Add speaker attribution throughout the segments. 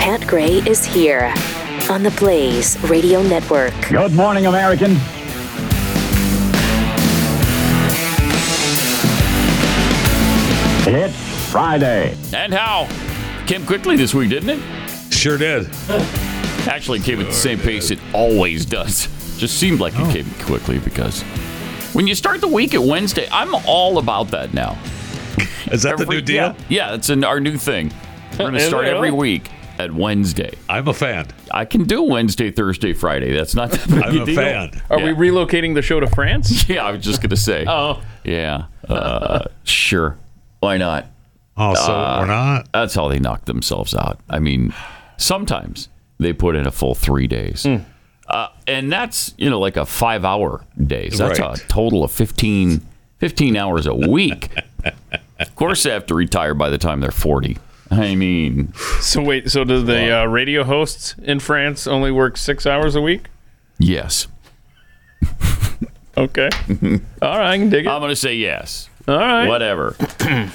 Speaker 1: Pat Gray is here on the Blaze Radio Network.
Speaker 2: Good morning, American. It's Friday.
Speaker 3: And how? Came quickly this week, didn't it?
Speaker 4: Sure did.
Speaker 3: Actually, it came at the same pace it always does. Just seemed like
Speaker 4: Oh.
Speaker 3: it came quickly because when you start the week at Wednesday, I'm all about that now.
Speaker 4: Is that the new deal?
Speaker 3: Yeah, yeah it's an, our new thing. We're going to
Speaker 4: Is
Speaker 3: start
Speaker 4: it?
Speaker 3: every week at Wednesday.
Speaker 4: I'm a fan.
Speaker 3: I can do Wednesday, Thursday, Friday. That's not that big
Speaker 4: I'm a
Speaker 3: deal.
Speaker 4: fan.
Speaker 5: Are
Speaker 3: Yeah.
Speaker 5: we relocating the show to France?
Speaker 3: Yeah, I was just going to say.
Speaker 5: Oh,
Speaker 3: Yeah, uh, sure. Why not?
Speaker 4: Oh, so
Speaker 3: Uh,
Speaker 4: we're not.
Speaker 3: That's how they knock themselves out. I mean, sometimes they put in a full three days. Uh, and that's, you know, like a five hour day. So that's
Speaker 4: Right.
Speaker 3: a total of 15, 15 hours a week. of course, they have to retire by the time they're 40. I mean,
Speaker 5: so wait. So do the uh, radio hosts in France only work six hours a week?
Speaker 3: yes.
Speaker 5: Okay. All right, I can dig it.
Speaker 3: I'm going to say yes.
Speaker 5: All right.
Speaker 3: Whatever. uh,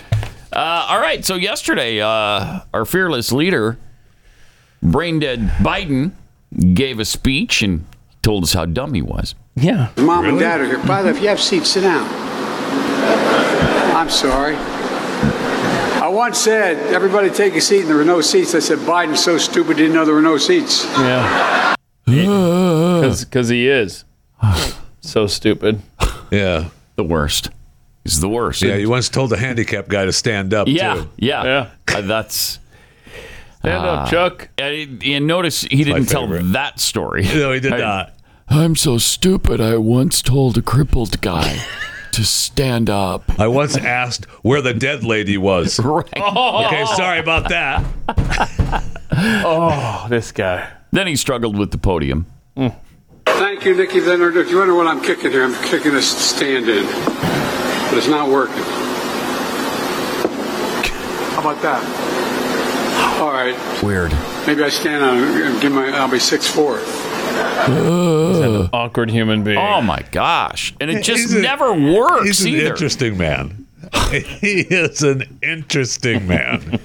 Speaker 3: all right. So yesterday, uh, our fearless leader, brain dead Biden, gave a speech and told us how dumb he was.
Speaker 5: Yeah.
Speaker 6: Mom and dad are here. By the way, if you have seats, sit down. I'm sorry. I once said, everybody take a seat, and there were no seats. I said, Biden's so stupid, he didn't know there were no seats.
Speaker 5: Yeah. Because he is so stupid.
Speaker 4: Yeah.
Speaker 3: The worst. He's the worst.
Speaker 4: Yeah. You once told the handicapped guy to stand up,
Speaker 3: yeah,
Speaker 4: too.
Speaker 3: yeah.
Speaker 5: Yeah.
Speaker 3: Uh, that's
Speaker 5: Stand up, Chuck.
Speaker 3: and, and notice he didn't tell
Speaker 4: favorite.
Speaker 3: that story.
Speaker 4: No, he did
Speaker 3: I-
Speaker 4: not.
Speaker 3: I'm so stupid. I once told a crippled guy to stand up.
Speaker 4: I once asked where the dead lady was.
Speaker 3: Right.
Speaker 4: Okay, sorry about that.
Speaker 5: Oh, this guy.
Speaker 3: Then he struggled with the podium.
Speaker 6: Thank you, Nikki. Then if you wonder what I'm kicking here, I'm kicking a stand in, but it's not working. How about that? All right.
Speaker 3: Weird.
Speaker 6: Maybe I stand on and give my. I'll be six four.
Speaker 5: Awkward human being.
Speaker 3: Oh my gosh! And it just
Speaker 4: He's a-
Speaker 3: never works
Speaker 4: He's an
Speaker 3: either.
Speaker 4: interesting man. he is an interesting man.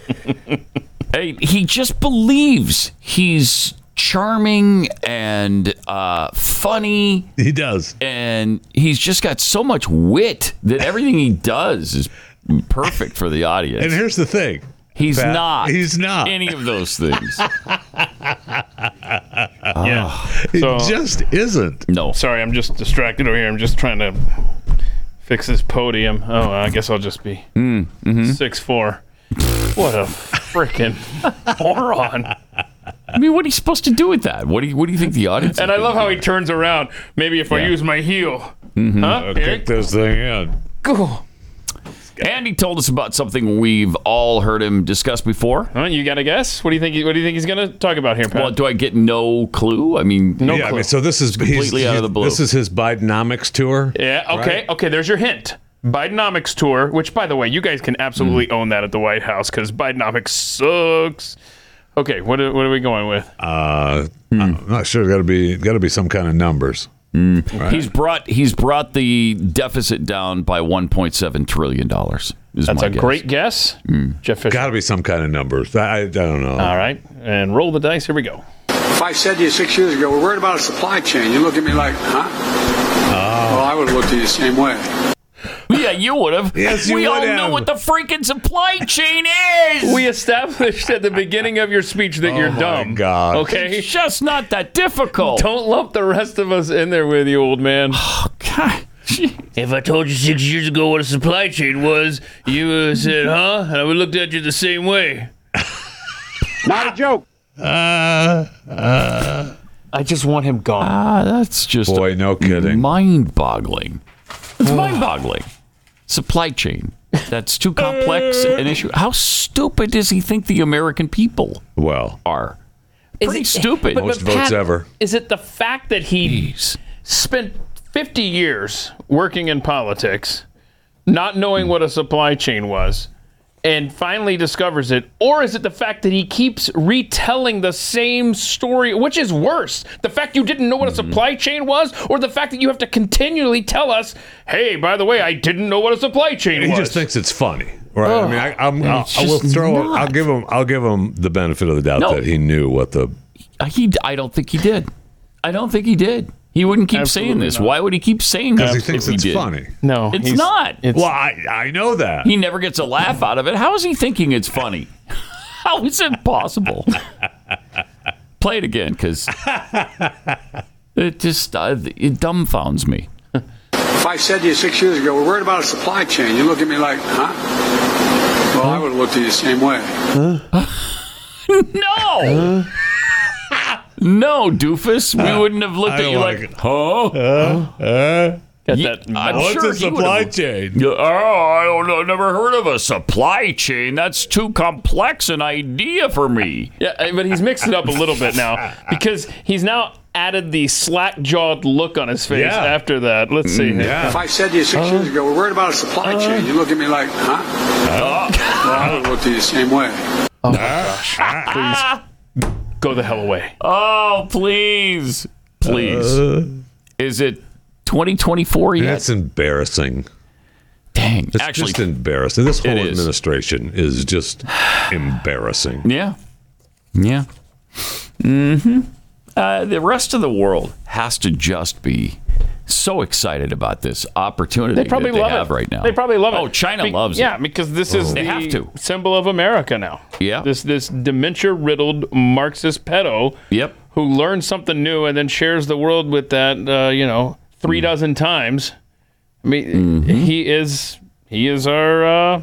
Speaker 3: Hey, he just believes he's charming and uh, funny,
Speaker 4: He does.
Speaker 3: and he's just got so much wit that everything he does is perfect for the audience.
Speaker 4: And here's the thing.
Speaker 3: He's
Speaker 4: Pat.
Speaker 3: not.
Speaker 4: He's not.
Speaker 3: any of those things.
Speaker 5: Yeah.
Speaker 4: He
Speaker 5: So-
Speaker 4: just isn't.
Speaker 3: No.
Speaker 5: Sorry, I'm just distracted over here. I'm just trying to fix this podium. Oh, I guess I'll just be six four. What a freaking moron!
Speaker 3: I mean, what are you supposed to do with that? What do you What do you think the audience?
Speaker 5: And I love how he turns around. Maybe if I
Speaker 3: Yeah.
Speaker 5: use my heel, huh?
Speaker 4: Kick
Speaker 5: Eric?
Speaker 4: this thing in.
Speaker 3: And he told us about something we've all heard him discuss before.
Speaker 5: Huh, you got to guess. What do you think? What do you think he's gonna talk about here, Pat?
Speaker 3: Well, do I get no clue? I mean,
Speaker 5: no
Speaker 4: yeah,
Speaker 5: clue.
Speaker 4: I mean, so this is he's-
Speaker 3: Oh, completely out of the blue.
Speaker 4: This is his Bidenomics tour.
Speaker 5: yeah. Okay.
Speaker 4: right?
Speaker 5: Okay. There's your hint. Bidenomics tour, which, by the way, you guys can absolutely own that at the White House because Bidenomics sucks. Okay. What are, what are we going with?
Speaker 4: Uh,
Speaker 3: Hmm.
Speaker 4: I'm not sure. Got to be got to be some kind of numbers.
Speaker 3: he's brought he's brought the deficit down by 1.7 trillion dollars.
Speaker 5: That's a great guess, Jeff Fisher.
Speaker 4: Got to be some kind of numbers. I, I, I don't know.
Speaker 5: All right, and roll the dice. Here we go.
Speaker 6: If I said to you six years ago, we're worried about a supply chain, you look at me like, huh?
Speaker 7: Oh.
Speaker 6: Well, I would have looked at you the same way.
Speaker 3: Yeah, you would have.
Speaker 4: Yes, you
Speaker 3: we all
Speaker 4: would have.
Speaker 3: know what the freaking supply chain is.
Speaker 5: We established at the beginning of your speech that you're
Speaker 4: my
Speaker 5: dumb.
Speaker 4: God.
Speaker 5: Okay.
Speaker 3: it's just not that difficult.
Speaker 5: Don't lump the rest of us in there with you, old man.
Speaker 3: God, gee.
Speaker 5: If I told you six years ago what a supply chain was, you would have said, huh? And I would have looked at you the same way.
Speaker 6: Not a joke.
Speaker 4: Uh,
Speaker 5: I just want him gone.
Speaker 3: Ah, that's just
Speaker 4: Boy, no kidding.
Speaker 3: mind-boggling. It's mind boggling. Supply chain. That's too complex
Speaker 4: Uh.
Speaker 3: an issue. How stupid does he think the American people
Speaker 4: Well,
Speaker 3: are?
Speaker 5: Is
Speaker 3: Pretty
Speaker 5: it-
Speaker 3: stupid.
Speaker 5: but-
Speaker 4: most
Speaker 5: but
Speaker 4: votes
Speaker 5: Pat,
Speaker 4: ever.
Speaker 5: Is it the fact that he
Speaker 3: Jeez.
Speaker 5: spent 50 years working in politics, not knowing what a supply chain was, and finally discovers it? Or is it the fact that he keeps retelling the same story, which is worse? The fact you didn't know
Speaker 4: Hmm.
Speaker 5: what a supply chain was, or the fact that you have to continually tell us, hey, by the way, I didn't know what a supply chain
Speaker 4: he
Speaker 5: was?
Speaker 4: just thinks it's funny, right? I mean, I, I'm,
Speaker 3: and
Speaker 4: I'll,
Speaker 3: it's
Speaker 4: I will
Speaker 3: just
Speaker 4: throw.
Speaker 3: not.
Speaker 4: I'll give him. I'll give him the benefit of the doubt
Speaker 3: No.
Speaker 4: that he knew what the.
Speaker 3: Uh, He, I don't think he did. I don't think he did. He wouldn't keep saying
Speaker 5: Absolutely
Speaker 3: this.
Speaker 5: not.
Speaker 3: Why would he keep saying this?
Speaker 4: Because he thinks
Speaker 3: if
Speaker 4: it's
Speaker 3: did?
Speaker 4: funny.
Speaker 5: no,
Speaker 3: It's
Speaker 5: Oh, he's-
Speaker 3: not.
Speaker 5: It's,
Speaker 4: Well, I I know that.
Speaker 3: He never gets a laugh out of it. How is he thinking it's funny? How is it possible? Play it again, because it just uh, it dumbfounds me.
Speaker 6: If I said to you six years ago, we're worried about a supply chain, you look at me like, huh? Well, I would have looked at you the same way.
Speaker 3: No, no, doofus. We wouldn't have looked
Speaker 4: Ah, I
Speaker 3: at
Speaker 4: don't
Speaker 3: you
Speaker 4: like
Speaker 3: like,
Speaker 4: it.
Speaker 3: huh?
Speaker 4: Uh,
Speaker 5: got
Speaker 3: Ye-
Speaker 5: that
Speaker 3: I'm
Speaker 4: what's
Speaker 3: sure
Speaker 4: a
Speaker 3: he would've-
Speaker 4: supply chain?
Speaker 3: Yeah, Oh, I don't know. Never heard of a supply chain. That's too complex an idea for me.
Speaker 5: Yeah, I- but he's mixed it up a little bit now because he's now added the slack jawed look on his face
Speaker 4: Yeah.
Speaker 5: after that. Let's see.
Speaker 6: If I said to you six years ago, we're worried about a supply chain, you look at me like, huh? Well, I would have looked at you the same way.
Speaker 5: Go the hell away.
Speaker 3: Oh, please, please. Is it 2024 yet?
Speaker 4: Uh. That's embarrassing.
Speaker 3: Dang.
Speaker 4: It's
Speaker 3: Actually,
Speaker 4: just embarrassing. This whole
Speaker 3: it is.
Speaker 4: administration is just embarrassing.
Speaker 3: yeah. Yeah. Mm hmm. Uh, the rest of the world has to just be so excited about this opportunity
Speaker 5: They probably
Speaker 3: that they
Speaker 5: love
Speaker 3: have
Speaker 5: it
Speaker 3: right now.
Speaker 5: They probably love it.
Speaker 3: Oh, China
Speaker 5: Be-
Speaker 3: loves
Speaker 5: Yeah,
Speaker 3: it. Oh.
Speaker 5: because this is
Speaker 3: They
Speaker 5: the
Speaker 3: have to.
Speaker 5: symbol of America now.
Speaker 3: Yeah.
Speaker 5: This this dementia riddled Marxist pedo
Speaker 3: Yep.
Speaker 5: who learns something new and then shares the world with that uh, you know three
Speaker 3: Mm.
Speaker 5: dozen times. I mean,
Speaker 3: Mm-hmm.
Speaker 5: he is he is our uh,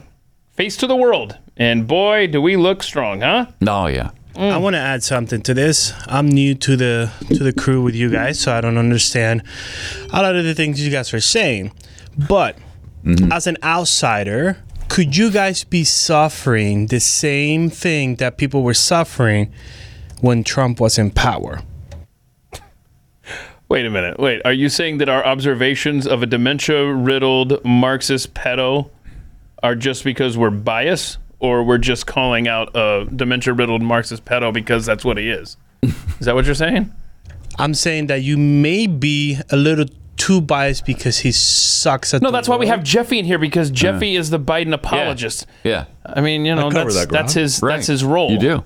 Speaker 5: face to the world, and boy, do we look strong, huh?
Speaker 3: Oh, yeah.
Speaker 8: I want to add something to this. I'm new to the to the crew with you guys, so I don't understand a lot of the things you guys are saying. But as an outsider, could you guys be suffering the same thing that people were suffering when Trump was in power?
Speaker 5: Wait a minute. Wait, are you saying that our observations of a dementia riddled Marxist pedo are just because we're biased, or we're just calling out a dementia riddled Marxist pedo because that's what he is? Is that what you're saying?
Speaker 8: I'm saying that you may be a little too biased because he sucks at
Speaker 5: No,
Speaker 8: the
Speaker 5: that's why we
Speaker 8: world.
Speaker 5: have Jeffy in here because Jeffy is the Biden apologist.
Speaker 3: Yeah.
Speaker 5: I mean, you know,
Speaker 4: cover
Speaker 5: that's,
Speaker 4: that ground.
Speaker 5: that's his
Speaker 3: Right.
Speaker 5: that's his role.
Speaker 3: You do.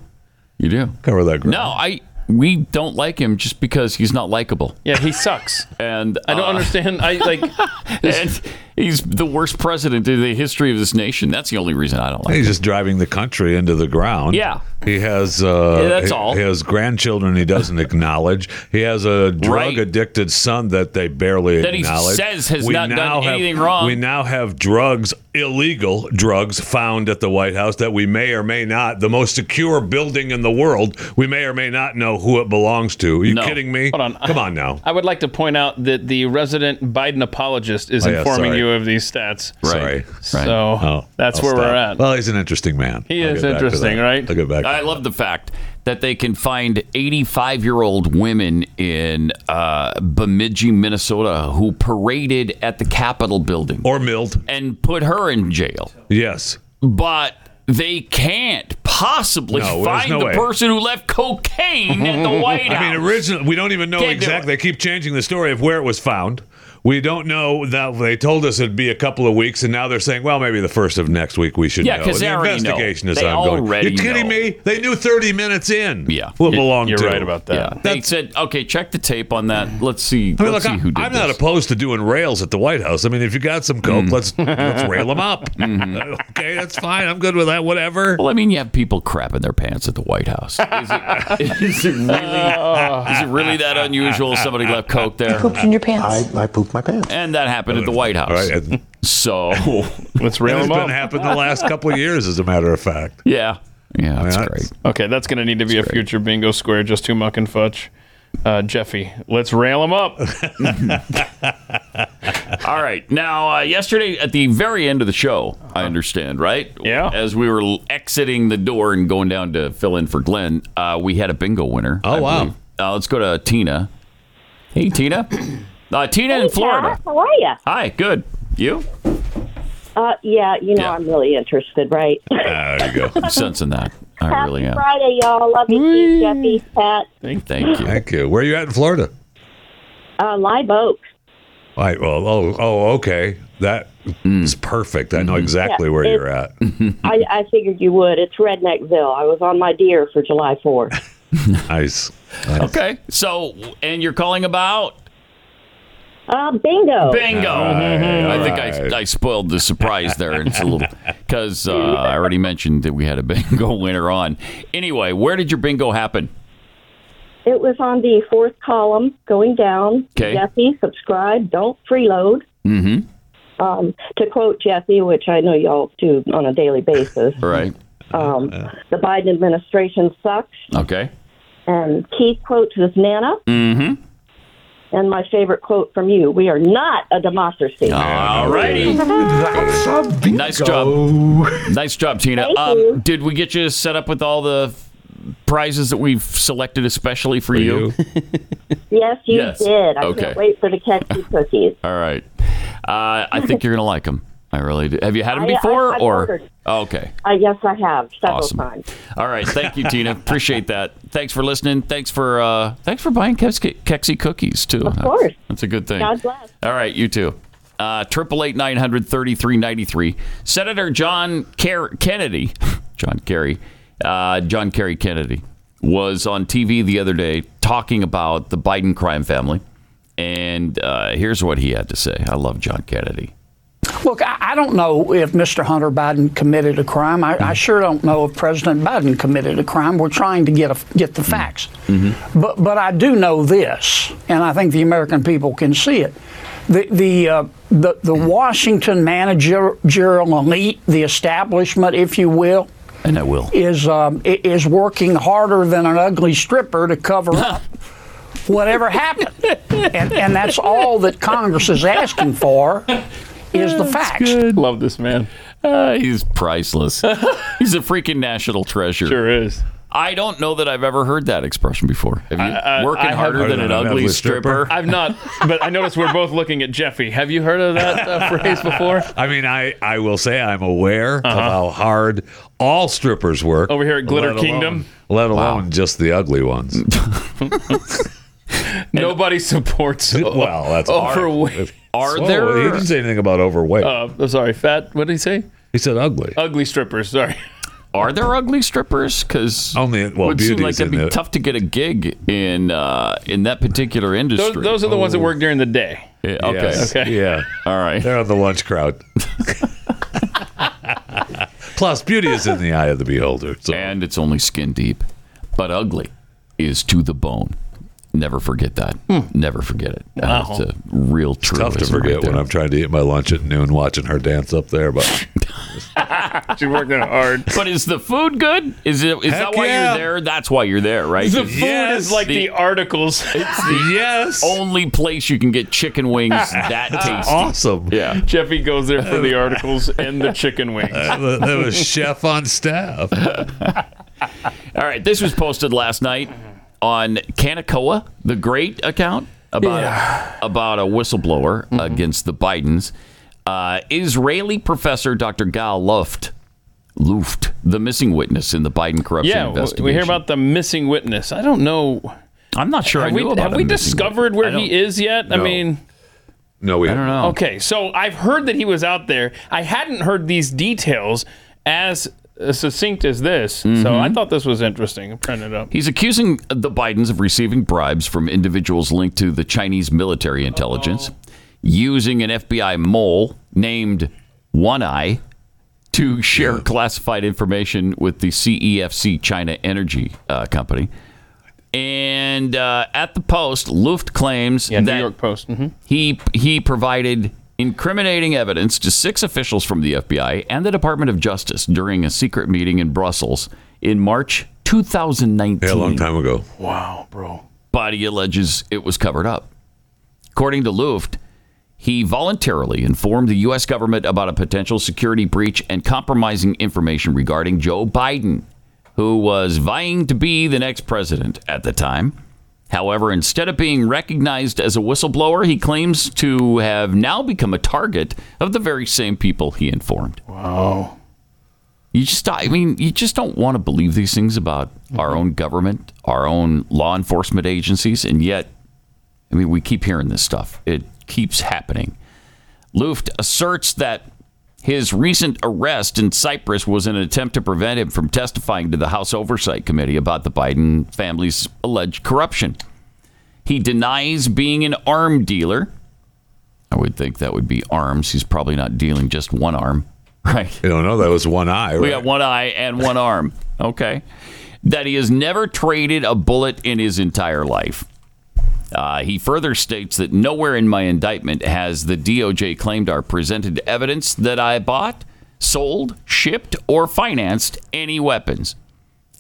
Speaker 3: You do.
Speaker 4: Cover that ground.
Speaker 3: No, I. We don't like him just because he's not likable,
Speaker 5: Yeah, he sucks.
Speaker 3: and
Speaker 5: I don't
Speaker 3: uh,
Speaker 5: understand. I like
Speaker 3: And he's the worst president in the history of this nation. That's the only reason I don't like. him.
Speaker 4: He's just driving the country into the ground.
Speaker 3: Yeah.
Speaker 4: He has uh
Speaker 3: Yeah, that's
Speaker 4: he,
Speaker 3: all.
Speaker 4: he has grandchildren he doesn't acknowledge. He has a drug
Speaker 3: Right.
Speaker 4: addicted son that they barely
Speaker 3: That he
Speaker 4: acknowledge.
Speaker 3: says has not done
Speaker 4: now have-
Speaker 3: anything wrong.
Speaker 4: We now have drugs, illegal drugs found at the White House that we may or may not the most secure building in the world, we may or may not know who it belongs to. Are you
Speaker 3: No.
Speaker 4: kidding me?
Speaker 5: Hold on.
Speaker 4: Come on now.
Speaker 5: I would like to point out that the resident Biden apologist is
Speaker 4: Oh, yeah,
Speaker 5: informing
Speaker 4: sorry.
Speaker 5: you of these stats.
Speaker 4: Sorry.
Speaker 3: Right.
Speaker 5: So
Speaker 4: Oh,
Speaker 5: that's
Speaker 4: I'll
Speaker 5: where
Speaker 4: stop.
Speaker 5: we're at.
Speaker 4: Well, he's an interesting man.
Speaker 5: He
Speaker 4: I'll
Speaker 5: is
Speaker 4: get back to
Speaker 5: interesting,
Speaker 4: that.
Speaker 5: right?
Speaker 4: I'll get back. to
Speaker 3: I
Speaker 4: that.
Speaker 3: love the fact that they can find 85 year old women in uh, Bemidji, Minnesota, who paraded at the Capitol building
Speaker 4: or milled.
Speaker 3: and put her in jail.
Speaker 4: Yes.
Speaker 3: But they can't possibly
Speaker 4: No, there's
Speaker 3: find
Speaker 4: no
Speaker 3: the
Speaker 4: way.
Speaker 3: person who left cocaine at the White House.
Speaker 4: I mean, originally, we don't even know
Speaker 3: Can't do
Speaker 4: exactly.
Speaker 3: it.
Speaker 4: They keep changing the story of where it was found. We don't know that they told us it'd be a couple of weeks, and now they're saying, well, maybe the first of next week we should
Speaker 3: Yeah,
Speaker 4: know.
Speaker 3: 'cause they
Speaker 4: the
Speaker 3: already know.
Speaker 4: investigation is
Speaker 3: They
Speaker 4: ongoing.
Speaker 3: already
Speaker 4: you kidding
Speaker 3: know.
Speaker 4: me? They knew 30 minutes in.
Speaker 3: Yeah.
Speaker 4: who it
Speaker 3: You're-
Speaker 4: belonged
Speaker 5: You're
Speaker 4: to.
Speaker 5: right about that.
Speaker 3: yeah. They said, okay, check the tape on that. Let's see.
Speaker 4: I mean,
Speaker 3: let's
Speaker 4: look,
Speaker 3: see who did
Speaker 4: I, am not
Speaker 3: this. Mm.
Speaker 4: opposed to doing rails at the White House. I mean, if you got some coke, let's let's rail them up.
Speaker 3: Mm-hmm.
Speaker 4: okay, that's fine. I'm good with that. Whatever.
Speaker 3: Well, I mean, you have people crapping their pants at the White House. Is it, is it really, is it really that unusual? Somebody left Coke there,
Speaker 9: in your pants.
Speaker 10: I pooped my pants.
Speaker 3: and that happened at the White House.
Speaker 4: All right. and-
Speaker 3: So,
Speaker 5: Let's rail
Speaker 4: It's
Speaker 5: him
Speaker 4: been
Speaker 5: up.
Speaker 4: happening the last couple of years, as a matter of fact.
Speaker 3: yeah. Yeah, that's
Speaker 4: that's-
Speaker 3: great.
Speaker 5: Okay, that's going to need to be a future bingo square, just too muck and fudge. uh, Jeffy. Let's rail him up.
Speaker 3: All right. Now, uh, yesterday at the very end of the show, I understand, right?
Speaker 5: Yeah.
Speaker 3: As we were l- exiting the door and going down to fill in for Glenn, uh, we had a bingo winner.
Speaker 4: Oh,
Speaker 3: I
Speaker 4: wow.
Speaker 3: believe. Uh, let's go to Tina. Hey, Tina. Uh, Tina in Florida.
Speaker 9: How are you?
Speaker 3: Hi. Good. You?
Speaker 9: Uh, yeah, you know
Speaker 3: Yeah.
Speaker 9: I'm really interested, right?
Speaker 4: Ah, there you go.
Speaker 3: I'm sensing that. I
Speaker 9: Happy
Speaker 3: really am.
Speaker 9: Friday, y'all. Love you, Steve, Jeffy, Pat,
Speaker 3: Thank you.
Speaker 4: Thank you. Where are you at in Florida?
Speaker 9: uh, Live Oak.
Speaker 4: All right. Well, oh, oh, okay. That is perfect. I know exactly
Speaker 9: Yeah,
Speaker 4: where
Speaker 9: it-
Speaker 4: you're at.
Speaker 9: I, I figured you would. It's Redneckville. I was on my deer for July 4th.
Speaker 4: Nice.
Speaker 3: Okay. So, and you're calling about
Speaker 9: Uh, bingo.
Speaker 3: bingo. I think
Speaker 4: right.
Speaker 3: I, I spoiled the surprise there. It's a little because uh, I already mentioned that we had a bingo winner on. Anyway, where did your bingo happen?
Speaker 9: It was on the fourth column going down.
Speaker 3: 'Kay.
Speaker 9: Jeffy, subscribe. Don't freeload.
Speaker 3: Mm-hmm.
Speaker 9: Um, to quote Jeffy, which I know y'all do on a daily basis,
Speaker 3: All right.
Speaker 9: um,
Speaker 3: Uh,
Speaker 9: the Biden administration sucks.
Speaker 3: Okay.
Speaker 9: And Keith quotes his Nana. Mm-hmm. And my favorite quote from you: "We are not a democracy."
Speaker 3: All righty. Nice job. Nice job, Tina. Um,
Speaker 9: Thank you.
Speaker 3: did we get you set up with all the prizes that we've selected especially for, you?
Speaker 9: Yes, you
Speaker 3: Yes.
Speaker 9: did. I
Speaker 3: Okay.
Speaker 9: can't wait for the Kexy cookies.
Speaker 3: All right. Uh, I think you're gonna like them. I really do. Have you had them
Speaker 9: I- I-
Speaker 3: before
Speaker 9: I've
Speaker 3: or?
Speaker 9: ordered.
Speaker 3: Oh, okay.
Speaker 9: Uh, yes, I have several
Speaker 3: Awesome.
Speaker 9: times.
Speaker 3: All right. Thank you, Tina. Appreciate that. Thanks for listening. Thanks for uh, thanks for buying Kex- Kexi cookies too. Of
Speaker 9: course.
Speaker 3: That's a good thing.
Speaker 9: God bless.
Speaker 3: All right. You too. Uh, Triple eight nine hundred thirty three ninety three. Senator John Ker- Kennedy, John Kerry, uh, John Kerry Kennedy was on TV the other day talking about the Biden crime family, and uh, here's what he had to say. I love John Kennedy.
Speaker 10: Look, I, I don't know if Mr. Hunter Biden committed a crime. I, I sure don't know if President Biden committed a crime. We're trying to get a, get the facts. But but I do know this, and I think the American people can see it. The the uh, the, the Washington managerial elite, the establishment, if you will,
Speaker 3: And I will.
Speaker 10: is um, i- is working harder than an ugly stripper to cover up whatever happened, and, and that's all that Congress is asking for is the facts.
Speaker 5: Love this man.
Speaker 3: Uh, he's priceless. he's a freaking national treasure.
Speaker 5: Sure is.
Speaker 3: I don't know that I've ever heard that expression before. Have you?
Speaker 5: I-
Speaker 3: working
Speaker 5: I have-
Speaker 3: harder than an ugly stripper.
Speaker 5: I've not, but I noticed we're both looking at Jeffy. Have you heard of that uh, phrase before?
Speaker 4: I mean, I, I will say I'm aware of how hard all strippers work
Speaker 5: Over here at Glitter
Speaker 4: let alone-
Speaker 5: Kingdom?
Speaker 4: let alone just the ugly ones.
Speaker 5: Nobody supports.
Speaker 4: well, that's
Speaker 5: overweight.
Speaker 3: Are
Speaker 4: Whoa,
Speaker 3: there?
Speaker 4: He didn't say anything about overweight.
Speaker 5: Uh, I'm sorry, fat. What did he say?
Speaker 4: he said ugly.
Speaker 5: Ugly strippers. Sorry.
Speaker 3: Are there ugly strippers? Because
Speaker 4: Only well,
Speaker 3: would seem
Speaker 4: beauty's
Speaker 3: like it'd
Speaker 4: in
Speaker 3: be
Speaker 4: the-
Speaker 3: tough to get a gig in uh, in that particular industry.
Speaker 5: Those, those are the ones that work during the day.
Speaker 3: Yeah, Oh, okay,
Speaker 4: Yes,
Speaker 5: Okay.
Speaker 4: Yeah,
Speaker 3: all right.
Speaker 4: they're on the lunch crowd. Plus, beauty is in the eye of the beholder. So.
Speaker 3: And it's only skin deep, but ugly is to the bone. Never forget that.
Speaker 5: Hmm.
Speaker 3: Never forget it. Wow. It's a real truth.
Speaker 4: Tough to forget when I'm trying to eat my lunch at noon, watching her dance up there. But
Speaker 5: She's working hard.
Speaker 3: But is the food good? Is it? Is
Speaker 4: Heck
Speaker 3: that why
Speaker 4: yeah.
Speaker 3: you're there? That's why you're there, right?
Speaker 5: The food
Speaker 4: Yes,
Speaker 5: is like the,
Speaker 3: the-
Speaker 5: articles.
Speaker 4: yes,
Speaker 3: only place you can get chicken wings that tasty.
Speaker 4: awesome.
Speaker 3: Yeah.
Speaker 5: Jeffy goes there for the articles and the chicken wings.
Speaker 3: Uh,
Speaker 4: there was chef on staff.
Speaker 3: All right. This was posted last night on Kanakoa, the great account about about a whistleblower
Speaker 5: Mm-hmm.
Speaker 3: against the Bidens. Uh, Israeli professor Dr. Gal Luft, Luft, the missing witness in the Biden corruption
Speaker 5: Yeah, w-
Speaker 3: investigation.
Speaker 5: we hear about the missing witness. I don't know.
Speaker 3: I'm not sure I
Speaker 5: Have
Speaker 3: knew
Speaker 5: we,
Speaker 3: about
Speaker 5: have
Speaker 3: a
Speaker 5: we
Speaker 3: missing
Speaker 5: discovered
Speaker 3: witness.
Speaker 5: where
Speaker 3: I
Speaker 5: he
Speaker 3: don't-
Speaker 5: is yet? I
Speaker 4: No.
Speaker 5: mean,
Speaker 4: No, we.
Speaker 3: I don't know.
Speaker 5: okay. So I've heard that he was out there. I hadn't heard these details as uh, succinct as this. So
Speaker 3: Mm-hmm.
Speaker 5: I thought this was interesting. I'm printing it up.
Speaker 3: He's accusing the Bidens of receiving bribes from individuals linked to the Chinese military intelligence, using an FBI mole named One Eye to share classified information with the CEFC China Energy uh, Company. And uh, at the Post, Luft claims
Speaker 5: Yeah, New
Speaker 3: that
Speaker 5: York Post. hmm
Speaker 3: he he provided incriminating evidence to six officials from the FBI and the Department of Justice during a secret meeting in Brussels in March 2019.
Speaker 4: Yeah, a long time ago.
Speaker 5: Wow, bro.
Speaker 3: body alleges it was covered up. According to Luft, he voluntarily informed the U.S. government about a potential security breach and compromising information regarding Joe Biden, who was vying to be the next president at the time. However, instead of being recognized as a whistleblower, he claims to have now become a target of the very same people he informed. Wow. You just, I mean, you just don't want to believe these things about our own government, our own law enforcement agencies, and yet I mean, we keep hearing this stuff. It keeps happening. Luft asserts that his recent arrest in Cyprus was an attempt to prevent him from testifying to the House Oversight Committee about the Biden family's alleged corruption. He denies being an arm dealer. I would think that would be arms. He's probably not dealing just one arm, right?
Speaker 4: You don't know that was one eye.
Speaker 3: We
Speaker 4: right?
Speaker 3: got one eye and one arm. Okay. That he has never traded a bullet in his entire life. Uh, he further states that nowhere in my indictment has the DOJ claimed or presented evidence that I bought, sold, shipped, or financed any weapons.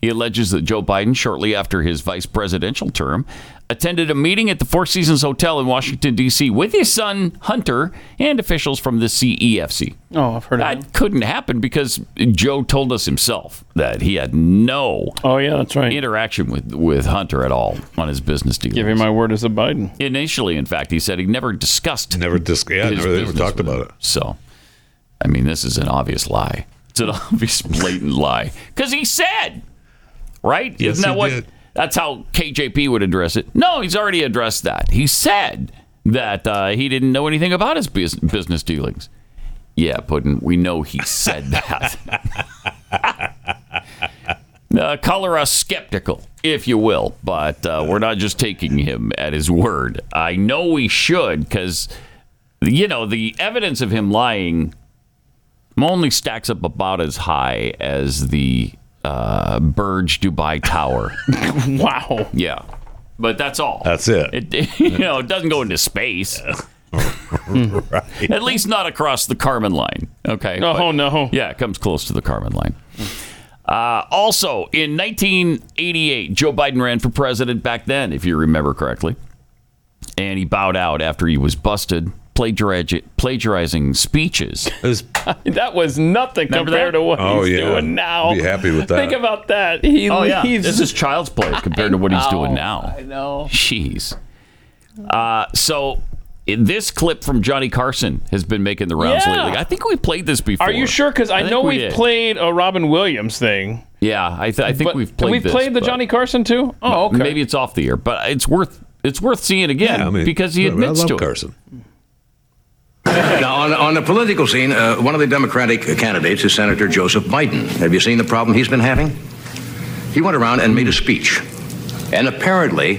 Speaker 3: He alleges that Joe Biden, shortly after his vice presidential term, attended a meeting at the Four Seasons Hotel in Washington, D.C., with his son, Hunter, and officials from the E CEFC.
Speaker 5: Oh, I've heard of
Speaker 3: That couldn't happen because Joe told us himself that he had no
Speaker 5: Oh, yeah, that's right.
Speaker 3: interaction with, with Hunter at all on his business dealings.
Speaker 5: Give me my word as a Biden.
Speaker 3: Initially, in fact, he said he never discussed
Speaker 4: Never dis- yeah,
Speaker 3: his
Speaker 4: never, they never
Speaker 3: business
Speaker 4: talked
Speaker 3: with
Speaker 4: about
Speaker 3: him.
Speaker 4: it.
Speaker 3: So, I mean, this is an obvious lie. It's an obvious, blatant lie because he said, right?
Speaker 4: Yes,
Speaker 3: Isn't that
Speaker 4: he
Speaker 3: what?
Speaker 4: did.
Speaker 3: That's how KJP would address it. No, he's already addressed that. He said that uh, he didn't know anything about his bus- business dealings. Yeah, Puddin, we know he said that. uh, color us skeptical, if you will, but uh, we're not just taking him at his word. I know we should because, you know, the evidence of him lying only stacks up about as high as the uh, Burj Dubai Tower.
Speaker 5: Wow.
Speaker 3: yeah. But that's all.
Speaker 4: That's it.
Speaker 3: It, you know, it doesn't go into space. At least not across the Carmen line. Okay. but-
Speaker 5: Oh, no.
Speaker 3: yeah, it comes close to the Carmen line. Uh, also, in 1988, Joe Biden ran for president back then, if you remember correctly. And he bowed out after he was busted plagiari- plagiarizing speeches.
Speaker 4: It was-
Speaker 5: That was nothing
Speaker 3: Remember
Speaker 5: compared
Speaker 3: that?
Speaker 5: to what
Speaker 4: Oh,
Speaker 5: he's
Speaker 4: yeah.
Speaker 5: doing now.
Speaker 4: Be happy with that.
Speaker 5: Think about that. He leaves.
Speaker 3: Oh, This is child's play compared to what he's doing now.
Speaker 5: I know.
Speaker 3: Jeez. Uh, so, in this clip from Johnny Carson has been making the rounds
Speaker 5: Yeah.
Speaker 3: lately. I think we played this before.
Speaker 5: Are you sure? Because I,
Speaker 3: think
Speaker 5: know
Speaker 3: we
Speaker 5: we've
Speaker 3: did.
Speaker 5: played a Robin Williams thing.
Speaker 3: Yeah, I, th- I think
Speaker 5: but
Speaker 3: we've played.
Speaker 5: We've
Speaker 3: this,
Speaker 5: played the
Speaker 3: but-
Speaker 5: Johnny Carson too. Oh, okay.
Speaker 3: Maybe it's off the air, but it's worth it's worth seeing again
Speaker 4: yeah, I mean,
Speaker 3: because he admits
Speaker 4: I love
Speaker 3: to it.
Speaker 4: Carson.
Speaker 7: Now, on, on the political scene, uh, one of the Democratic candidates is Senator Joseph Biden. Have you seen the problem he's been having? He went around and made a speech. And apparently,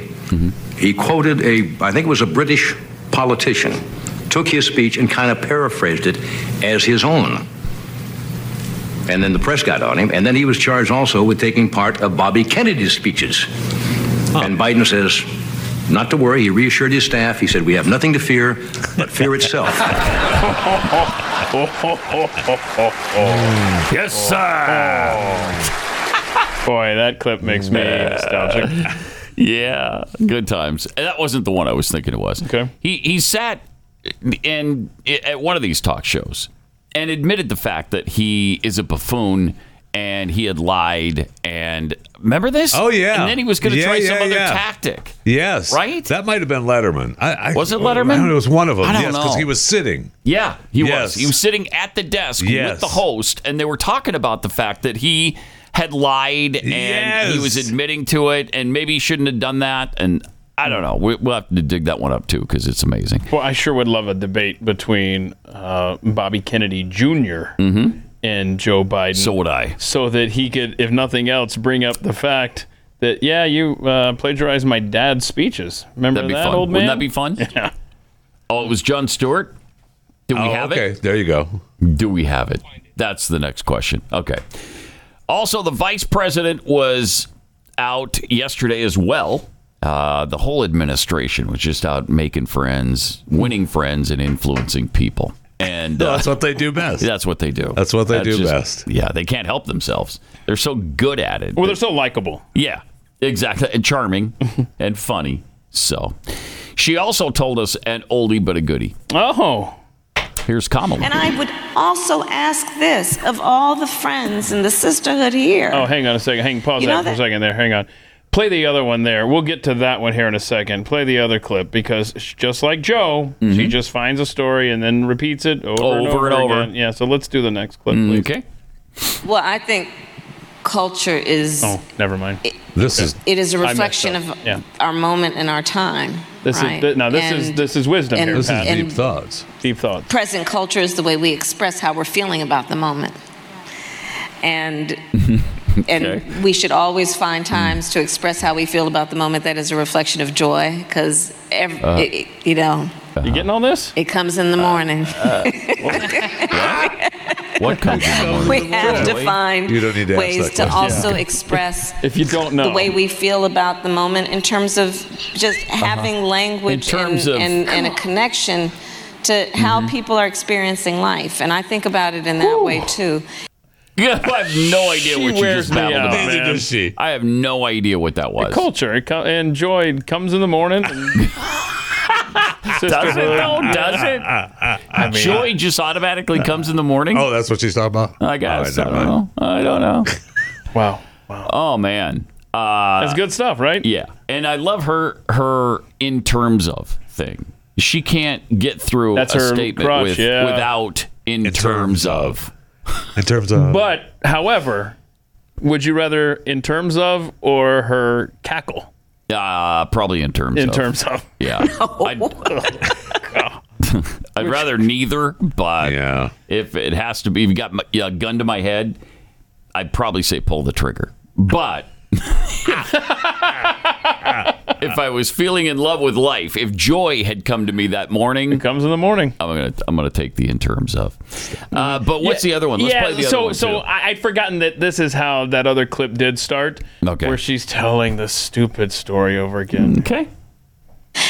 Speaker 7: he quoted a, I think it was a British politician, took his speech and kind of paraphrased it as his own. And then the press got on him. And then he was charged also with taking part of Bobby Kennedy's speeches. And Biden says, not to worry. He reassured his staff. He said, We have nothing to fear but fear itself.
Speaker 3: Yes, sir.
Speaker 5: Boy, that clip makes me nostalgic.
Speaker 3: Yeah, good times. And That wasn't the one I was thinking it was.
Speaker 5: Okay.
Speaker 3: He he sat and at one of these talk shows and admitted the fact that he is a buffoon and he had lied and remember this?
Speaker 4: Oh, yeah.
Speaker 3: And then he was going to
Speaker 4: Yeah,
Speaker 3: try some
Speaker 4: yeah,
Speaker 3: other
Speaker 4: yeah.
Speaker 3: tactic.
Speaker 4: Yes.
Speaker 3: Right?
Speaker 4: That might have been Letterman. I, I,
Speaker 3: Was it
Speaker 4: I
Speaker 3: Letterman?
Speaker 4: don't know, it was one of them.
Speaker 3: I don't
Speaker 4: yes, because
Speaker 3: know.
Speaker 4: he was sitting.
Speaker 3: Yeah, he was.
Speaker 4: Yes.
Speaker 3: He was sitting at the desk with
Speaker 4: Yes.
Speaker 3: the host, and they were talking about the fact that he had lied and he
Speaker 4: Yes.
Speaker 3: was admitting to it, and maybe he shouldn't have done that. And I don't know. We, we'll have to dig that one up too because it's amazing.
Speaker 5: Well, I sure would love a debate between uh, Bobby Kennedy junior and Joe Biden.
Speaker 3: Mm-hmm. So would I.
Speaker 5: so that he could, if nothing else, bring up the fact that yeah, you uh, plagiarized my dad's speeches. Remember
Speaker 3: That'd be
Speaker 5: that
Speaker 3: fun.
Speaker 5: old man?
Speaker 3: Wouldn't that be fun?
Speaker 5: Yeah.
Speaker 3: Oh, it was John Stewart. Do we
Speaker 4: oh,
Speaker 3: have
Speaker 4: okay.
Speaker 3: it?
Speaker 4: There you go.
Speaker 3: Do we have it? That's the next question. Okay. Also, the vice president was out yesterday as well. Uh, the whole administration was just out making friends, winning friends, and influencing people. And uh,
Speaker 4: That's what they do best.
Speaker 3: that's what they do.
Speaker 4: That's what they do best.
Speaker 3: Yeah, they can't help themselves. They're so good at it.
Speaker 5: Well, they're so likable.
Speaker 3: yeah, exactly. And charming and funny So she also told us an oldie but a goodie.
Speaker 5: Oh.
Speaker 3: Here's Kamala.
Speaker 11: And I would also ask this of all the friends in the sisterhood here.
Speaker 5: Oh, hang on a second. Hang pause
Speaker 11: You
Speaker 5: that
Speaker 11: know
Speaker 5: for a
Speaker 11: that-
Speaker 5: second there. Hang on. Play the other one there. We'll get to that one here in a second. Play the other clip because sh- just like Joe, she just finds a story and then repeats it over, and
Speaker 3: Mm-hmm. Over
Speaker 5: over
Speaker 3: and over. Mm.
Speaker 5: again. Yeah. So let's do the next clip, please.
Speaker 3: Okay.
Speaker 11: Well, I think culture is
Speaker 5: Oh, never mind.
Speaker 4: This is
Speaker 11: it is a
Speaker 5: I messed
Speaker 11: reflection
Speaker 5: up.
Speaker 11: of
Speaker 5: Yeah.
Speaker 11: our moment and our time.
Speaker 5: This
Speaker 11: right?
Speaker 5: is th- now. This is
Speaker 11: And-
Speaker 5: this is wisdom
Speaker 11: and-
Speaker 5: here.
Speaker 11: This is
Speaker 5: Pat.
Speaker 11: deep and-
Speaker 4: thoughts.
Speaker 5: Deep thoughts.
Speaker 11: present culture is the way we express how we're feeling about the moment. And and we should always find
Speaker 5: Hmm.
Speaker 11: times to express how we feel about the moment that is a reflection of joy because
Speaker 3: Uh.
Speaker 11: you know
Speaker 3: Uh-huh.
Speaker 5: you getting all this
Speaker 11: it comes in the
Speaker 5: Uh,
Speaker 11: morning
Speaker 3: What comes in the morning?
Speaker 11: we have to find
Speaker 3: You don't need to ask
Speaker 11: ways
Speaker 3: that question.
Speaker 11: to also
Speaker 3: Yeah.
Speaker 11: express
Speaker 5: If you don't know,
Speaker 11: the way
Speaker 3: Um,
Speaker 11: we feel about the moment in terms of just
Speaker 3: Uh-huh.
Speaker 11: having language
Speaker 5: In terms
Speaker 11: and,
Speaker 5: of-
Speaker 11: and, and a connection to how
Speaker 3: Mm-hmm.
Speaker 11: people are experiencing life and i think about it in that way too
Speaker 3: I have no idea
Speaker 11: She
Speaker 3: what you
Speaker 11: wears
Speaker 3: just
Speaker 11: me
Speaker 3: babbled
Speaker 5: out,
Speaker 3: about.
Speaker 5: Neither does
Speaker 4: she.
Speaker 3: I have no idea what that was.
Speaker 5: culture it co- and joy comes in the morning. And
Speaker 3: Does it though? Does it?
Speaker 5: I mean,
Speaker 3: Joy just automatically comes in the morning.
Speaker 4: Oh, that's what she's talking about.
Speaker 3: I guess. I don't know. I don't know.
Speaker 5: wow.
Speaker 3: Oh man. Uh,
Speaker 5: That's good stuff, right?
Speaker 3: Yeah, and I love her her in terms of thing. She can't get through
Speaker 5: That's
Speaker 3: a
Speaker 5: her
Speaker 3: statement
Speaker 5: crutch,
Speaker 3: with,
Speaker 5: yeah.
Speaker 3: without in, terms, of.
Speaker 4: In terms of
Speaker 5: But however, would you rather in terms of or her cackle?
Speaker 3: Uh, probably in terms
Speaker 5: In
Speaker 3: of.
Speaker 5: terms of.
Speaker 3: Yeah. I'd, I'd rather neither, but
Speaker 4: Yeah.
Speaker 3: if it has to be, if you got my, a gun to my head, I'd probably say pull the trigger. But if I was feeling in love with life, if joy had come to me that morning,
Speaker 5: It comes in the morning.
Speaker 3: I'm gonna I'm gonna take the in terms of. Uh, but what's the other one? Let's
Speaker 5: yeah,
Speaker 3: play the
Speaker 5: so
Speaker 3: other one.
Speaker 5: so
Speaker 3: too.
Speaker 5: I, I'd forgotten that this is how that other clip did start,
Speaker 3: Okay. Mm.
Speaker 5: where she's telling the stupid story over again.
Speaker 3: okay.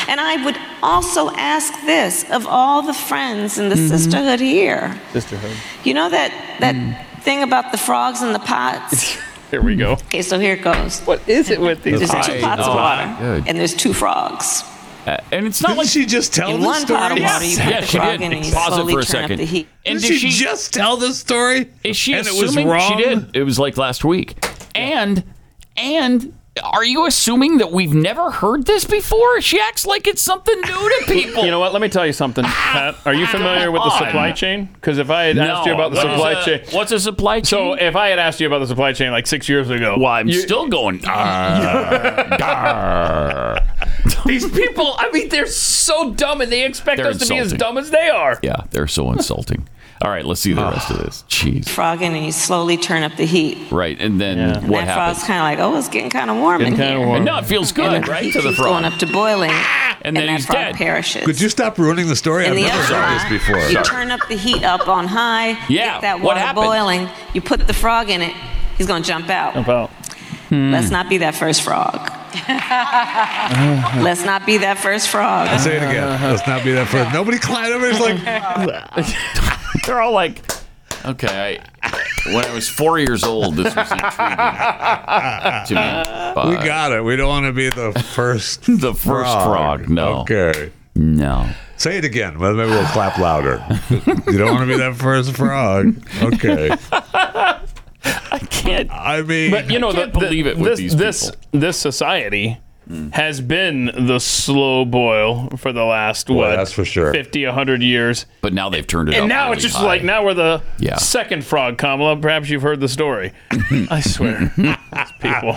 Speaker 11: and i would also ask this of all the friends in the sisterhood here
Speaker 5: Sisterhood.
Speaker 11: you know that that thing about the frogs and the pots
Speaker 5: Here we go.
Speaker 11: okay so here it goes
Speaker 5: What is it with these?
Speaker 11: there's two
Speaker 3: I
Speaker 11: pots
Speaker 3: know.
Speaker 11: of water
Speaker 3: Good.
Speaker 11: and there's two frogs
Speaker 3: Uh, and it's not
Speaker 4: Didn't
Speaker 3: like
Speaker 4: she just tell
Speaker 11: in
Speaker 4: the
Speaker 11: one
Speaker 4: story?
Speaker 11: pot of water, you
Speaker 3: Yes.
Speaker 11: put
Speaker 3: Yeah,
Speaker 11: the
Speaker 3: she
Speaker 11: frog
Speaker 3: did.
Speaker 11: in and you
Speaker 3: Pause it
Speaker 11: slowly
Speaker 3: for a
Speaker 11: turn up
Speaker 3: second.
Speaker 11: the heat.
Speaker 3: And
Speaker 4: Did
Speaker 3: did
Speaker 4: she,
Speaker 3: she-
Speaker 4: just tell the story?
Speaker 3: Is she
Speaker 4: and it was
Speaker 3: assuming
Speaker 4: wrong?
Speaker 3: she did? It was like last week. And and are you assuming that we've never heard this before? She acts like it's something new to people.
Speaker 5: You know what? Let me tell you something, Pat. Are you familiar with the
Speaker 3: Ah, Come on.
Speaker 5: supply chain? Because if I had asked you about the
Speaker 3: what's
Speaker 5: supply
Speaker 3: a-
Speaker 5: chain,
Speaker 3: What's a supply chain?
Speaker 5: so eh, if I had asked you about the supply chain like six years ago,
Speaker 3: well, I'm
Speaker 5: you-
Speaker 3: still going. "Arr, gar."
Speaker 5: these people. I mean, they're so dumb, and they expect
Speaker 3: They're
Speaker 5: us to be as
Speaker 3: insulting.
Speaker 5: dumb as they are.
Speaker 3: yeah, they're so insulting. All right, let's see the rest of
Speaker 5: Ah.
Speaker 3: this. Jeez.
Speaker 11: frog in and you slowly turn up the heat.
Speaker 3: Right, and then
Speaker 5: Yeah.
Speaker 3: what
Speaker 11: that frog's
Speaker 3: happens?
Speaker 11: kind of like, oh, it's getting kind of warm in
Speaker 5: kinda
Speaker 11: here.
Speaker 5: warm.
Speaker 3: And no, it feels
Speaker 11: And
Speaker 3: good,
Speaker 11: the
Speaker 3: right?
Speaker 11: heat
Speaker 3: To the
Speaker 11: keeps going
Speaker 3: frog. Ah!
Speaker 11: up to boiling,
Speaker 3: And then
Speaker 11: that
Speaker 3: he's
Speaker 11: frog
Speaker 3: dead.
Speaker 11: perishes.
Speaker 4: Could you stop ruining the story?
Speaker 11: in
Speaker 4: I've
Speaker 11: the
Speaker 4: never
Speaker 11: other
Speaker 4: heard this
Speaker 11: pot,
Speaker 4: before.
Speaker 11: you turn up the heat up on high,
Speaker 3: Yeah,
Speaker 11: get that
Speaker 3: what
Speaker 11: water
Speaker 3: happens?
Speaker 11: boiling, you put the frog in it, he's going to jump out.
Speaker 5: About
Speaker 11: Let's not be that first frog. Let's not be that first frog.
Speaker 4: Say it again. Let's not be that first. Nobody climbed over. It's like
Speaker 3: They're all like, okay, I, when I was four years old, this was intriguing to me. But
Speaker 4: we got it. We don't want to be the first.
Speaker 3: the first frog. No.
Speaker 4: Okay.
Speaker 3: No.
Speaker 4: Say it again. Well, maybe we'll clap louder. you don't want to be that first frog. Okay.
Speaker 3: I can't.
Speaker 4: I mean,
Speaker 5: But you know,
Speaker 3: I can't
Speaker 5: the, the-
Speaker 3: believe it with
Speaker 5: this,
Speaker 3: these
Speaker 5: this this society
Speaker 3: Mm.
Speaker 5: has been the slow boil for the last
Speaker 4: Boy,
Speaker 5: what?
Speaker 4: that's for sure.
Speaker 5: 50, 100 years.
Speaker 3: But now they've turned it up
Speaker 5: And now
Speaker 3: really
Speaker 5: it's just
Speaker 3: high.
Speaker 5: like now we're the
Speaker 3: Yeah.
Speaker 5: second frog, Kamala. Perhaps you've heard the story. I swear, These people.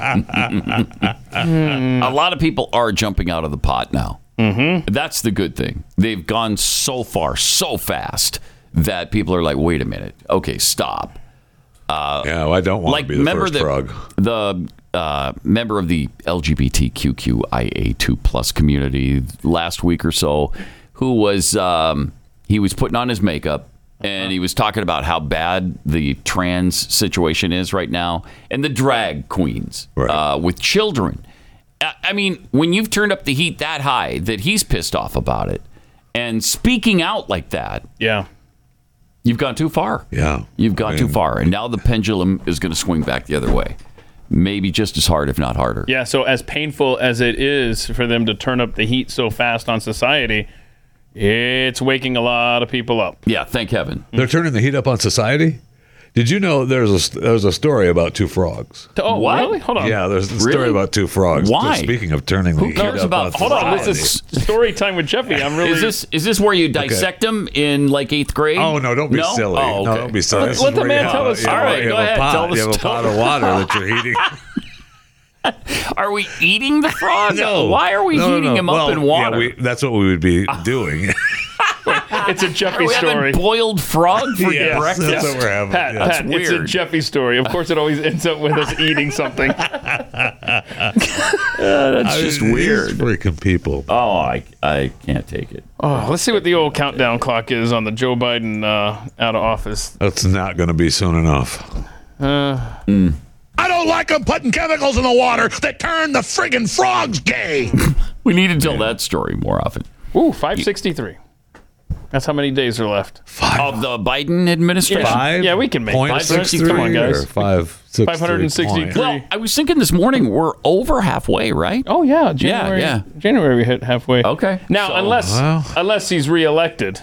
Speaker 3: A lot of people are jumping out of the pot now. Mm-hmm. That's the good thing. They've gone so far, so fast that people are like, wait a minute. Okay, stop.
Speaker 4: no, I don't want
Speaker 3: like
Speaker 4: to be the
Speaker 3: remember
Speaker 4: first
Speaker 3: the
Speaker 4: frog.
Speaker 3: the uh, member of the LGBTQIA2 plus community last week or so, who was um, he was putting on his makeup and he was talking about how bad the trans situation is right now and the drag queens
Speaker 4: Right.
Speaker 3: uh, with children. I I mean, when you've turned up the heat that high that he's pissed off about it and speaking out like that,
Speaker 5: Yeah.
Speaker 3: you've gone too far.
Speaker 4: Yeah.
Speaker 3: You've gone
Speaker 4: I
Speaker 3: too
Speaker 4: mean-
Speaker 3: far, and now the pendulum is going to swing back the other way. maybe just as hard, if not harder.
Speaker 5: Yeah, so as painful as it is for them to turn up the heat so fast on society, it's waking a lot of people up.
Speaker 3: Yeah, thank heaven.
Speaker 4: They're turning the heat up on society. Did you know there's a there's a story about two frogs?
Speaker 5: Oh, what? really? Hold on.
Speaker 4: Yeah, there's a story
Speaker 5: Really?
Speaker 4: about two frogs.
Speaker 3: Um, Why?
Speaker 4: Speaking of turning the
Speaker 3: Who
Speaker 4: heat
Speaker 3: cares
Speaker 4: up
Speaker 3: about
Speaker 4: on
Speaker 5: Hold on, this
Speaker 4: society.
Speaker 5: is story time with Jeffy. I'm really
Speaker 3: Is this is this where you dissect them in like eighth grade?
Speaker 4: Oh no! Don't be silly.
Speaker 3: Oh,
Speaker 4: No,
Speaker 3: okay.
Speaker 4: don't be silly. This is where you have a- you
Speaker 3: All
Speaker 4: have a-
Speaker 3: right,
Speaker 4: you
Speaker 3: go
Speaker 4: have a
Speaker 3: ahead.
Speaker 4: pot-
Speaker 3: Tell us.
Speaker 4: You have a pot of water that you're heating.
Speaker 3: Are we eating the frog?
Speaker 4: No.
Speaker 3: Why are we
Speaker 4: No, no,
Speaker 3: heating
Speaker 4: no.
Speaker 3: him
Speaker 4: Well,
Speaker 3: up in water? Ah.
Speaker 4: Yeah, we, that's what we would be doing.
Speaker 5: it's a Jeffy
Speaker 3: Are we having
Speaker 5: story.
Speaker 3: boiled frog for
Speaker 4: Yes,
Speaker 3: breakfast?
Speaker 4: that's what we're having.
Speaker 5: Pat,
Speaker 4: Yeah.
Speaker 5: Pat,
Speaker 4: That's
Speaker 5: it's a
Speaker 4: weird.
Speaker 5: Jeffy story. Of course, it always ends up with us eating something.
Speaker 3: that's just weird.
Speaker 4: Freaking people.
Speaker 3: Oh, I I can't take it.
Speaker 5: Oh, let's see what the old countdown clock is on the Joe Biden uh, out of office.
Speaker 4: That's not going to be soon enough.
Speaker 5: Uh,
Speaker 4: I don't like them putting chemicals in the water that turn the friggin' frogs gay.
Speaker 3: We need to tell that story more often.
Speaker 5: ooh, 563. That's how many days are left.
Speaker 3: Of the Biden administration.
Speaker 5: Yeah. Um, Yeah, we can make
Speaker 4: Point
Speaker 5: five
Speaker 4: six
Speaker 5: sixty. Come on,
Speaker 4: three
Speaker 5: guys.
Speaker 4: or five six three
Speaker 5: 563.
Speaker 4: point.
Speaker 3: Well, I was thinking this morning we're over halfway, right?
Speaker 5: Oh yeah, January.
Speaker 3: yeah.
Speaker 5: January we hit halfway.
Speaker 3: Okay.
Speaker 5: Now,
Speaker 3: So-
Speaker 5: unless unless he's reelected,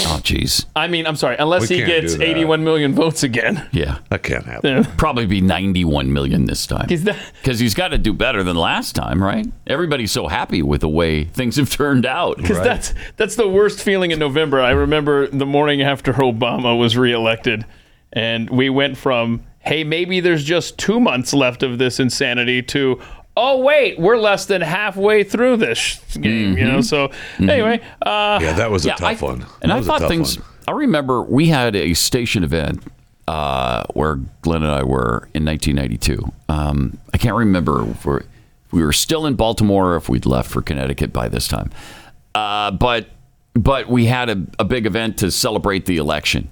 Speaker 3: Oh, jeez.
Speaker 5: I mean, I'm sorry, unless
Speaker 4: We
Speaker 5: he
Speaker 4: can't
Speaker 5: gets
Speaker 4: do that.
Speaker 5: 81 million votes again.
Speaker 3: Yeah.
Speaker 4: That can't happen.
Speaker 5: Yeah.
Speaker 3: Probably be 91 million this time.
Speaker 5: Is that-
Speaker 3: Because he's got to do better than last time, right? Everybody's so happy with the way things have turned out.
Speaker 5: Because that's that's the worst feeling in November. I remember the morning after Obama was reelected, and we went from hey maybe there's just two months left of this insanity to oh wait we're less than halfway through this sh- game. You know, so anyway, uh,
Speaker 4: Yeah, that was a
Speaker 3: Yeah,
Speaker 4: tough
Speaker 3: I-
Speaker 4: one.
Speaker 3: And
Speaker 4: That
Speaker 3: I
Speaker 4: was a
Speaker 3: thought
Speaker 4: tough
Speaker 3: things.
Speaker 4: one.
Speaker 3: I remember we had a station event uh, where Glenn and I were in 1992. Um, I can't remember if we're, if we were still in Baltimore or if we'd left for Connecticut by this time. Uh, but but we had a, a big event to celebrate the election.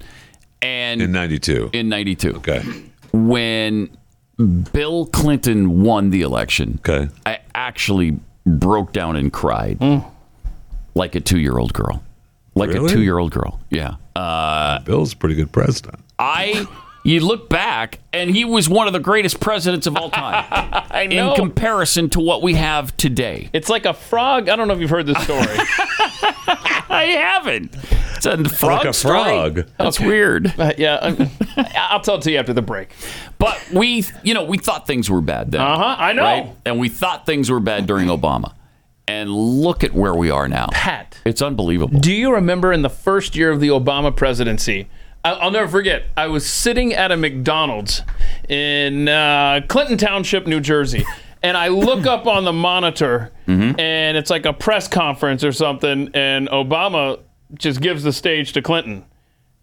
Speaker 3: And
Speaker 4: in '92.
Speaker 3: in 92
Speaker 4: Okay.
Speaker 3: when bill clinton won the election
Speaker 4: Okay.
Speaker 3: i actually broke down and cried like a two-year-old girl like
Speaker 4: Really?
Speaker 3: a two-year-old girl yeah uh,
Speaker 4: Bill's a pretty good president.
Speaker 3: i you look back and he was one of the greatest presidents of all time
Speaker 5: I
Speaker 3: in
Speaker 5: know
Speaker 3: comparison to what we have today
Speaker 5: it's like a frog. I don't know if you've heard this story.
Speaker 3: i haven't it's a frog
Speaker 4: a
Speaker 3: story.
Speaker 4: frog.
Speaker 3: that's weird
Speaker 5: Uh, yeah, I'm, I'll tell it to you after the break.
Speaker 3: but we you know we thought things were bad then
Speaker 5: Uh huh. I know.
Speaker 3: right? And we thought things were bad during Obama. And look at where we are now.
Speaker 5: Pat.
Speaker 3: It's unbelievable.
Speaker 5: Do you remember in the first year of the Obama presidency? I- I'll never forget. I was sitting at a McDonald's in uh, Clinton Township, New Jersey, and I look up on the monitor, and it's like a press conference or something, and Obama just gives the stage to Clinton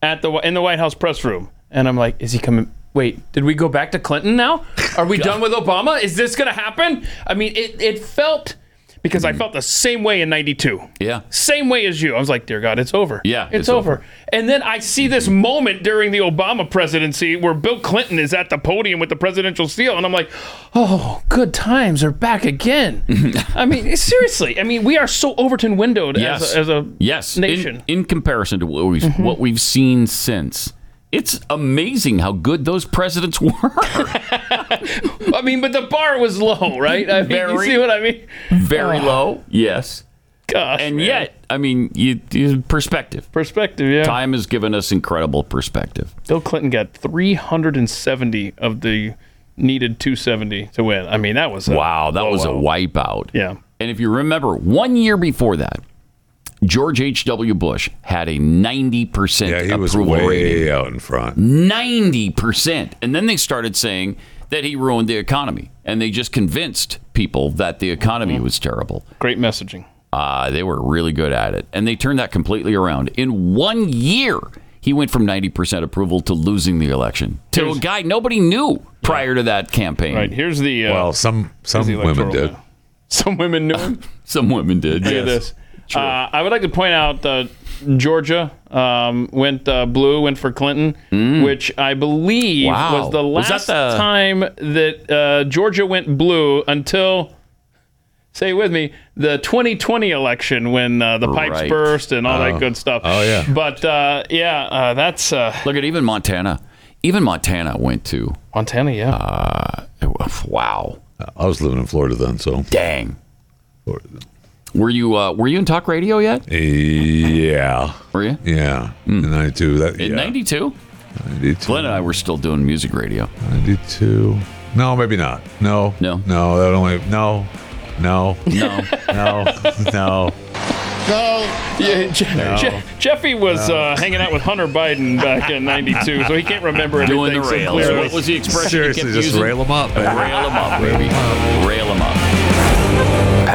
Speaker 5: at the in the White House press room, and I'm like, is he coming? Wait, did we go back to Clinton now? Are we done with Obama? Is this gonna happen? I mean, it it felt because I felt the same way in '92
Speaker 3: Yeah.
Speaker 5: same way as you. I was like, dear God, it's over.
Speaker 3: Yeah,
Speaker 5: it's,
Speaker 3: it's
Speaker 5: over. And then I see this moment during the Obama presidency where Bill Clinton is at the podium with the presidential seal, and I'm like, oh, good times are back again. I mean, seriously. I mean, we are so Overton windowed
Speaker 3: Yes.
Speaker 5: as, a, as a
Speaker 3: Yes. In-
Speaker 5: nation.
Speaker 3: In, comparison to what we've, what we've seen since. It's amazing how good those presidents were.
Speaker 5: I mean, but the bar was low, right? I mean, you
Speaker 3: Very.
Speaker 5: see what I mean?
Speaker 3: Very low. Yes.
Speaker 5: Gosh,
Speaker 3: And
Speaker 5: man.
Speaker 3: yet, I mean, you, you- perspective.
Speaker 5: perspective. Yeah,
Speaker 3: Time has given us incredible perspective.
Speaker 5: Bill Clinton got 370 of the needed 270 to win. I mean, that was a,
Speaker 3: Wow, that was
Speaker 5: wow.
Speaker 3: a wipeout.
Speaker 5: Yeah.
Speaker 3: And if you remember, one year before that, George H.W. Bush had a 90%
Speaker 4: Yeah, he
Speaker 3: approval
Speaker 4: was way
Speaker 3: rating. Mm.
Speaker 4: out in front.
Speaker 3: 90%. And then they started saying that he ruined the economy. And they just convinced people that the economy was terrible.
Speaker 5: great messaging.
Speaker 3: Uh, they were really good at it. And they turned that completely around. In one year, he went from 90% approval to losing the election to a guy nobody knew prior to that campaign.
Speaker 5: Right, here's the. Uh,
Speaker 4: Well, some some
Speaker 5: the
Speaker 4: women
Speaker 5: electoral
Speaker 4: did.
Speaker 5: law. some women knew him.
Speaker 3: Some women did.
Speaker 5: Look at this. Uh, I would like to point out uh, Georgia um, went uh, blue, went for Clinton, which I believe
Speaker 3: Mm. Wow.
Speaker 5: was the
Speaker 3: Was
Speaker 5: last
Speaker 3: that the-
Speaker 5: time that uh, Georgia went blue until, say it with me, the 2020 election when uh, the pipes
Speaker 3: Right.
Speaker 5: burst and all that good stuff.
Speaker 4: Oh, yeah.
Speaker 5: But uh, yeah, uh, that's uh,
Speaker 3: Look at even Montana. Even Montana went to
Speaker 5: Montana. Yeah,
Speaker 3: Wow.
Speaker 4: I was living in Florida then, so
Speaker 3: dang. Were you uh, were you in talk radio yet?
Speaker 4: Yeah.
Speaker 3: Were you?
Speaker 4: Yeah. In 92. That,
Speaker 3: Hmm. In uh,
Speaker 4: yeah.
Speaker 3: 92?
Speaker 4: 92.
Speaker 3: Glenn and I were still doing music radio.
Speaker 4: 92. No, maybe not. No. No. No, that only. No. No.
Speaker 3: No.
Speaker 4: no. No.
Speaker 5: No. Yeah, Je-
Speaker 3: Oh.
Speaker 4: No.
Speaker 5: Je- Jeffy was
Speaker 4: No.
Speaker 5: uh, hanging out with Hunter Biden back in '92, so he can't remember anything.
Speaker 3: Doing the
Speaker 5: so
Speaker 3: rails.
Speaker 5: clearly-
Speaker 3: What was the expression?
Speaker 4: Seriously,
Speaker 3: he kept
Speaker 4: just
Speaker 3: using?
Speaker 4: rail 'em up, baby.
Speaker 3: Rail 'em up, baby. Rail 'em up.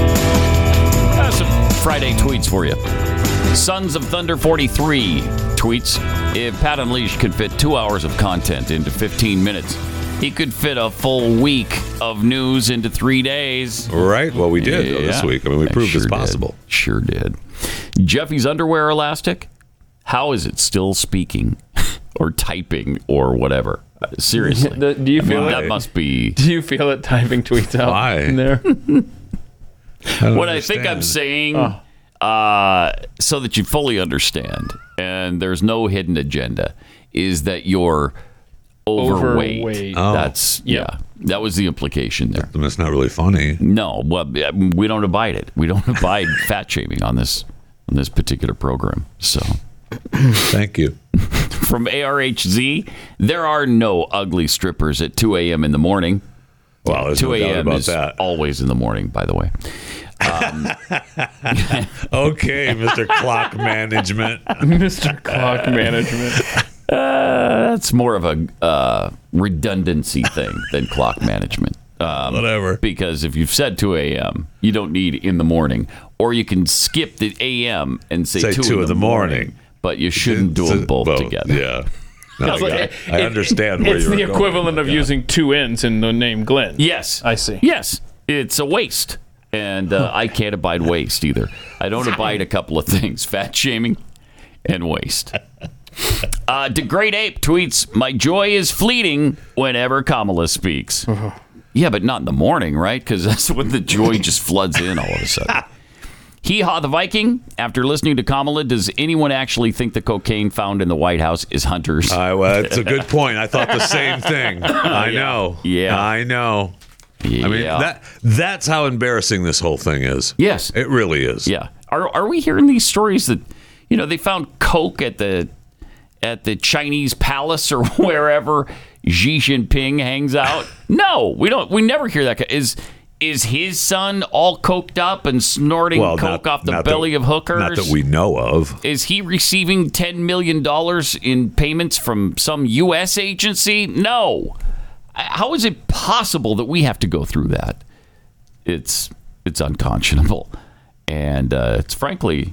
Speaker 3: Uh, some Friday tweets for you. Sons of Thunder 43 tweets If Pat Unleashed could fit two hours of content into 15 minutes, he could fit a full week of news into three days.
Speaker 4: Right. Well, we did though, this
Speaker 3: Yeah.
Speaker 4: week. I mean, we
Speaker 3: I
Speaker 4: proved
Speaker 3: sure
Speaker 4: it's
Speaker 3: did.
Speaker 4: possible.
Speaker 3: Sure did. Jeffy's underwear elastic. How is it still speaking or typing or whatever? Uh, Seriously.
Speaker 5: Do- do you
Speaker 3: I mean,
Speaker 5: feel it?
Speaker 3: that must be.
Speaker 5: Do you feel it typing tweets out
Speaker 3: Why?
Speaker 5: in there?
Speaker 3: what I think I'm saying, uh, so that you fully understand, and there's no hidden agenda, is that you're overweight.
Speaker 4: Overweight. Oh.
Speaker 3: That's yeah. That was the implication there.
Speaker 4: That's not really funny.
Speaker 3: No, well, I mean, we don't abide it. We don't abide fat shaming on this on this particular program. So,
Speaker 4: thank you.
Speaker 3: From ARHZ, there are no ugly strippers at 2 a.m. in the morning.
Speaker 4: Wow,
Speaker 3: 2
Speaker 4: no doubt
Speaker 3: a.m.
Speaker 4: about
Speaker 3: is
Speaker 4: that.
Speaker 3: always in the morning, by the way. Um,
Speaker 4: okay, Mr. Clock Management.
Speaker 5: Mr. Clock Management.
Speaker 3: Uh, that's more of a uh, redundancy thing than clock management. Um,
Speaker 4: Whatever.
Speaker 3: Because if you've said 2 a.m., you don't need in the morning. Or you can skip the a.m. and say,
Speaker 4: Say
Speaker 3: 2, in the, morning. But you shouldn't do them both, together.
Speaker 4: Yeah. No,
Speaker 5: It's
Speaker 4: I
Speaker 5: like-
Speaker 4: got it. I
Speaker 5: it-
Speaker 4: understand where
Speaker 5: It's
Speaker 4: you were
Speaker 5: the
Speaker 4: going.
Speaker 5: equivalent of using two ends in the name Glenn.
Speaker 3: Yes.
Speaker 5: I see.
Speaker 3: Yes. It's a waste. And uh, I can't abide waste either. I don't abide a couple of things fat shaming and waste. Uh, De Great Ape tweets My joy is fleeting whenever Kamala speaks.
Speaker 4: Uh-huh.
Speaker 3: Yeah, but not in the morning, right? Because that's when the joy just floods in all of a sudden. Hee Haw the Viking, after listening to Kamala, does anyone actually think the cocaine found in the White House is Hunter's?
Speaker 4: I, well, that's a good point. I thought the same thing. I
Speaker 3: Yeah.
Speaker 4: know.
Speaker 3: Yeah.
Speaker 4: I know. I mean
Speaker 3: Yeah.
Speaker 4: that that's how embarrassing this whole thing is.
Speaker 3: Yes.
Speaker 4: It really is.
Speaker 3: Yeah. Are are we hearing these stories that you know they found coke at the at the Chinese palace or wherever Xi Jinping hangs out? No, we don't. We never hear that. Is is his son all coked up and snorting
Speaker 4: Well,
Speaker 3: coke
Speaker 4: not-
Speaker 3: off the
Speaker 4: not that-
Speaker 3: belly of hookers?
Speaker 4: Not that we know of.
Speaker 3: Is he receiving ten million dollars in payments from some U.S. agency? No. How is it possible that we have to go through that? It's it's unconscionable, and uh, it's frankly,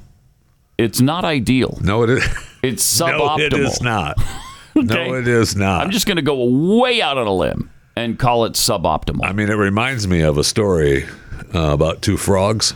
Speaker 3: it's not ideal.
Speaker 4: No, it is.
Speaker 3: It's
Speaker 4: No,
Speaker 3: suboptimal.
Speaker 4: it is not. No, it is not.
Speaker 3: I'm just going to go way out on a limb and call it suboptimal.
Speaker 4: I mean, it reminds me of a story uh, about two frogs.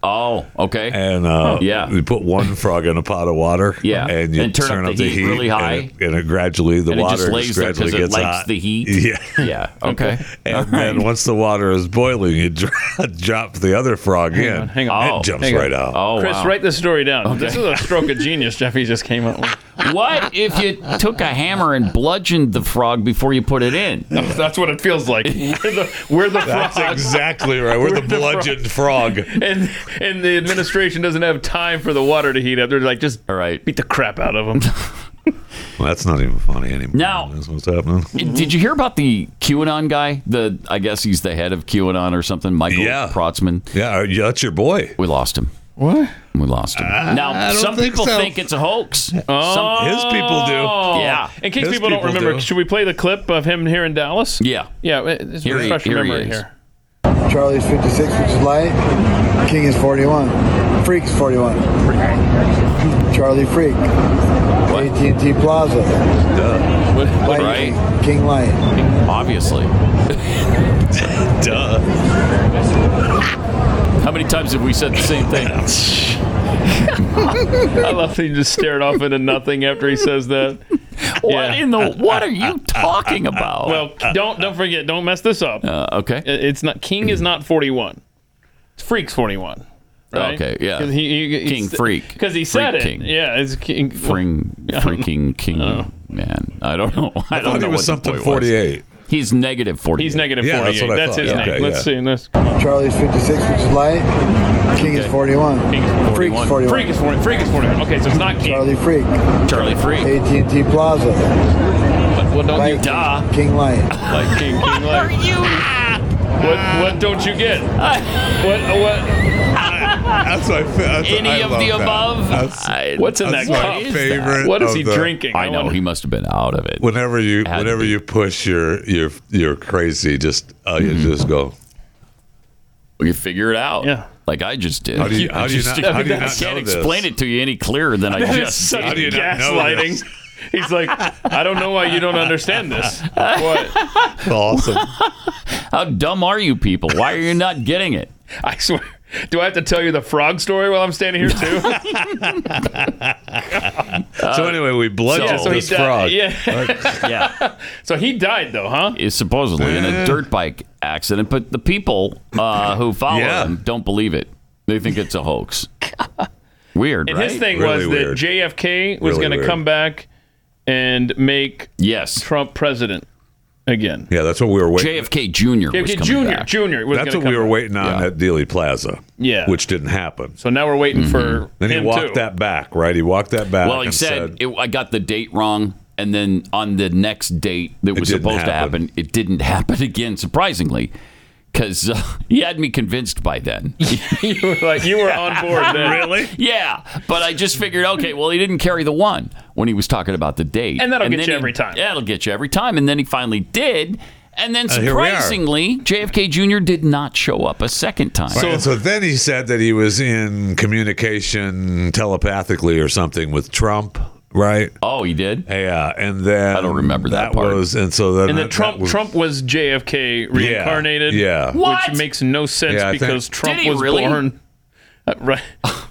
Speaker 3: Oh, okay.
Speaker 4: And uh,
Speaker 3: Oh, Yeah.
Speaker 4: you put one frog in a pot of water.
Speaker 3: Yeah.
Speaker 4: and you
Speaker 3: And turn up the heat really
Speaker 4: and
Speaker 3: high.
Speaker 4: it- and it, gradually the
Speaker 3: And it
Speaker 4: water
Speaker 3: just lays there 'cause
Speaker 4: gradually
Speaker 3: it
Speaker 4: gets
Speaker 3: likes
Speaker 4: hot.
Speaker 3: the heat.
Speaker 4: Yeah,
Speaker 3: Yeah, okay.
Speaker 4: and
Speaker 3: All
Speaker 4: then
Speaker 3: right.
Speaker 4: once the water is boiling, you dro- drop the other frog
Speaker 5: Hang
Speaker 4: in.
Speaker 5: on, hang on.
Speaker 3: Oh.
Speaker 4: it jumps
Speaker 5: Hang on.
Speaker 4: right out.
Speaker 5: Chris, write this story down. This is a stroke of genius Jeffy just came up with.
Speaker 3: What if you took a hammer and bludgeoned the frog before you put it in?
Speaker 5: That's what it feels like. We're the, we're the
Speaker 4: That's
Speaker 5: frog.
Speaker 4: exactly right. We're the bludgeoned frog.
Speaker 5: And and the administration doesn't have time for the water to heat up. They're like, just
Speaker 3: all right,
Speaker 5: beat the crap out of them.
Speaker 4: Well, that's not even funny anymore.
Speaker 3: Now-
Speaker 4: that's what's happening.
Speaker 3: Did you hear about the QAnon guy? The I guess he's the head of QAnon or something. Michael Protzman.
Speaker 4: Yeah, that's your boy.
Speaker 3: We lost him.
Speaker 5: What?
Speaker 3: We lost him.
Speaker 5: Ah, I
Speaker 3: now
Speaker 5: don't
Speaker 3: some
Speaker 5: think
Speaker 3: people
Speaker 5: so.
Speaker 3: think it's a hoax.
Speaker 5: Oh.
Speaker 3: Some, Yeah.
Speaker 5: In case people don't remember, should we play the clip of him here in Dallas?
Speaker 3: Yeah.
Speaker 5: Yeah. It's
Speaker 3: Here he-
Speaker 5: refresh your
Speaker 3: here he
Speaker 5: memory
Speaker 3: is.
Speaker 5: here.
Speaker 12: Charlie's 56, which is light. King is 41. Freaks 41. Charlie Freak. AT&T Plaza. Lion
Speaker 3: Right?
Speaker 12: King, King Lion.
Speaker 3: Obviously. Duh. How many times have we said the same thing?
Speaker 5: I love that he just stared off into nothing after he says that. What
Speaker 3: in the what are you talking about?
Speaker 5: Well, don't don't forget, don't mess this up.
Speaker 3: Uh, okay.
Speaker 5: It's not King is not forty one. It's Freak's forty one. Right?
Speaker 3: Okay, yeah.
Speaker 5: 'Cause he- he-
Speaker 3: King Freak.
Speaker 5: Because he said
Speaker 3: Freak
Speaker 5: it.
Speaker 3: King.
Speaker 5: Yeah, it's King.
Speaker 3: Fring, freaking king, man. I don't know. I,
Speaker 5: I
Speaker 3: don't
Speaker 5: thought
Speaker 3: know
Speaker 5: he was
Speaker 3: what
Speaker 5: something
Speaker 3: the boy
Speaker 4: 48.
Speaker 3: He's negative 48.
Speaker 5: He's negative Yeah, that's 48. what I That's thought. his Yeah. name. Okay, Let's yeah. see, Let's.
Speaker 12: Charlie's 56, which is light. King is 41. Freak is 41.
Speaker 5: Freak is forty. Freak is forty one. Okay, so it's not King.
Speaker 12: Charlie Freak.
Speaker 3: Charlie Freak.
Speaker 12: AT&T Plaza.
Speaker 5: But what don't
Speaker 12: you
Speaker 3: King,
Speaker 12: King Lion.
Speaker 5: Like King. King what are you? What what don't you get? what what?
Speaker 4: That's what I feel. That's
Speaker 5: Any
Speaker 4: I
Speaker 5: of
Speaker 4: love
Speaker 5: the
Speaker 4: that.
Speaker 5: above?
Speaker 4: That's-
Speaker 5: What's in that
Speaker 4: that's
Speaker 5: cup?
Speaker 4: My favorite.
Speaker 5: What is
Speaker 4: of
Speaker 5: he
Speaker 4: the-
Speaker 5: drinking?
Speaker 3: I know he must have been out of it.
Speaker 4: Whenever you, whenever you push your your your crazy, just uh, you just go.
Speaker 3: We figure it out. Yeah. Like I just did.
Speaker 4: How do you-
Speaker 3: I
Speaker 4: how do you
Speaker 3: just-
Speaker 4: not- how do you
Speaker 3: I
Speaker 4: not
Speaker 3: can't
Speaker 4: know this?
Speaker 3: explain it to you any clearer than I
Speaker 5: That is
Speaker 3: just
Speaker 5: such
Speaker 3: did.
Speaker 5: gaslighting. He's like, I don't know why you don't understand this. What?
Speaker 3: Awesome. How dumb are you people? Why are you not getting it?
Speaker 5: I swear. Do I have to tell you the frog story while I'm standing here too?
Speaker 4: so anyway, we blood
Speaker 5: Yeah, so he
Speaker 4: this
Speaker 5: died-
Speaker 4: frog.
Speaker 5: Yeah.
Speaker 3: yeah.
Speaker 5: So he died though, huh?
Speaker 3: Is supposedly in a dirt bike accident, but the people uh, who follow
Speaker 5: Yeah.
Speaker 3: him don't believe it. They think it's a hoax. Weird,
Speaker 5: And
Speaker 3: right?
Speaker 5: his thing was that JFK was
Speaker 3: Really
Speaker 5: going to
Speaker 3: weird.
Speaker 5: come back and make
Speaker 3: yes
Speaker 5: Trump president again.
Speaker 4: Yeah, that's what we were waiting.
Speaker 3: JFK Jr.
Speaker 5: JFK Jr. Jr. was
Speaker 4: That's what
Speaker 5: gonna
Speaker 4: we
Speaker 5: come
Speaker 4: were
Speaker 5: back.
Speaker 4: waiting on at Dealey Plaza.
Speaker 5: Yeah.
Speaker 4: which didn't happen.
Speaker 5: So now we're waiting for
Speaker 4: Mm-hmm. Then he
Speaker 5: him
Speaker 4: walked
Speaker 5: too.
Speaker 4: that back, right? He walked that back.
Speaker 3: Well, he
Speaker 4: and
Speaker 3: said, it, I got the date wrong, and then on the next date that
Speaker 4: It
Speaker 3: was
Speaker 4: didn't
Speaker 3: supposed
Speaker 4: happen.
Speaker 3: to happen, it didn't happen again, surprisingly, because uh, he had me convinced by then.
Speaker 5: you were like, you were on board then. really?
Speaker 3: Yeah, but I just figured, okay, well, he didn't carry the one when he was talking about the date,
Speaker 5: And that'll get
Speaker 3: then
Speaker 5: you
Speaker 3: he-
Speaker 5: every time.
Speaker 3: Yeah, it'll get you every time, and then he finally did. And then
Speaker 4: Uh, here we are.
Speaker 3: surprisingly, JFK Jr. did not show up a second time.
Speaker 4: Right, and so then he said that he was in communication telepathically or something with Trump, right?
Speaker 3: Oh, he did.
Speaker 4: Yeah, and then I don't remember that, part. Was, and so then
Speaker 5: And
Speaker 4: that-
Speaker 5: then Trump
Speaker 4: that was-
Speaker 5: Trump was JFK reincarnated.
Speaker 4: yeah.
Speaker 5: Which makes no sense
Speaker 4: Yeah, I think-
Speaker 5: because Trump
Speaker 3: Did he
Speaker 5: was
Speaker 3: really?
Speaker 5: born. Uh, right.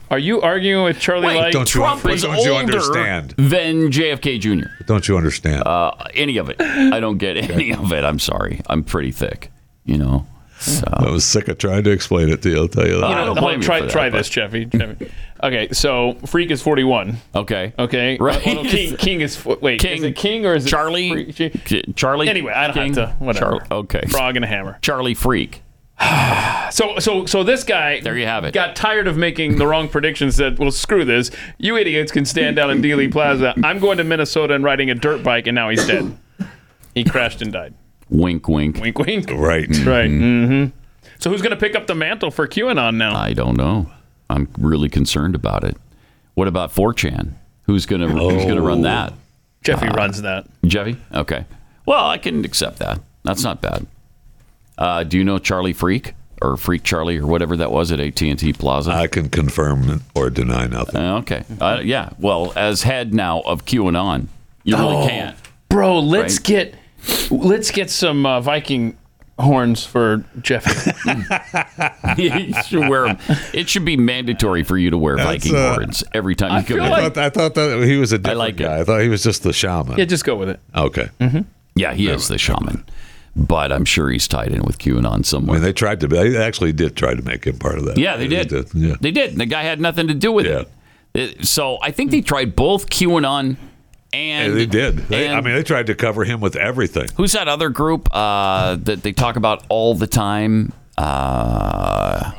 Speaker 5: Are you arguing with Charlie
Speaker 3: Wait,
Speaker 5: Light?
Speaker 3: don't you- Trump is don't you older understand? than JFK Jr.
Speaker 4: Don't you understand?
Speaker 3: Uh, any of it. I don't get any of it. I'm sorry. I'm pretty thick, you know. So.
Speaker 4: I was sick of trying to explain it to you. I'll tell you that.
Speaker 5: You know, hold- try try this, Jeffy. Jeffy. Okay, so Freak is forty one.
Speaker 3: Okay.
Speaker 5: Okay.
Speaker 3: Right.
Speaker 5: Uh, well, no, King King is fo- wait. King. Is it King or is it
Speaker 3: Charlie?
Speaker 5: Freak?
Speaker 3: J- Charlie.
Speaker 5: Anyway, I don't
Speaker 3: King?
Speaker 5: have to. Whatever.
Speaker 3: Char- okay.
Speaker 5: Frog and a hammer.
Speaker 3: Charlie Freak.
Speaker 5: So so so this guy. There you have it. Got tired of making the wrong predictions. Said, "Well, screw this. You idiots can stand down in Dealey Plaza. I'm going to Minnesota and riding a dirt bike." And now he's dead. He crashed and died.
Speaker 3: Wink, wink.
Speaker 5: Wink, wink.
Speaker 4: Right.
Speaker 5: Right. Mm-hmm. So who's going to pick up the mantle for QAnon now?
Speaker 3: I don't know. I'm really concerned about it. What about 4chan? Who's gonna Who's gonna
Speaker 5: Oh.
Speaker 3: run that?
Speaker 5: Jeffy runs that.
Speaker 3: Jeffy. Okay. Well, I can accept that. That's not bad. Uh, do you know Charlie Freak or Freak Charlie or whatever that was at AT and T Plaza?
Speaker 4: I can confirm or deny nothing.
Speaker 3: okay. Uh, yeah. Well, as head now of QAnon, you
Speaker 5: Oh,
Speaker 3: really can't.
Speaker 5: Bro, let's
Speaker 3: Right?
Speaker 5: get let's get some uh, Viking horns for Jeffy.
Speaker 3: you should wear 'em. It should be mandatory for you to wear Viking
Speaker 4: uh,
Speaker 3: horns every time you go.
Speaker 4: I,
Speaker 3: in.
Speaker 4: thought, I thought that he was a different guy. I thought he was just the shaman.
Speaker 5: yeah, just go with it.
Speaker 4: Okay.
Speaker 3: Mm-hmm. Yeah, he is the shaman, but I'm sure he's tied in with QAnon somewhere.
Speaker 4: I mean, they tried to. They actually did try to make him part of that.
Speaker 3: Yeah, they did.
Speaker 4: Yeah.
Speaker 3: They did. And the guy had nothing to do with it. it. So I think they tried both QAnon and
Speaker 4: Yeah, they did. They, I
Speaker 3: and-
Speaker 4: mean, they tried to cover him with everything.
Speaker 3: who's that other group uh, that they talk about all the time? Uh,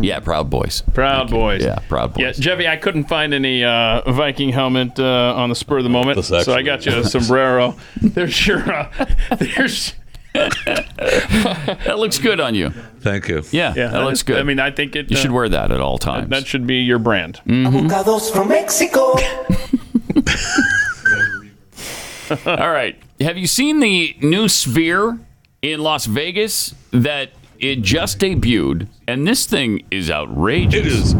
Speaker 3: yeah, Proud Boys.
Speaker 5: Proud Boys.
Speaker 3: Yeah, Proud Boys.
Speaker 5: Yeah, Jeffy, I couldn't find any uh, Viking helmet uh, on the spur of the moment,
Speaker 3: This actually-
Speaker 5: so I got you a sombrero. There's your uh, there's
Speaker 3: that looks good on you.
Speaker 4: Thank you.
Speaker 3: Yeah, that, looks
Speaker 5: is-
Speaker 3: good.
Speaker 5: I mean, I think it.
Speaker 3: you
Speaker 5: uh,
Speaker 3: should wear that at all times.
Speaker 5: that should be your brand.
Speaker 4: Mm.
Speaker 13: Avocados from Mexico.
Speaker 3: All right. Have you seen the new sphere in Las Vegas that it just debuted? And this thing is outrageous. It is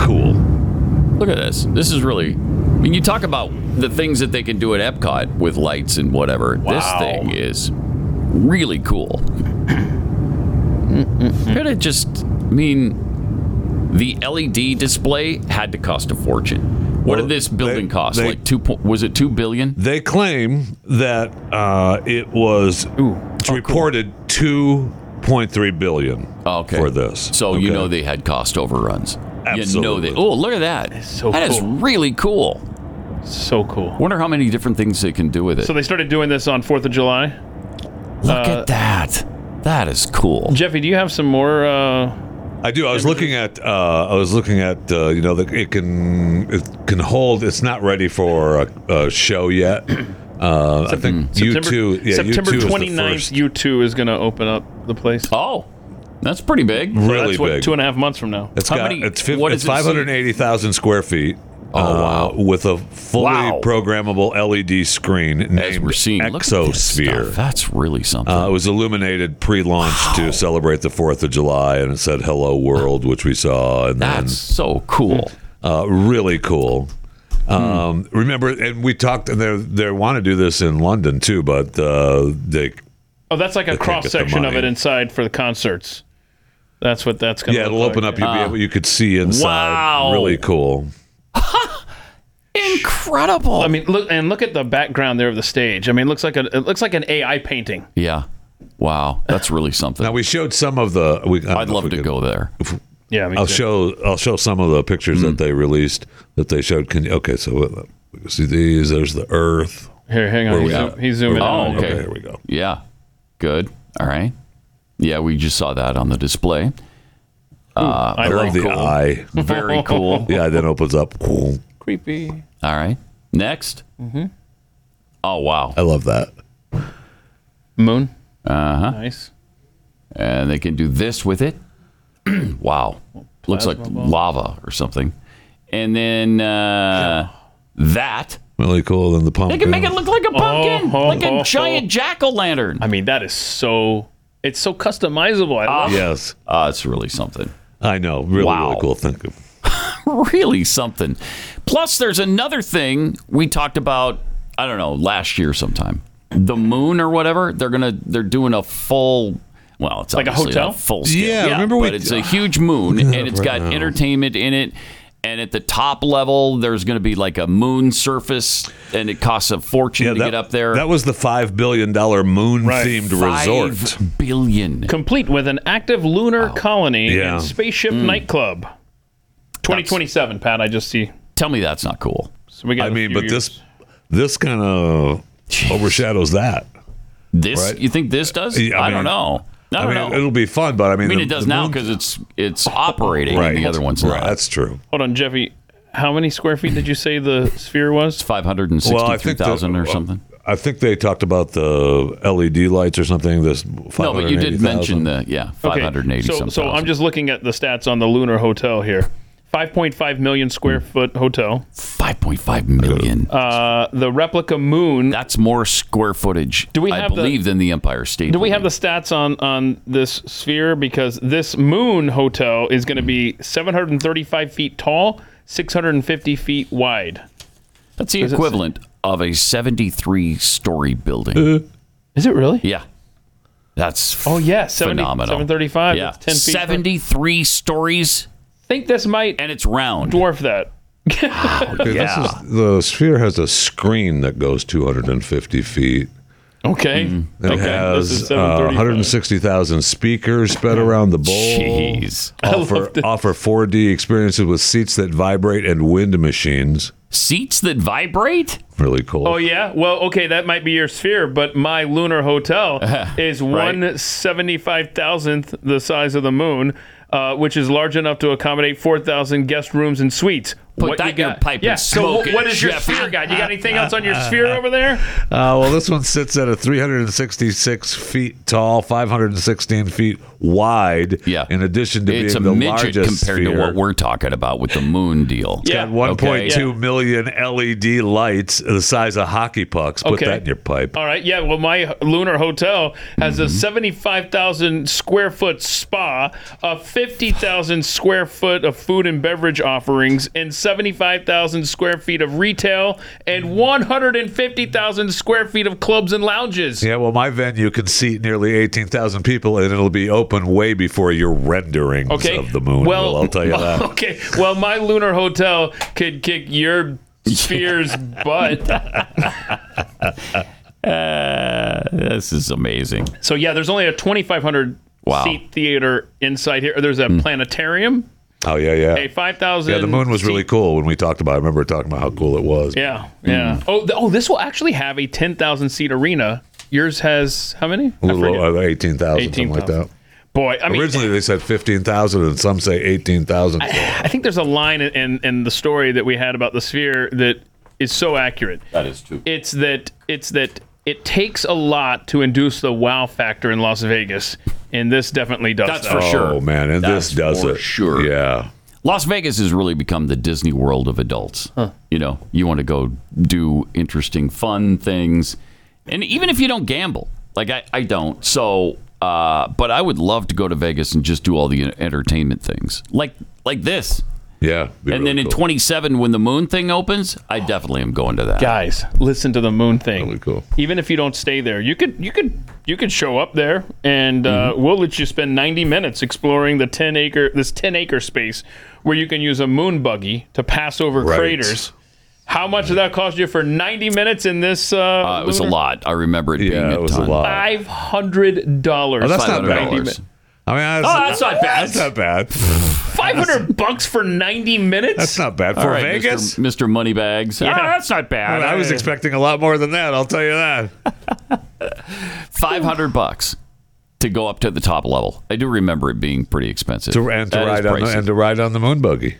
Speaker 4: cool.
Speaker 3: Look at this. This is really. I mean, you talk about the things that they can do at Epcot with lights and whatever. This
Speaker 5: Wow.
Speaker 3: thing is really cool. Could it just I mean the LED display had to cost a fortune? What did this building cost?
Speaker 4: they-
Speaker 3: like two po- was it two billion?
Speaker 4: They claim that uh, it was it's reported two point three billion for this.
Speaker 3: Oh, So you know they had cost overruns. You know
Speaker 4: Absolutely.
Speaker 3: that. Oh, look at that.
Speaker 5: so
Speaker 3: That is
Speaker 5: cool.
Speaker 3: really cool.
Speaker 5: So cool.
Speaker 3: Wonder how many different things they can do with it.
Speaker 5: So they started doing this on Fourth of July.
Speaker 3: Look at that. That is cool.
Speaker 5: Jeffy, do you have some more? Uh,
Speaker 4: I do. I was looking at. Uh, I was looking at. Uh, you know, the, it can it can hold. It's not ready for a, a show yet. Uh, I think you
Speaker 5: Hmm. September,
Speaker 4: two. Yeah,
Speaker 5: September
Speaker 4: U2 is the
Speaker 5: 29th,
Speaker 4: first.
Speaker 5: U2 is going to open up the place.
Speaker 3: Oh, that's pretty big.
Speaker 4: Really
Speaker 5: that's what,
Speaker 4: big.
Speaker 5: Two and a half months from now.
Speaker 4: It's got it's, fif-
Speaker 5: what
Speaker 4: it's
Speaker 5: does it say?
Speaker 4: 580,000 square feet. Oh wow! with a fully
Speaker 5: Wow.
Speaker 4: programmable LED screen named Exosphere.
Speaker 3: That's really something.
Speaker 4: Uh, it was illuminated pre-launch to celebrate the Fourth of July, and it said "Hello World," which we saw. And that's
Speaker 3: so cool.
Speaker 4: Uh, really cool. Um, Remember, and we talked. And they they want to do this in London too, but uh, they
Speaker 5: Oh, that's like
Speaker 4: I
Speaker 5: a
Speaker 4: can't get the
Speaker 5: cross section of
Speaker 4: money.
Speaker 5: it inside for the concerts. That's what that's going to
Speaker 4: yeah, it'll open up. You'd be able, you could see inside.
Speaker 5: Wow.
Speaker 4: Really cool.
Speaker 3: Incredible.
Speaker 5: I mean, look and look at the background there of the stage. I mean, it looks like a it looks like an AI painting.
Speaker 3: Yeah. Wow. That's really something.
Speaker 4: Now we showed some of the. We, I'd love to go
Speaker 3: there.
Speaker 5: Yeah,
Speaker 4: I'll show I'll show some of the pictures that they released that they showed. Can you, okay, so uh, we can see these. There's the Earth.
Speaker 5: Here, hang on.
Speaker 4: Where
Speaker 5: He's,
Speaker 4: we
Speaker 5: zo-
Speaker 4: at?
Speaker 5: he's zooming. in
Speaker 3: Oh,
Speaker 5: on you.
Speaker 3: okay. Here we go. Yeah. Good. All right. Yeah, we just saw that on the display. Uh,
Speaker 4: I
Speaker 3: very
Speaker 4: love the
Speaker 3: cool.
Speaker 4: eye.
Speaker 3: Very cool.
Speaker 4: yeah, then opens up. All
Speaker 5: Creepy.
Speaker 3: right. Next.
Speaker 5: Mhm.
Speaker 3: Oh wow.
Speaker 4: I love that.
Speaker 5: Moon.
Speaker 3: Uh huh.
Speaker 4: Uh-huh.
Speaker 5: Nice.
Speaker 3: And they can do this with it. wow. Looks like lava or something. And then uh, that.
Speaker 4: Really cool. Then the pumpkin.
Speaker 3: They can make it look like a pumpkin,
Speaker 5: Oh,
Speaker 3: like
Speaker 5: oh,
Speaker 3: a
Speaker 5: oh.
Speaker 3: giant jack o' lantern.
Speaker 5: I mean, that is so it's so customizable.
Speaker 4: Ah.
Speaker 5: I love it.
Speaker 4: yes.
Speaker 3: Uh, it's really something.
Speaker 4: I know. Really, really cool. Thank you.
Speaker 3: really something. Plus, there's another thing we talked about. I don't know last year sometime. The moon or whatever. They're gonna. They're doing a full. Well, it's
Speaker 5: Like a
Speaker 3: obviously
Speaker 5: hotel?
Speaker 3: not full scale.
Speaker 5: Yeah, remember
Speaker 3: but
Speaker 5: we-
Speaker 3: it's a huge moon
Speaker 5: Look it
Speaker 3: and
Speaker 5: up
Speaker 3: it's
Speaker 5: right
Speaker 3: got
Speaker 5: now.
Speaker 3: entertainment in it. And at the top level, there's going to be like a moon surface, and it costs a fortune to get up there.
Speaker 4: That was the five billion dollar moon themed resort.
Speaker 3: Five billion.
Speaker 5: Complete with an active lunar colony
Speaker 4: Yeah. Hmm.
Speaker 5: and spaceship nightclub. 2027, Pat. I just see.
Speaker 3: Tell me that's not cool.
Speaker 5: So we got
Speaker 4: I
Speaker 5: a
Speaker 4: mean,
Speaker 5: few
Speaker 4: but this this kind of overshadows that.
Speaker 3: This
Speaker 4: Right?
Speaker 3: you think this does?
Speaker 4: Yeah,
Speaker 3: I,
Speaker 4: I
Speaker 3: don't
Speaker 4: mean-
Speaker 3: know. I
Speaker 4: I
Speaker 3: don't
Speaker 4: mean,
Speaker 3: know.
Speaker 4: it'll be fun, but I mean,
Speaker 3: I mean,
Speaker 4: the-
Speaker 3: it does
Speaker 4: the
Speaker 3: now
Speaker 4: moon-
Speaker 3: because it's it's operating
Speaker 4: Right.
Speaker 3: and the other one's
Speaker 4: Right,
Speaker 3: not.
Speaker 4: That's true.
Speaker 5: Hold on, Jeffy. How many square feet did you say the sphere was?
Speaker 3: Five hundred and
Speaker 4: Well, I
Speaker 3: sixty-three
Speaker 4: think the-
Speaker 3: thousand or
Speaker 4: well,
Speaker 3: something.
Speaker 4: I think they talked about the LED lights or something. This
Speaker 3: No, but you did
Speaker 4: 580,000.
Speaker 3: mention the yeah, five hundred and eighty
Speaker 5: so,
Speaker 3: something.
Speaker 5: so I'm just looking at the stats on the lunar hotel here. 5.5 million square
Speaker 4: Hmm.
Speaker 5: foot hotel.
Speaker 3: Five point five million.
Speaker 5: Uh, the replica moon.
Speaker 3: That's more square footage.
Speaker 5: Do we
Speaker 3: I
Speaker 5: have the-
Speaker 3: believe than the Empire State.
Speaker 5: Do we
Speaker 3: Building.
Speaker 5: have the stats on on this sphere? Because this moon hotel is going to be 735 feet tall, 650 feet wide.
Speaker 3: That's the
Speaker 5: Does it say-
Speaker 3: equivalent of a seventy-three story building.
Speaker 5: Is it really?
Speaker 3: Yeah. That's
Speaker 5: Uh-huh. Oh yeah, 70,
Speaker 3: phenomenal.
Speaker 5: 735.
Speaker 3: Yeah.
Speaker 5: that's 10 feet.
Speaker 3: 73 stories.
Speaker 5: Think this might
Speaker 3: and it's round.
Speaker 5: Dwarf that.
Speaker 4: Okay, this
Speaker 5: Yeah.
Speaker 4: is- the sphere has a screen that goes 250 feet.
Speaker 5: Okay.
Speaker 4: It
Speaker 5: Hmm. Okay, this is
Speaker 4: has uh,
Speaker 5: 735.
Speaker 4: 160,000 speakers spread around the bowl. Jeez. Offer, offer 4D experiences with seats that vibrate and wind machines.
Speaker 3: Seats that vibrate?
Speaker 4: Really cool.
Speaker 5: Oh yeah. Well, okay, that might be your sphere, but my lunar hotel is one seventy-five thousandth the size of the moon, uh, which is large enough to accommodate four thousand guest rooms and suites.
Speaker 3: Put that in your pipe and
Speaker 5: yeah. so
Speaker 3: smoke
Speaker 5: wh-
Speaker 3: it,
Speaker 5: what is your
Speaker 3: Jeffy.
Speaker 5: sphere guide? You got anything else on your sphere over there?
Speaker 4: Uh, well, this one sits at a 366 feet tall, 516 feet wide. Yeah. In addition to
Speaker 3: It's a
Speaker 4: being the
Speaker 3: midget
Speaker 4: largest
Speaker 3: compared to what we're talking about with the moon deal.
Speaker 4: It's got 1.2 million LED lights the size of hockey pucks. Put
Speaker 5: Okay.
Speaker 4: that in your pipe.
Speaker 5: All right. Yeah. Well, my lunar hotel has
Speaker 4: Mm-hmm.
Speaker 5: a seventy-five thousand square foot spa, a fifty thousand square foot of food and beverage offerings, and 75,000 square feet of retail and 150,000 square feet of clubs and lounges.
Speaker 4: Yeah, well, my venue can seat nearly 18,000 people, and it'll be open way before your renderings
Speaker 5: Okay.
Speaker 4: of the moon.
Speaker 5: Well,
Speaker 4: will, I'll tell you that.
Speaker 5: Okay. Well, my lunar hotel could kick your sphere's butt.
Speaker 3: Uh, this is amazing.
Speaker 5: So yeah, there's only a 2,500
Speaker 3: Wow.
Speaker 5: seat theater inside here. There's a planetarium.
Speaker 4: Oh, yeah, yeah.
Speaker 5: A 5,000
Speaker 4: Mm. Yeah, the moon was really cool when we talked about it. I remember talking about how cool it was.
Speaker 5: Yeah, yeah.
Speaker 4: Mm.
Speaker 5: Oh, th- oh, this will actually have a 10,000 seat arena. Yours has how many?
Speaker 4: A little over 18,000, something like
Speaker 5: 18,000.
Speaker 4: that.
Speaker 5: Boy, I mean-
Speaker 4: Originally they said 15,000 and some say 18,000.
Speaker 5: I think there's a line in, in, in the story that we had about the sphere that is so accurate.
Speaker 3: That is true.
Speaker 5: It's that it's that it takes a lot to induce the wow factor in Las Vegas, and this definitely does. that.
Speaker 4: Oh, man. And this does
Speaker 3: for
Speaker 4: it. Sure. Yeah.
Speaker 3: Las Vegas has really become the Disney World of adults. You know, you want to go do interesting, fun things, and even if you don't gamble, like I, I don't. So, uh, but I would love to go to Vegas and just do all the entertainment things, like like this.
Speaker 4: Yeah.
Speaker 3: And then in 27, when the moon thing opens, I definitely am going to that.
Speaker 5: Guys, listen to the moon thing.
Speaker 4: Really cool.
Speaker 5: Even if you don't stay there, you could you could you could show up there, and uh,
Speaker 3: Mm-hmm.
Speaker 5: we'll let you spend 90 minutes exploring the 10 acre this 10 acre space where you can use a moon buggy to pass over
Speaker 3: Right.
Speaker 5: craters. How much did that cost you for 90 minutes in this? Uh,
Speaker 3: Uh, it was a lot. I remember it being a ton.
Speaker 5: Five hundred dollars.
Speaker 3: Oh, that's not bad.
Speaker 4: I mean,
Speaker 5: oh, that's not bad.
Speaker 4: That's not bad.
Speaker 5: Five hundred bucks for ninety minutes.
Speaker 4: That's not bad.
Speaker 3: All
Speaker 4: For
Speaker 3: right,
Speaker 4: Vegas?
Speaker 3: Mr. Moneybags.
Speaker 4: Yeah.
Speaker 3: Ah, that's not bad.
Speaker 4: I was expecting a lot more than that. I'll tell you that.
Speaker 3: five hundred bucks to go up to the top level. I do remember it being pretty expensive.
Speaker 4: To, and, to
Speaker 3: That is
Speaker 4: ride on the,
Speaker 3: pricey. Hmm.
Speaker 4: and to ride on the moon buggy.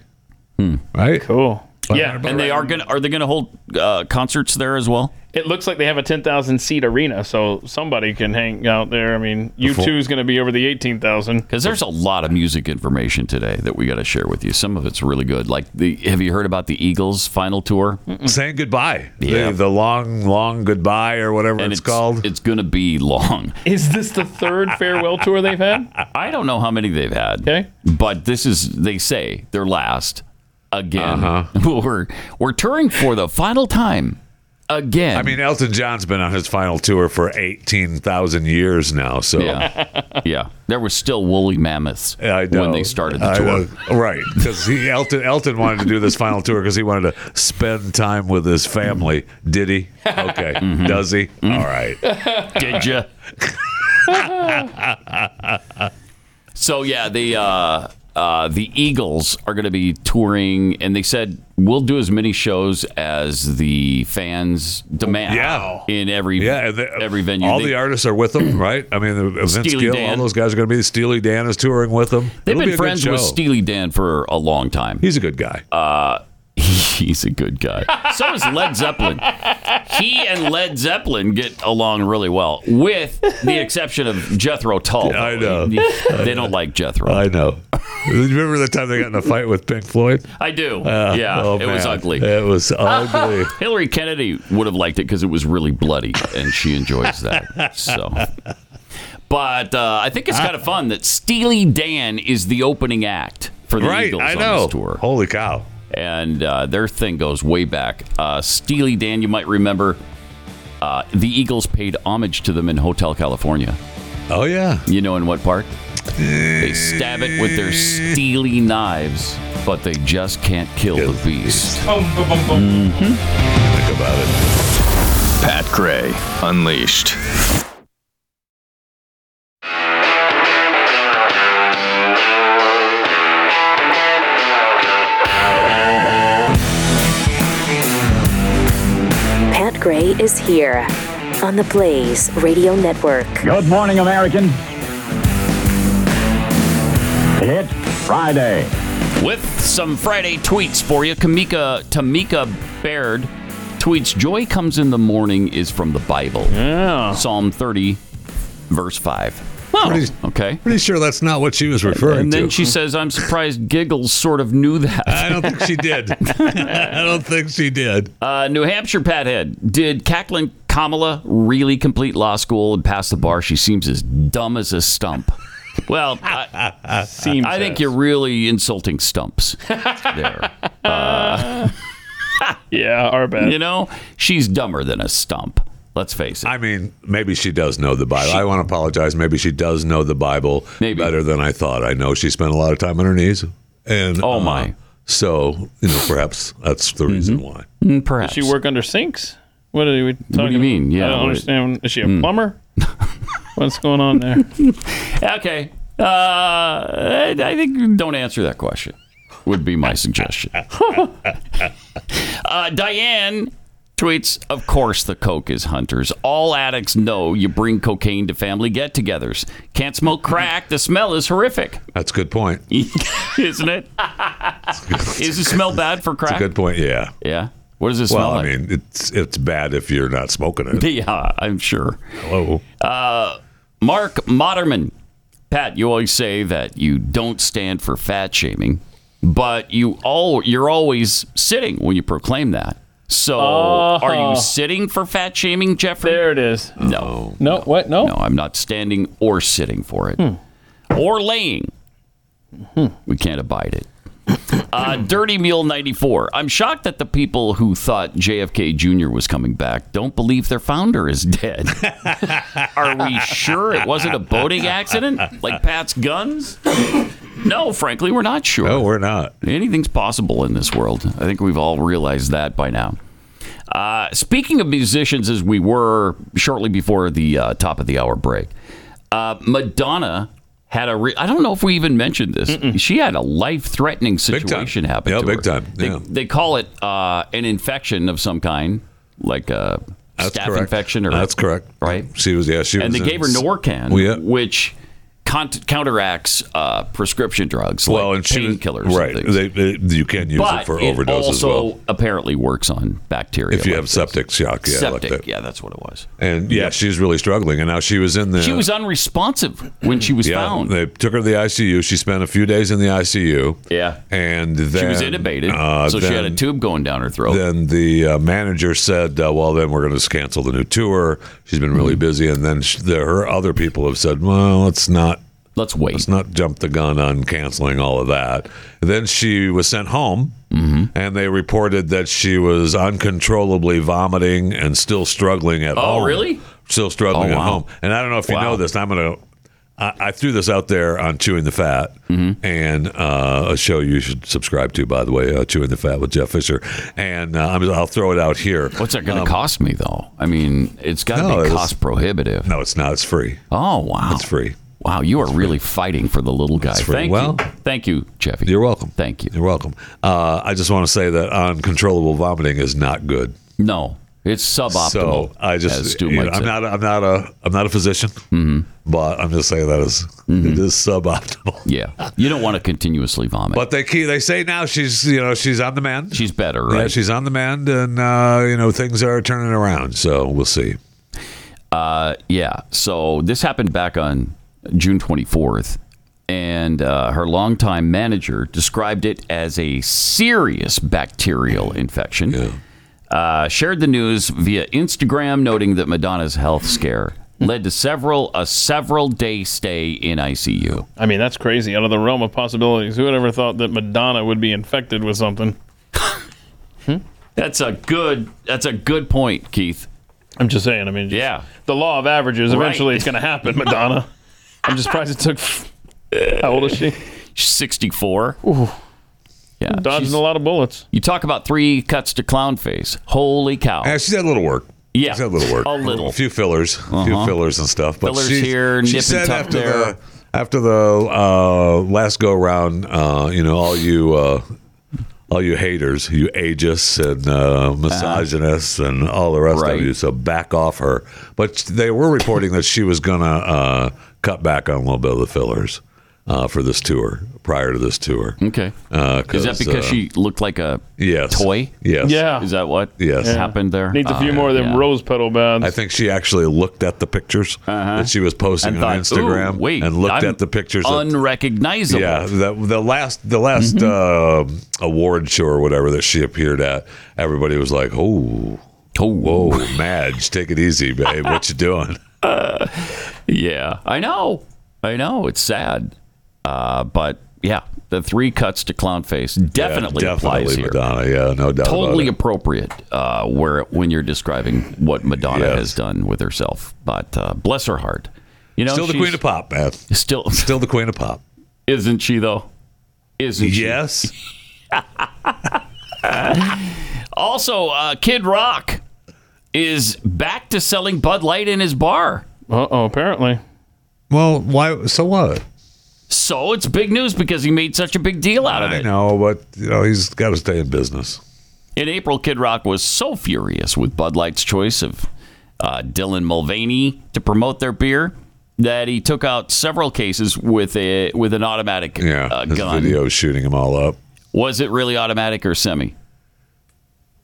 Speaker 4: Right?
Speaker 5: Cool. Yeah,
Speaker 3: and they are gonna are they gonna hold uh, concerts there as well?
Speaker 5: It looks like they have a ten thousand seat arena, so somebody can hang out there. I mean, U
Speaker 3: Before-
Speaker 5: two is going to be over the eighteen thousand.
Speaker 3: Because there's a lot of music information today that we got to share with you. Some of it's really good. Like, the, have you heard about the Eagles' final tour?
Speaker 4: Saying goodbye.
Speaker 3: Yeah.
Speaker 4: The, the long, long goodbye or whatever
Speaker 3: And
Speaker 4: it's,
Speaker 3: it's-
Speaker 4: called.
Speaker 3: It's going to be long.
Speaker 5: Is this the third farewell tour they've had?
Speaker 3: I don't know how many they've had. Okay. But this is, they say, their last again. we're, we're touring for the final time again.
Speaker 4: I mean, Elton John's been on his final tour for 18,000 years now. So,
Speaker 3: yeah. yeah. There were still woolly mammoths when they started the
Speaker 4: I
Speaker 3: tour.
Speaker 4: know. Right. Because Elton, Elton wanted to do this final tour because he wanted to spend time with his family. Did he? Okay.
Speaker 3: Mm-hmm.
Speaker 4: Does he? All right.
Speaker 3: Did you? so yeah, the uh, uh, the Eagles are going to be touring, and they said we'll do as many shows as the fans demand.
Speaker 4: Yeah.
Speaker 3: in every
Speaker 4: Yeah, and they-
Speaker 3: every venue.
Speaker 4: All
Speaker 3: They-
Speaker 4: the artists are with them, right? I mean, Vince
Speaker 3: Steely
Speaker 4: Gill,
Speaker 3: Dan.
Speaker 4: all those guys are going to be. Steely Dan is touring with them.
Speaker 3: They've
Speaker 4: It'll be a
Speaker 3: been
Speaker 4: good
Speaker 3: friends with
Speaker 4: show.
Speaker 3: Steely Dan for a long time.
Speaker 4: He's a good guy.
Speaker 3: Uh, he's a good guy. so is Led Zeppelin. He and Led Zeppelin get along really well, with the exception of Jethro Tull. I know. They don't like Jethro.
Speaker 4: I know. Remember the time they got in a fight with Pink Floyd?
Speaker 3: I do.
Speaker 4: Uh,
Speaker 3: yeah,
Speaker 4: oh,
Speaker 3: it was
Speaker 4: man.
Speaker 3: ugly.
Speaker 4: It was ugly.
Speaker 3: Hillary Kennedy would have liked it because it was really bloody, and she enjoys that. So, but uh, I think it's kind of fun that Steely Dan is the opening act for the
Speaker 4: Right,
Speaker 3: Eagles
Speaker 4: I
Speaker 3: on
Speaker 4: know.
Speaker 3: this tour.
Speaker 4: Holy cow!
Speaker 3: And uh, their thing goes way back. Uh, Steely Dan, you might remember, uh, the Eagles paid homage to them in Hotel California.
Speaker 4: Oh yeah.
Speaker 3: You know in what part? They stab it with their steely knives, but they just can't kill the beast.
Speaker 4: Think about it.
Speaker 14: Pat Gray Unleashed.
Speaker 1: Pat Gray is here on the Blaze Radio Network.
Speaker 2: Good morning, American.
Speaker 3: It's Friday. With some Friday tweets for you, Kamika Tamika Baird tweets: "Joy comes in the morning" is from the Bible, Psalm 30, verse five.
Speaker 4: Pretty,
Speaker 3: okay.
Speaker 4: Pretty sure that's not what she was referring
Speaker 3: And
Speaker 4: to.
Speaker 3: then she says, "I'm surprised Giggles sort of knew that."
Speaker 4: I don't think she did. I don't think she did.
Speaker 3: Uh, New Hampshire Pathead. Did Cacklin Kamala really complete law school and pass the bar? She seems as dumb as a stump. Well, I,
Speaker 5: Seems
Speaker 3: I think
Speaker 5: as.
Speaker 3: you're really insulting stumps there. Uh,
Speaker 5: Yeah, our bad.
Speaker 3: You know, she's dumber than a stump. Let's face it.
Speaker 4: I mean, maybe she does know the Bible. I want to apologize. Maybe she does know the Bible better than I thought. I know she spent a lot of time on her knees. And oh my. so, you know, perhaps that's the reason
Speaker 3: Mm-hmm.
Speaker 4: why.
Speaker 3: Mm, perhaps.
Speaker 5: Does she work under sinks? What are we talking
Speaker 3: What do you mean?
Speaker 5: about?
Speaker 3: Yeah,
Speaker 5: I don't
Speaker 3: what-
Speaker 5: understand. Is she a
Speaker 3: Mm.
Speaker 5: plumber? What's going on there?
Speaker 3: okay. Uh, I I think don't answer that question, would be my suggestion. uh, Diane tweets Of course, the Coke is hunters. All addicts know you bring cocaine to family get togethers. Can't smoke crack. The smell is horrific.
Speaker 4: That's a good point.
Speaker 3: Isn't it? is it smell bad for
Speaker 4: That's
Speaker 3: crack?
Speaker 4: a good point. Yeah.
Speaker 3: Yeah. What does it smell
Speaker 4: well,
Speaker 3: like?
Speaker 4: I mean, it's it's bad if you're not smoking it. Oh,
Speaker 3: Yeah, I'm sure.
Speaker 4: Hello.
Speaker 3: Uh, Mark Moderman. Pat, you always say that you don't stand for fat shaming, but you all you're always sitting when you proclaim that. So are you sitting for fat shaming, Jeffrey? There
Speaker 5: it is.
Speaker 3: Hmm. No.
Speaker 5: No, what? No. No,
Speaker 3: I'm not standing or sitting for it. Or laying. We can't abide it. Uh, Dirty Mule 94. I'm shocked that the people who thought JFK Jr. was coming back don't believe their founder is dead. Are we sure it wasn't a boating accident? Like Pat's guns? No, frankly, we're not sure. No,
Speaker 4: we're not.
Speaker 3: Anything's possible in this world. I think we've all realized that by now. Uh, speaking of musicians, as we were shortly before the uh, top of the hour break, uh, Madonna had a. Re- I don't know if we even mentioned this. She had a life-threatening situation happen.
Speaker 4: Yeah,
Speaker 3: to
Speaker 4: big
Speaker 3: her.
Speaker 4: time.
Speaker 3: They,
Speaker 4: Yeah.
Speaker 3: they call it uh, an infection of some kind, like a staph
Speaker 4: correct.
Speaker 3: infection, or
Speaker 4: That's correct.
Speaker 3: Right.
Speaker 4: She was. Yeah. She
Speaker 3: and
Speaker 4: was
Speaker 3: they
Speaker 4: in
Speaker 3: gave her
Speaker 4: s-
Speaker 3: Norcan,
Speaker 4: Well, yeah.
Speaker 3: which con- counteracts uh, prescription drugs
Speaker 4: Well,
Speaker 3: like
Speaker 4: and she was-
Speaker 3: painkillers.
Speaker 4: Right.
Speaker 3: and things.
Speaker 4: They, they, you can use
Speaker 3: but
Speaker 4: it for overdose
Speaker 3: also
Speaker 4: as well.
Speaker 3: apparently works on bacteria.
Speaker 4: If you
Speaker 3: like
Speaker 4: have
Speaker 3: this.
Speaker 4: septic shock, yeah,
Speaker 3: septic,
Speaker 4: like that.
Speaker 3: yeah, that's what it was.
Speaker 4: And yeah, she's really struggling. And now she was in the.
Speaker 3: She was unresponsive when she was
Speaker 4: yeah,
Speaker 3: found.
Speaker 4: They took her to the ICU. She spent a few days in the ICU.
Speaker 3: Yeah.
Speaker 4: And then.
Speaker 3: she was intubated,
Speaker 4: uh,
Speaker 3: so she had a
Speaker 4: then-
Speaker 3: tube going down her throat.
Speaker 4: Then the uh, manager said, uh, "Well, then we're going to cancel the new tour. She's been
Speaker 3: Hmm.
Speaker 4: really busy." And then sh the, her other people have said, "Well, let's not
Speaker 3: let's wait.
Speaker 4: Let's not jump the gun on canceling all of that." And then she was sent home,
Speaker 3: Mm-hmm.
Speaker 4: and they reported that she was uncontrollably vomiting and still struggling at
Speaker 3: Oh,
Speaker 4: home.
Speaker 3: really?
Speaker 4: Still struggling
Speaker 3: Oh,
Speaker 4: at
Speaker 3: wow.
Speaker 4: home. And I don't know if you
Speaker 3: Wow.
Speaker 4: know this. I'm going to. I I threw this out there on Chewing the Fat,
Speaker 3: Mm-hmm.
Speaker 4: and uh, a show you should subscribe to, by the way, uh, Chewing the Fat with Jeff Fisher. And uh, I'm, I'll throw it out here.
Speaker 3: What's that going to
Speaker 4: um,
Speaker 3: cost me, though? I mean, it's got to be cost prohibitive.
Speaker 4: No, it's not. It's free.
Speaker 3: Oh wow, it's
Speaker 4: free.
Speaker 3: Wow, you are really fighting for the little guy.
Speaker 4: free.
Speaker 3: Thank
Speaker 4: Well-
Speaker 3: you, thank you, Jeffy.
Speaker 4: You're welcome.
Speaker 3: Thank you.
Speaker 4: You're welcome. Uh, I just want to say that uncontrollable vomiting is not good.
Speaker 3: No, it's suboptimal.
Speaker 4: So I
Speaker 3: as
Speaker 4: just,
Speaker 3: Stu
Speaker 4: you know,
Speaker 3: might
Speaker 4: I'm
Speaker 3: say.
Speaker 4: not, I'm not a, I'm not a physician,
Speaker 3: Mm-hmm.
Speaker 4: but I'm just saying that is, it is suboptimal.
Speaker 3: Yeah, you don't want to continuously vomit.
Speaker 4: But they key, they say now she's, you know, she's on the mend.
Speaker 3: She's better,
Speaker 4: Yeah,
Speaker 3: right?
Speaker 4: she's on the mend, and uh, you know things are turning around. So we'll see.
Speaker 3: Uh, yeah. So this happened back on June 24th, and uh, her longtime manager described it as a serious bacterial infection. Uh, shared the news via Instagram, noting that Madonna's health scare led to several a several day stay in ICU.
Speaker 5: I mean, that's crazy. Out of the realm of possibilities. Who would ever thought that Madonna would be infected with something?
Speaker 3: That's a good. That's a good point, Keith.
Speaker 5: I'm just saying. I mean,
Speaker 3: yeah.
Speaker 5: The law of averages.
Speaker 3: Right.
Speaker 5: Eventually, it's going to happen, Madonna. I'm just surprised it took. How old is she?
Speaker 3: She's 64. Yeah,
Speaker 5: Dodging
Speaker 3: she's-
Speaker 5: a lot of bullets.
Speaker 3: You talk about three cuts to clown face. Holy cow!
Speaker 4: Yeah, Uh, she's had a little work.
Speaker 3: Yeah,
Speaker 4: she's had a little work.
Speaker 3: A little.
Speaker 4: a few fillers, a few
Speaker 3: Uh-huh.
Speaker 4: fillers and stuff. But
Speaker 3: Fillers
Speaker 4: she,
Speaker 3: here, nip
Speaker 4: she
Speaker 3: and
Speaker 4: said
Speaker 3: tuck
Speaker 4: after
Speaker 3: there.
Speaker 4: the after the uh, last go round, uh, you know, all you. Uh, all you haters, you agists and uh, misogynists and all the rest of you, so back off her. But they were reporting that she was going to uh, cut back on a little bit of the fillers uh, for this tour, prior to this tour.
Speaker 3: Okay.
Speaker 4: Uh,
Speaker 3: Is that because
Speaker 4: uh,
Speaker 3: she looked like a
Speaker 4: yes.
Speaker 3: toy?
Speaker 4: Yes.
Speaker 5: Yeah.
Speaker 3: Is that what
Speaker 4: Yes. Yeah.
Speaker 3: happened there?
Speaker 5: Needs a few
Speaker 3: Ah,
Speaker 5: more of them
Speaker 3: yeah.
Speaker 5: rose petal
Speaker 4: I
Speaker 5: baths.
Speaker 4: think she actually looked at the pictures that she was posting
Speaker 3: Uh-huh. And
Speaker 4: on
Speaker 3: thought, "Ooh,
Speaker 4: Instagram
Speaker 3: wait,
Speaker 4: and looked
Speaker 3: I'm
Speaker 4: at the pictures. that-
Speaker 3: unrecognizable.
Speaker 4: yeah, the, the last the last
Speaker 3: Mm-hmm.
Speaker 4: uh, award show or whatever that she appeared at, everybody was like, "Oh,
Speaker 3: oh,
Speaker 4: whoa, Madge, take it easy, babe. What you doing?"
Speaker 3: Yeah. I know. I know. It's sad. Uh, but yeah, th- The three cuts to clown face definitely, applies
Speaker 4: definitely
Speaker 3: here.
Speaker 4: Madonna. Yeah, no doubt.
Speaker 3: Totally
Speaker 4: about
Speaker 3: appropriate uh, where when you're describing what Madonna
Speaker 4: Yes.
Speaker 3: has done with herself. But uh, bless her heart, you
Speaker 4: it.
Speaker 3: know,
Speaker 4: still the
Speaker 3: she's-
Speaker 4: queen of pop, man.
Speaker 3: Still,
Speaker 4: still the queen of pop.
Speaker 3: Isn't she though? Isn't she?
Speaker 4: Yes.
Speaker 3: Also, uh, Kid Rock is back to selling Bud Light in his bar.
Speaker 5: Uh oh, apparently.
Speaker 4: Well, why? So what?
Speaker 3: So it's big news because he made such a big deal out of
Speaker 4: I
Speaker 3: it.
Speaker 4: know, but you know, he's got to stay in business.
Speaker 3: In April, Kid Rock was so furious with Bud Light's choice of uh, Dylan Mulvaney to promote their beer that he took out several cases with a with an automatic uh,
Speaker 4: His
Speaker 3: gun.
Speaker 4: video's shooting him all up.
Speaker 3: Was it really automatic or semi?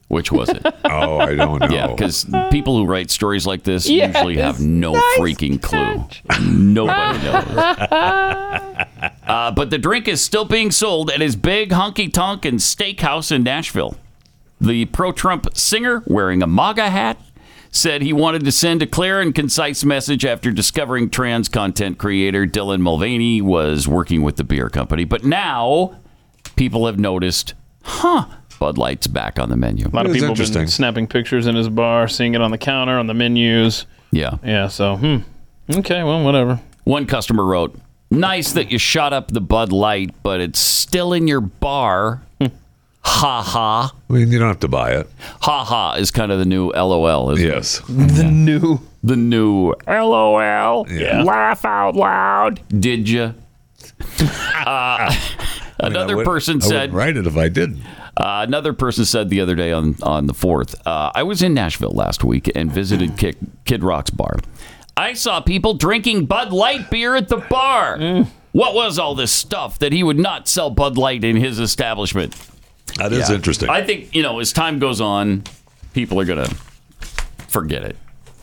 Speaker 3: Which was it?
Speaker 4: oh, I don't know.
Speaker 3: Yeah, because people who write stories like this
Speaker 5: Yes,
Speaker 3: usually have no
Speaker 5: nice
Speaker 3: freaking clue. Nobody knows. Uh, but the drink is still being sold at his big honky tonk and steakhouse in Nashville. The pro Trump singer, wearing a MAGA hat, said he wanted to send a clear and concise message after discovering trans content creator Dylan Mulvaney was working with the beer company. But now people have noticed, huh, Bud Light's back on the menu.
Speaker 5: A lot of people have been snapping pictures in his bar, seeing it on the counter, on the menus.
Speaker 3: Yeah.
Speaker 5: Yeah, so, hmm. Okay, well, whatever.
Speaker 3: One customer wrote, Nice that you shot up the Bud Light, but it's still in your bar. ha ha.
Speaker 4: I mean, you don't have to buy it.
Speaker 3: Ha ha is kind of the new LOL, isn't
Speaker 4: yes.
Speaker 3: The new. The new LOL.
Speaker 4: Yeah.
Speaker 3: Laugh out loud. Did you? uh, another
Speaker 4: would- I
Speaker 3: person
Speaker 4: wouldn't
Speaker 3: said.
Speaker 4: write it if I didn't.
Speaker 3: Uh, another person said the other day on, on the 4th, uh, I was in Nashville last week and visited Kid, Kid Rock's bar. I saw people drinking Bud Light beer at the bar. What was all this stuff that he would not sell Bud Light in his establishment?
Speaker 4: That is interesting.
Speaker 3: I think, you know, as time goes on, people are going to forget it,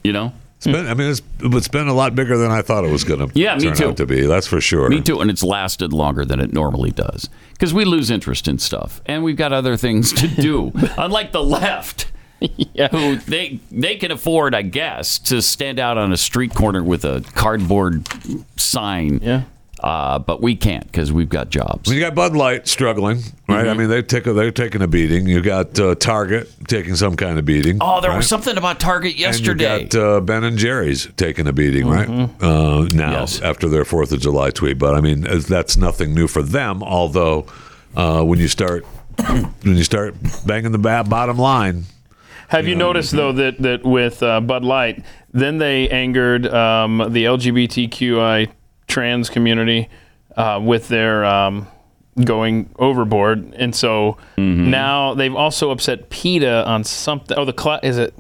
Speaker 3: you know?
Speaker 4: It's been, I mean, it's, it's been a lot bigger than I thought it was going to
Speaker 3: Yeah, me
Speaker 4: turn
Speaker 3: too.
Speaker 4: out to be. That's for sure.
Speaker 3: Me too, and it's lasted longer than it normally does because we lose interest in stuff, and we've got other things to do. Unlike the left, who they they can afford, I guess, to stand out on a street corner with a cardboard sign. Yeah, uh, but we can't because we've got jobs.
Speaker 4: You got Bud Light struggling, right?
Speaker 3: Mm-hmm.
Speaker 4: I mean, they take a, they're taking a beating. You got uh, Target taking some kind of beating.
Speaker 3: Oh, there
Speaker 4: right?
Speaker 3: was something about Target
Speaker 4: And
Speaker 3: yesterday. Mm-hmm.
Speaker 4: you got uh, Ben and Jerry's taking a beating, right? Uh, now after their Fourth of July tweet, but I mean as- that's nothing new for them. Although uh, when you start when you start banging the ba- bottom line,
Speaker 5: Have you, noticed though that that with uh, Bud Light, then they angered um, the LGBTQI trans community uh, with their um, going overboard, and so
Speaker 4: Mm-hmm.
Speaker 5: now they've also upset PETA on something. Oh, the Cl- is it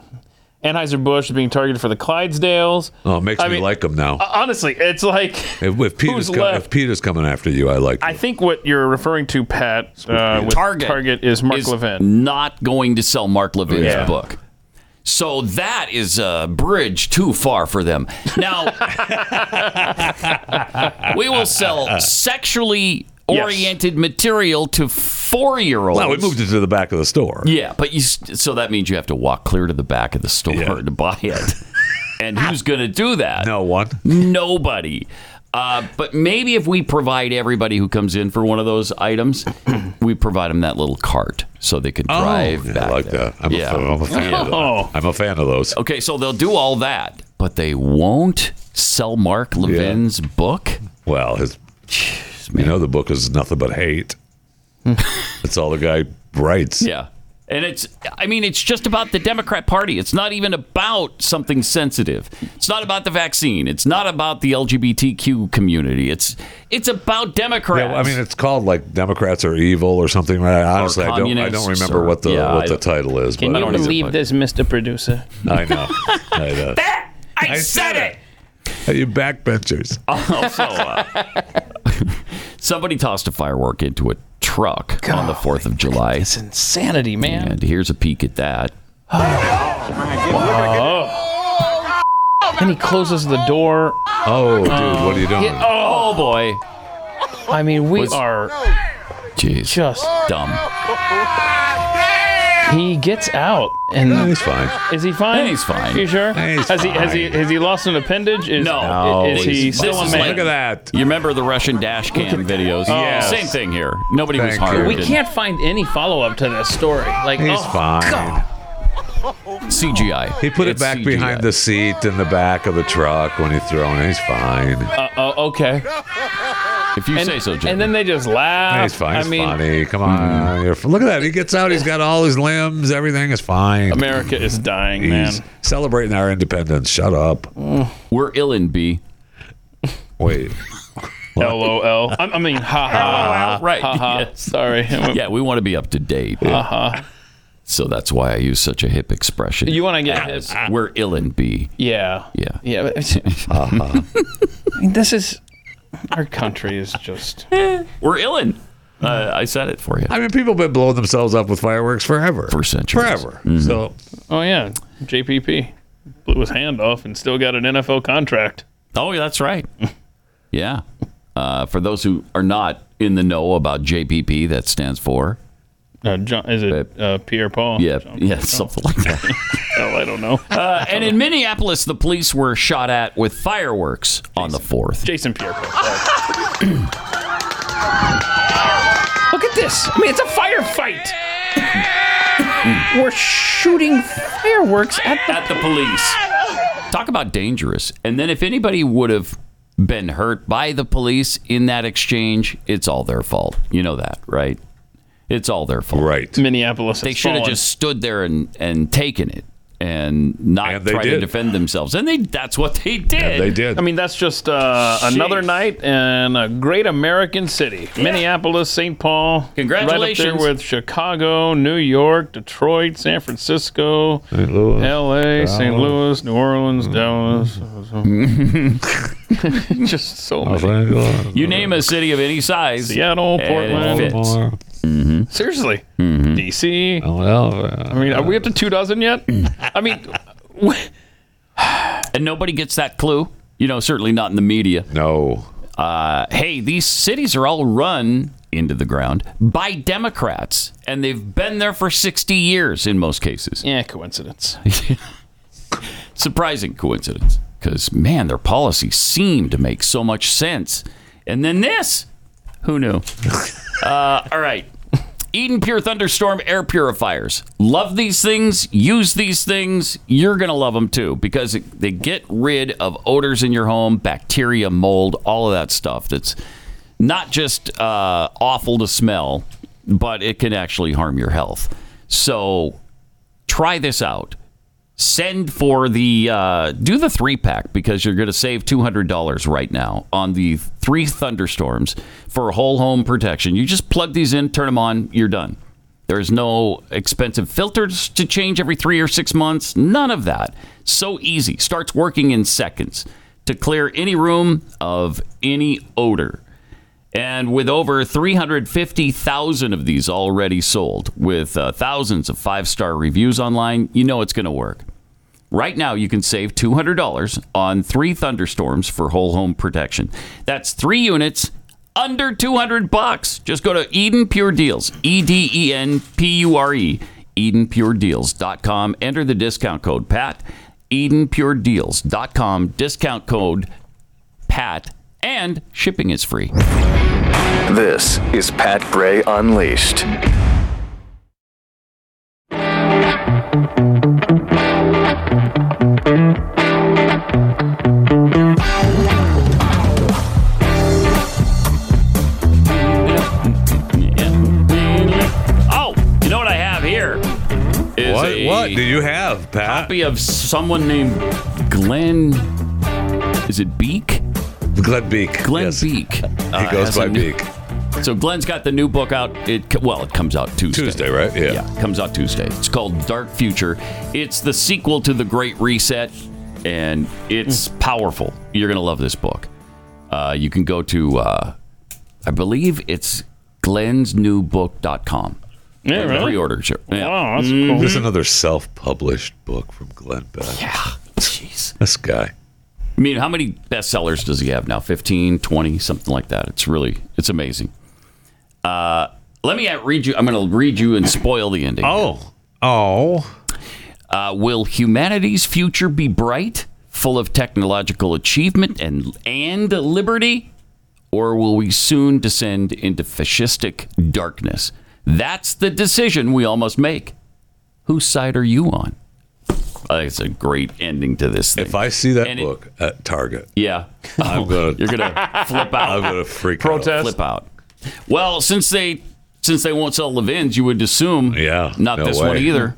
Speaker 5: Anheuser Busch is being targeted for the Clydesdales.
Speaker 4: oh, it makes
Speaker 5: I
Speaker 4: me
Speaker 5: mean,
Speaker 4: like them now.
Speaker 5: uh, honestly, it's like.
Speaker 4: if, if Peter's
Speaker 5: who's
Speaker 4: co-
Speaker 5: left?
Speaker 4: if Peter's coming after you, I like.
Speaker 5: I think what you're referring to, Pat, uh, with
Speaker 3: Target,
Speaker 5: is Mark Levin.
Speaker 3: not going to sell Mark Levin's
Speaker 5: Yeah.
Speaker 3: book. So that is a bridge too far for them. Now, we will sell sexually
Speaker 4: Yes.
Speaker 3: oriented material to four year olds.
Speaker 4: Well, we moved it to the back of the store.
Speaker 3: Yeah, but you s- so that means you have to walk clear to the back of the store to buy it. and who's going to do that? No
Speaker 4: one.
Speaker 3: Nobody. Uh, but maybe if we provide everybody who comes in for one of those items, we provide them that little cart so they could
Speaker 4: Oh,
Speaker 3: drive
Speaker 4: yeah, I
Speaker 3: back.
Speaker 4: like
Speaker 3: there.
Speaker 4: that. I'm a fan- I'm a fan of that. Oh. I'm a fan of those.
Speaker 3: Okay, so they'll do all that, but they won't sell Mark Levin's book.
Speaker 4: Well, his you know the book is nothing but hate. That's all the guy writes.
Speaker 3: Yeah. And it's, I mean, it's just about the Democrat Party. It's not even about something sensitive. It's not about the vaccine. It's not about the LGBTQ community. It's, it's about Democrats.
Speaker 4: Yeah, well, I mean, it's called like Democrats are evil or something, right? Honestly, I don't, I don't
Speaker 3: communists
Speaker 4: remember
Speaker 3: or-
Speaker 4: what the
Speaker 3: yeah, I
Speaker 4: what the
Speaker 3: don't-
Speaker 4: title is.
Speaker 5: Can
Speaker 4: but I
Speaker 5: you
Speaker 4: don't even-
Speaker 5: believe this, Mr. Producer?
Speaker 4: I know. I know.
Speaker 3: I, said it.
Speaker 4: Hey, you backbenchers.
Speaker 3: Also, uh, somebody tossed a firework into a truck on the Fourth of July. It's
Speaker 5: insanity, man.
Speaker 3: And here's a peek at that.
Speaker 5: And he closes the door.
Speaker 4: Oh, dude, what are you doing?
Speaker 5: yeah, oh,
Speaker 3: boy.
Speaker 5: I mean, we
Speaker 3: Was-
Speaker 5: are
Speaker 3: Jeez,
Speaker 5: just
Speaker 3: dumb.
Speaker 5: He gets out, and
Speaker 4: he's fine.
Speaker 5: Is he fine? he's fine. You sure? has he has he has he lost an appendage? Is,
Speaker 3: No,
Speaker 5: is he
Speaker 3: this
Speaker 5: still a
Speaker 3: is
Speaker 5: man?
Speaker 3: like- You remember the Russian dash cam videos?
Speaker 5: Oh. Yes.
Speaker 3: Same thing here. Nobody was harmed.
Speaker 5: We
Speaker 3: and
Speaker 5: can't find any follow up to this story. Like
Speaker 4: He's
Speaker 5: oh,
Speaker 4: fine.
Speaker 5: God.
Speaker 3: CGI.
Speaker 4: He put
Speaker 3: It's
Speaker 4: it back
Speaker 3: CGI.
Speaker 4: behind the seat in the back of the truck when he's thrown. He's fine.
Speaker 5: Uh, oh, okay.
Speaker 3: If you
Speaker 5: and,
Speaker 3: say so, Jim.
Speaker 5: And then they just laugh.
Speaker 4: he's fine.
Speaker 5: I
Speaker 4: He's
Speaker 5: mean,
Speaker 4: funny. Come on. You're- Look at that. He gets out. He's got all his limbs. Everything is fine.
Speaker 5: America is dying,
Speaker 4: He's
Speaker 5: man.
Speaker 4: celebrating our independence. Shut up.
Speaker 3: We're ill in B.
Speaker 4: Wait.
Speaker 5: LOL. I, I mean, ha ha.
Speaker 4: Ah.
Speaker 3: LOL, right,
Speaker 5: Ha ha.
Speaker 3: yes.
Speaker 5: Sorry.
Speaker 3: yeah, we want to be up to date.
Speaker 5: Uh-huh.
Speaker 3: So that's why I use such a hip expression.
Speaker 5: You wanna get
Speaker 3: As
Speaker 5: hip.
Speaker 3: We're ill and B.
Speaker 5: Ah. Yeah.
Speaker 3: Yeah.
Speaker 5: Yeah. but it's-
Speaker 3: Uh-huh.
Speaker 5: I mean, this is our country is just.
Speaker 3: We're illin. Uh, I said it for you.
Speaker 4: I mean, people have been blowing themselves up with fireworks forever. For
Speaker 3: centuries.
Speaker 4: Forever. So
Speaker 5: Oh yeah, JPP blew his hand off and still got an NFL contract.
Speaker 3: Oh, yeah, that's right. Yeah. Uh, for those who are not in the know about JPP, that stands for.
Speaker 5: Uh, John, is it uh, Pierre Paul?
Speaker 3: Yeah, yeah, something like that.
Speaker 5: Hell, I don't know.
Speaker 3: Uh, and in Minneapolis, the police were shot at with fireworks on the 4th.
Speaker 5: Jason Pierre Look at this. I mean, it's a firefight. We're shooting fireworks at the,
Speaker 3: at the police. Talk about dangerous. And then if anybody would have been hurt by the police in that exchange, it's all their fault. You know that, right? It's all their fault.
Speaker 4: Right.
Speaker 5: Minneapolis.
Speaker 3: They
Speaker 5: has
Speaker 3: should have
Speaker 5: fallen.
Speaker 3: just stood there and, and taken it and not
Speaker 4: they
Speaker 3: try to
Speaker 4: did.
Speaker 3: defend themselves. And they that's what they did.
Speaker 5: I mean, that's just uh,
Speaker 3: Jeez.
Speaker 5: another night in a great American city. Minneapolis, St. Paul. Right up
Speaker 3: Congratulations.
Speaker 5: there with Chicago, New York, Detroit, San Francisco,
Speaker 4: St. Louis,
Speaker 5: L.A., St. Louis, New Orleans, Dallas. just so much.
Speaker 3: you name a city of any size.
Speaker 5: Seattle,
Speaker 3: and it
Speaker 5: Portland.
Speaker 3: fits.
Speaker 5: Seriously.
Speaker 3: Mhm.
Speaker 5: D.C.
Speaker 4: I
Speaker 5: mean, are we up to two dozen yet? I mean,
Speaker 3: and nobody gets that clue. You know, certainly not in the media.
Speaker 4: No.
Speaker 3: Uh, hey, these cities are all run into the ground by Democrats, and they've been there for 60 years in most cases.
Speaker 5: Yeah, coincidence.
Speaker 3: Surprising coincidence. Because, man, their policies seem to make so much sense. And then this. Who knew? uh, all right. Eden Pure Thunderstorm air purifiers. Love these things. Use these things. You're going to love them too because it, they get rid of odors in your home, bacteria, mold, all of that stuff that's not just uh, awful to smell, but it can actually harm your health. So try this out. Send for the uh, do the three pack because you're going to save two hundred dollars right now on the three thunderstorms for whole home protection. You just plug these in, turn them on, you're done. There's no expensive filters to change every three or six months. None of that. So easy. Starts working in seconds to clear any room of any odor. And with over 350,000 of these already sold, with uh, thousands of five star reviews online, you know it's going to work. Right now, you can save $200 on three thunderstorms for whole home protection. That's three units under 200 bucks. Just go to Eden Pure Deals, E D E N P U R E, EdenPureDeals.com. Enter the discount code PAT, EdenPureDeals.com, discount code PAT, and shipping is free.
Speaker 14: This is Pat Gray Unleashed.
Speaker 3: Oh, you know what I have here? Is
Speaker 4: What-
Speaker 3: a
Speaker 4: what do you have, Pat?
Speaker 3: Copy of someone named Glenn. Is it Beak?
Speaker 4: Glenn Beak.
Speaker 3: Glenn Uh, Beak. He
Speaker 5: Uh,
Speaker 4: goes by Beak.
Speaker 3: So Glenn's got the new book out. It co- well, it comes out Tuesday. Tuesday,
Speaker 4: right? Yeah.
Speaker 3: it comes out Tuesday. It's called Dark Future. It's the sequel to The Great Reset, and it's powerful. You're gonna love this book. Uh, you can go to, uh, I believe it's glensnewbook.com.
Speaker 5: Yeah,
Speaker 3: Like,
Speaker 5: really?
Speaker 3: Pre-orders. are- Yeah.
Speaker 5: Wow, Oh, that's cool.
Speaker 3: Mhm.
Speaker 4: This is another self-published book from Glenn Beck. Yeah.
Speaker 3: Jeez.
Speaker 4: This guy.
Speaker 3: I mean, how many bestsellers does he have now? 15, 20, something like that. It's really, it's amazing. Uh, let me uh, read you. I'm going to read you and spoil the ending.
Speaker 4: Oh,
Speaker 3: Oh. Uh, will humanity's future be bright, full of technological achievement and and liberty, or will we soon descend into fascistic darkness? That's the decision we all must make. Whose side are you on? Uh, it's a great ending to this thing. If I
Speaker 4: see that book at Target,
Speaker 3: yeah,
Speaker 4: I'm gonna,
Speaker 3: Oh, you're gonna flip out.
Speaker 4: I'm gonna freak
Speaker 3: Protest. Flip out. Well, since they since they won't sell Levin's, you would assume yeah, not
Speaker 5: no
Speaker 3: this one
Speaker 5: way.
Speaker 3: either.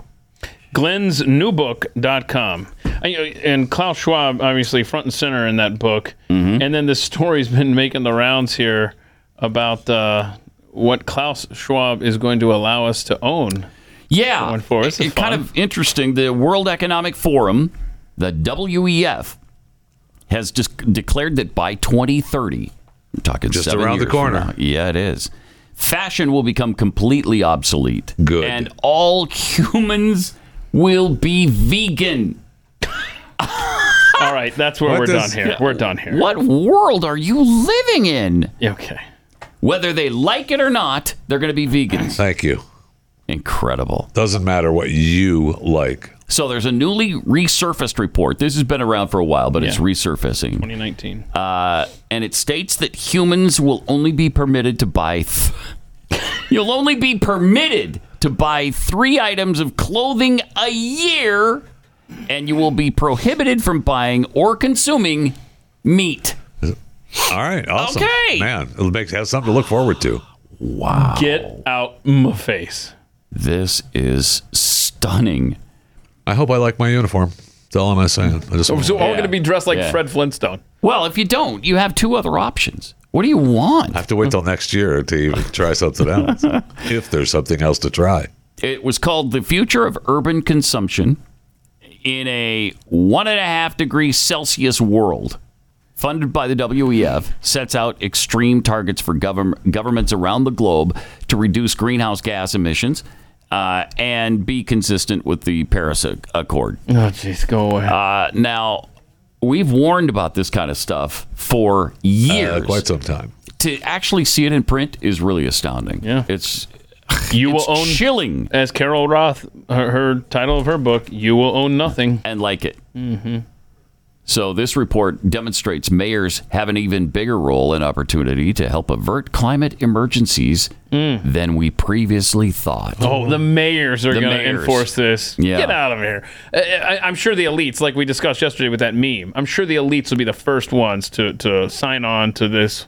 Speaker 5: glensnewbook.com. And, you know, And Klaus Schwab, obviously, front and center in that book. And then this story's been making the rounds here about uh, what Klaus Schwab is going to allow us to own.
Speaker 3: Yeah. It- it kind of interesting. The World Economic Forum, the WEF, has just declared that by 2030, we're talking
Speaker 4: Just
Speaker 3: seven
Speaker 4: around the
Speaker 3: years from
Speaker 4: corner.
Speaker 3: now. Yeah, it is. Fashion will become completely obsolete. Good. And all humans will be vegan.
Speaker 5: All right, that's where
Speaker 3: What
Speaker 5: we're
Speaker 3: does-
Speaker 5: done here. We're done here.
Speaker 3: What world are you living in?
Speaker 5: Okay.
Speaker 3: Whether they like it or not, they're going to be vegans.
Speaker 4: Thank you.
Speaker 3: Incredible.
Speaker 4: Doesn't matter what you like.
Speaker 3: So there's a newly resurfaced report. This has been around for a while, but it's
Speaker 5: Yeah.
Speaker 3: resurfacing.
Speaker 5: 2019.
Speaker 3: Uh, and it states that humans will only be permitted to buy. Th- You'll only be permitted to buy three items of clothing a year, and you will be prohibited from buying or consuming meat.
Speaker 4: All right, awesome.
Speaker 3: Okay.
Speaker 4: man, it'll make have something to look forward to.
Speaker 3: Wow.
Speaker 5: Get out my face.
Speaker 3: This is stunning.
Speaker 4: I hope I like my uniform. That's all I'm saying. I just
Speaker 3: Oh,
Speaker 5: So, so we're all
Speaker 4: Yeah.
Speaker 5: going to be dressed like
Speaker 4: Yeah.
Speaker 5: Fred Flintstone.
Speaker 3: Well, if you don't, you have two other options. What do you want?
Speaker 4: I have to wait till next year to even try something else, if there's something else to try.
Speaker 3: It was called The Future of Urban Consumption in a one and a half degree Celsius world. Funded by the WEF, sets out extreme targets for govern- governments around the globe to reduce greenhouse gas emissions uh, and be consistent with the Paris Ac- Accord.
Speaker 4: Mm-hmm.
Speaker 5: Oh, jeez, go away.
Speaker 3: Uh, now, we've warned about this kind of stuff for years.
Speaker 4: Uh, quite some time.
Speaker 3: To actually see it in print is really astounding. Yeah. It's
Speaker 5: You
Speaker 3: it's
Speaker 5: will own
Speaker 3: chilling.
Speaker 5: As Carol Roth, her, her title of her book, you will own nothing
Speaker 3: and like it. Mm-hmm. So this report demonstrates mayors have an even bigger role and opportunity to help avert climate emergencies than we previously thought.
Speaker 5: Oh, the mayors are
Speaker 3: The
Speaker 5: going to
Speaker 3: mayors.
Speaker 5: enforce this.
Speaker 3: Yeah.
Speaker 5: Get out of here. I, I, I'm sure the elites, like we discussed yesterday with that meme, I'm sure the elites will be the first ones to, to sign on to this.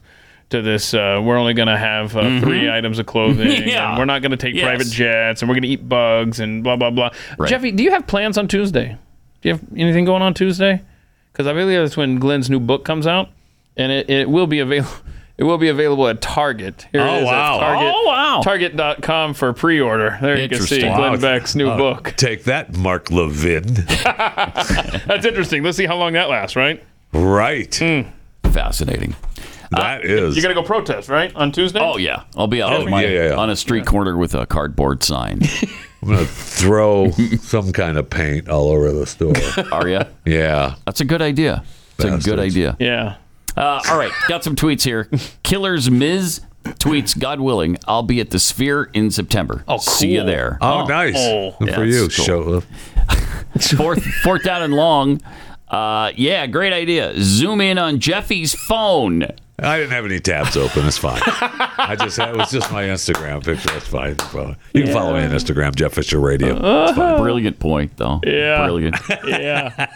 Speaker 5: To this, uh, we're only going to have uh, three items of clothing.
Speaker 3: Mm-hmm. Yeah.
Speaker 5: And we're not going to take
Speaker 3: Yes.
Speaker 5: private jets, and we're going to eat bugs, and blah blah blah.
Speaker 3: Right.
Speaker 5: Jeffy, do you have plans on Tuesday? Do you have anything going on Tuesday? Because I believe that's when Glenn's new book comes out, and it, it will be available. It will be available at Target. Here
Speaker 3: Oh,
Speaker 5: it is
Speaker 3: wow.
Speaker 5: At Target,
Speaker 3: Oh, wow.
Speaker 5: Target.com for pre-order. There you can see
Speaker 4: Interesting. Wow.
Speaker 5: Glenn Beck's new
Speaker 4: Oh,
Speaker 5: book.
Speaker 4: Take that, Mark Levin.
Speaker 5: That's interesting. Let's see how long that lasts, right?
Speaker 4: right.
Speaker 3: Mm. Fascinating. Uh,
Speaker 4: That is.
Speaker 5: You're gonna go protest, right, on Tuesday?
Speaker 3: Oh yeah, I'll be out
Speaker 4: Oh,
Speaker 3: on my-
Speaker 4: yeah, yeah, yeah.
Speaker 3: on a street corner with a cardboard sign.
Speaker 4: I'm gonna Uh, throw some kind of paint all over the store.
Speaker 3: Are you?
Speaker 4: Yeah,
Speaker 3: that's a good idea. It's a good idea.
Speaker 5: Yeah.
Speaker 3: Uh, all right, got some tweets here. Killers Miz tweets, God willing, I'll be at the Sphere in September.
Speaker 4: Oh,
Speaker 3: See you
Speaker 4: cool.
Speaker 3: there.
Speaker 4: Oh, nice. Good for you, Show.
Speaker 3: fourth, fourth down and long. Uh, yeah, great idea. Zoom in on Jeffy's phone.
Speaker 4: I didn't have any tabs open. It's fine. I just that was just my Instagram picture. That's fine. It's fine. You can
Speaker 3: Yeah.
Speaker 4: follow me on Instagram, Jeff Fisher Radio.
Speaker 5: Oh,
Speaker 3: It's fine. Brilliant point, though.
Speaker 4: Yeah.
Speaker 3: Brilliant.
Speaker 5: yeah.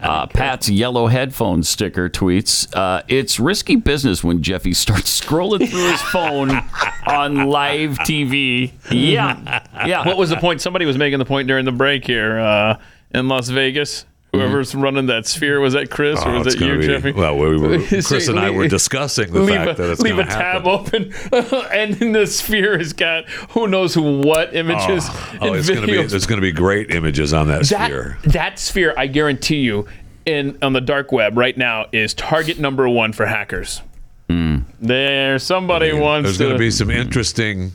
Speaker 3: Uh, Pat's yellow headphone sticker tweets uh, It's risky business when Jeffy starts scrolling through his phone on live TV. Yeah. Yeah.
Speaker 5: What was the point? Somebody was making the point during the break here uh, in Las Vegas. Whoever's running that sphere was that Chris
Speaker 4: Oh,
Speaker 5: or was
Speaker 4: it's
Speaker 5: it you,
Speaker 4: gonna be-
Speaker 5: Jeffy?
Speaker 4: well, we were- Chris and I were
Speaker 5: leave-
Speaker 4: discussing the
Speaker 5: leave
Speaker 4: fact
Speaker 5: a,
Speaker 4: that it's
Speaker 5: leave
Speaker 4: gonna
Speaker 5: a tab open, and then the sphere has got who knows what images
Speaker 4: Oh,
Speaker 5: and
Speaker 4: oh, it's
Speaker 5: videos.
Speaker 4: gonna be there's gonna be great images on that,
Speaker 5: that
Speaker 4: sphere.
Speaker 5: that sphere, I guarantee you, in on the dark web right now is target number one for hackers.
Speaker 3: Hmm.
Speaker 5: There, somebody wants
Speaker 4: There's going
Speaker 5: to
Speaker 4: to be some interesting,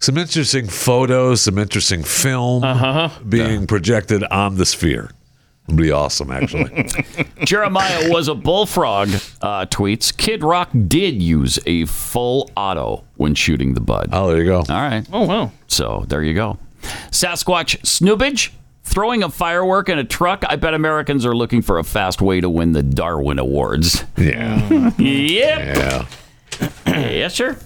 Speaker 4: some interesting photos, some interesting film
Speaker 5: Uh-huh.
Speaker 4: being projected on the sphere. It'd be awesome, actually.
Speaker 3: Jeremiah was a bullfrog uh, tweets. Kid Rock did use a full auto when shooting the bud. Uh,
Speaker 4: Oh, there you go. All
Speaker 3: right.
Speaker 5: Oh, wow.
Speaker 3: So there you go. Sasquatch snoobage, throwing a firework in a truck. I bet Americans are looking for a fast way to win the Darwin Awards.
Speaker 4: Yeah.
Speaker 3: yep. yes, sir.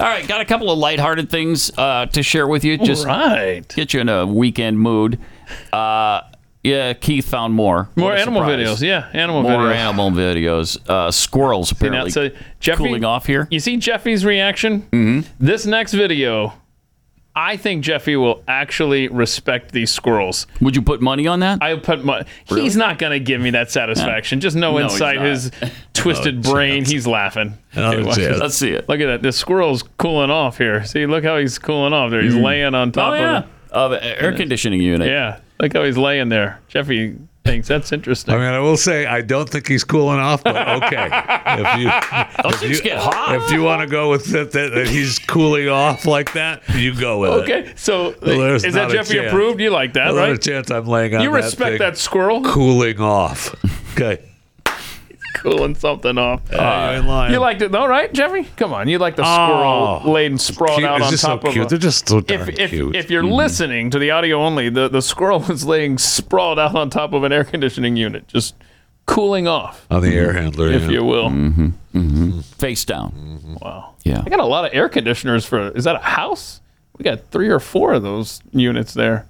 Speaker 3: All right, got a couple of lighthearted things uh, to share with you. Just
Speaker 5: right.
Speaker 3: get you in a weekend mood. Uh, yeah, Keith found more.
Speaker 5: More
Speaker 3: What a
Speaker 5: animal
Speaker 3: surprise.
Speaker 5: videos, yeah, animal
Speaker 3: more
Speaker 5: videos.
Speaker 3: animal videos. Uh, squirrels
Speaker 5: And
Speaker 3: apparently
Speaker 5: that's a- Jeffrey-
Speaker 3: cooling off here.
Speaker 5: You see Jeffy's reaction?
Speaker 3: Mhm.
Speaker 5: This next video, I think Jeffy will actually respect these squirrels.
Speaker 3: Would you put money on that?
Speaker 5: I put money. He's not going to give me that satisfaction. Just no,
Speaker 3: No, he's
Speaker 5: inside
Speaker 3: not.
Speaker 5: his twisted brain, he's laughing.
Speaker 3: No chance.
Speaker 5: watch this.
Speaker 3: Let's see it.
Speaker 5: Look at that. The squirrel's cooling off here. See, look how he's cooling off there. He's
Speaker 3: Mm.
Speaker 5: laying on
Speaker 3: Oh,
Speaker 5: top
Speaker 3: yeah.
Speaker 5: of,
Speaker 3: air conditioning unit.
Speaker 5: Yeah. Look how he's laying there. Jeffy thinks that's interesting.
Speaker 4: I mean, I will say I don't think he's cooling off, but okay. if you,
Speaker 5: Those
Speaker 4: if
Speaker 5: things
Speaker 4: you-
Speaker 5: get hot.
Speaker 4: If you want to go with that, that, that he's cooling off like that, you go with it.
Speaker 5: Okay, so
Speaker 4: Well, there's
Speaker 5: is that
Speaker 4: not a
Speaker 5: Jeffy
Speaker 4: chance.
Speaker 5: approved? You like that,
Speaker 4: There's not a
Speaker 5: right?
Speaker 4: chance I'm laying on
Speaker 5: You
Speaker 4: that
Speaker 5: respect
Speaker 4: thing.
Speaker 5: that squirrel?
Speaker 4: Cooling off. Okay.
Speaker 5: Cooling something off.
Speaker 4: Yeah, you ain't lying.
Speaker 5: You liked it though, right, Jeffy? Come on, you like the
Speaker 4: Oh.
Speaker 5: squirrel laid sprawled
Speaker 4: Cute.
Speaker 5: out
Speaker 4: It's
Speaker 5: on
Speaker 4: just so
Speaker 5: top of
Speaker 4: cute.
Speaker 5: A,
Speaker 4: They're just so darn
Speaker 5: if, if,
Speaker 4: cute. Mm.
Speaker 5: If you're listening to the audio only, the, the squirrel was laying sprawled out on top of an air conditioning unit, just cooling off.
Speaker 4: On the air handler,
Speaker 5: if
Speaker 4: yeah. Mm.
Speaker 5: you will.
Speaker 3: Mm-hmm. Mm-hmm. Face down.
Speaker 5: Mm-hmm. Wow.
Speaker 3: Yeah.
Speaker 5: I got a lot of air conditioners for. Is that a house? We got three or four of those units there.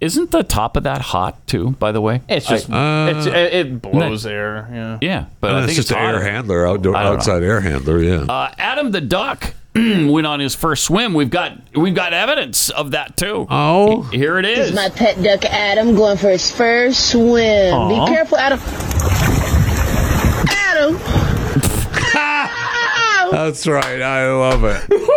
Speaker 3: Isn't the top of that hot too? By the way,
Speaker 5: It's just
Speaker 3: I-
Speaker 5: it's, it, it blows
Speaker 3: Isn't that-
Speaker 5: air. Yeah.
Speaker 3: Yeah, but I
Speaker 4: it's
Speaker 3: think
Speaker 4: just
Speaker 3: it's
Speaker 4: an air
Speaker 3: hotter.
Speaker 4: handler, outdoor,
Speaker 3: I don't know.
Speaker 4: outside air handler. Yeah.
Speaker 3: Uh, Adam the duck went on his first swim. We've got we've got evidence of that too.
Speaker 4: Oh,
Speaker 3: here it
Speaker 15: This is
Speaker 3: is.
Speaker 15: my pet duck Adam going for his first swim.
Speaker 3: Aw.
Speaker 15: Be careful, Adam. Adam. Ow.
Speaker 4: That's right. I love it.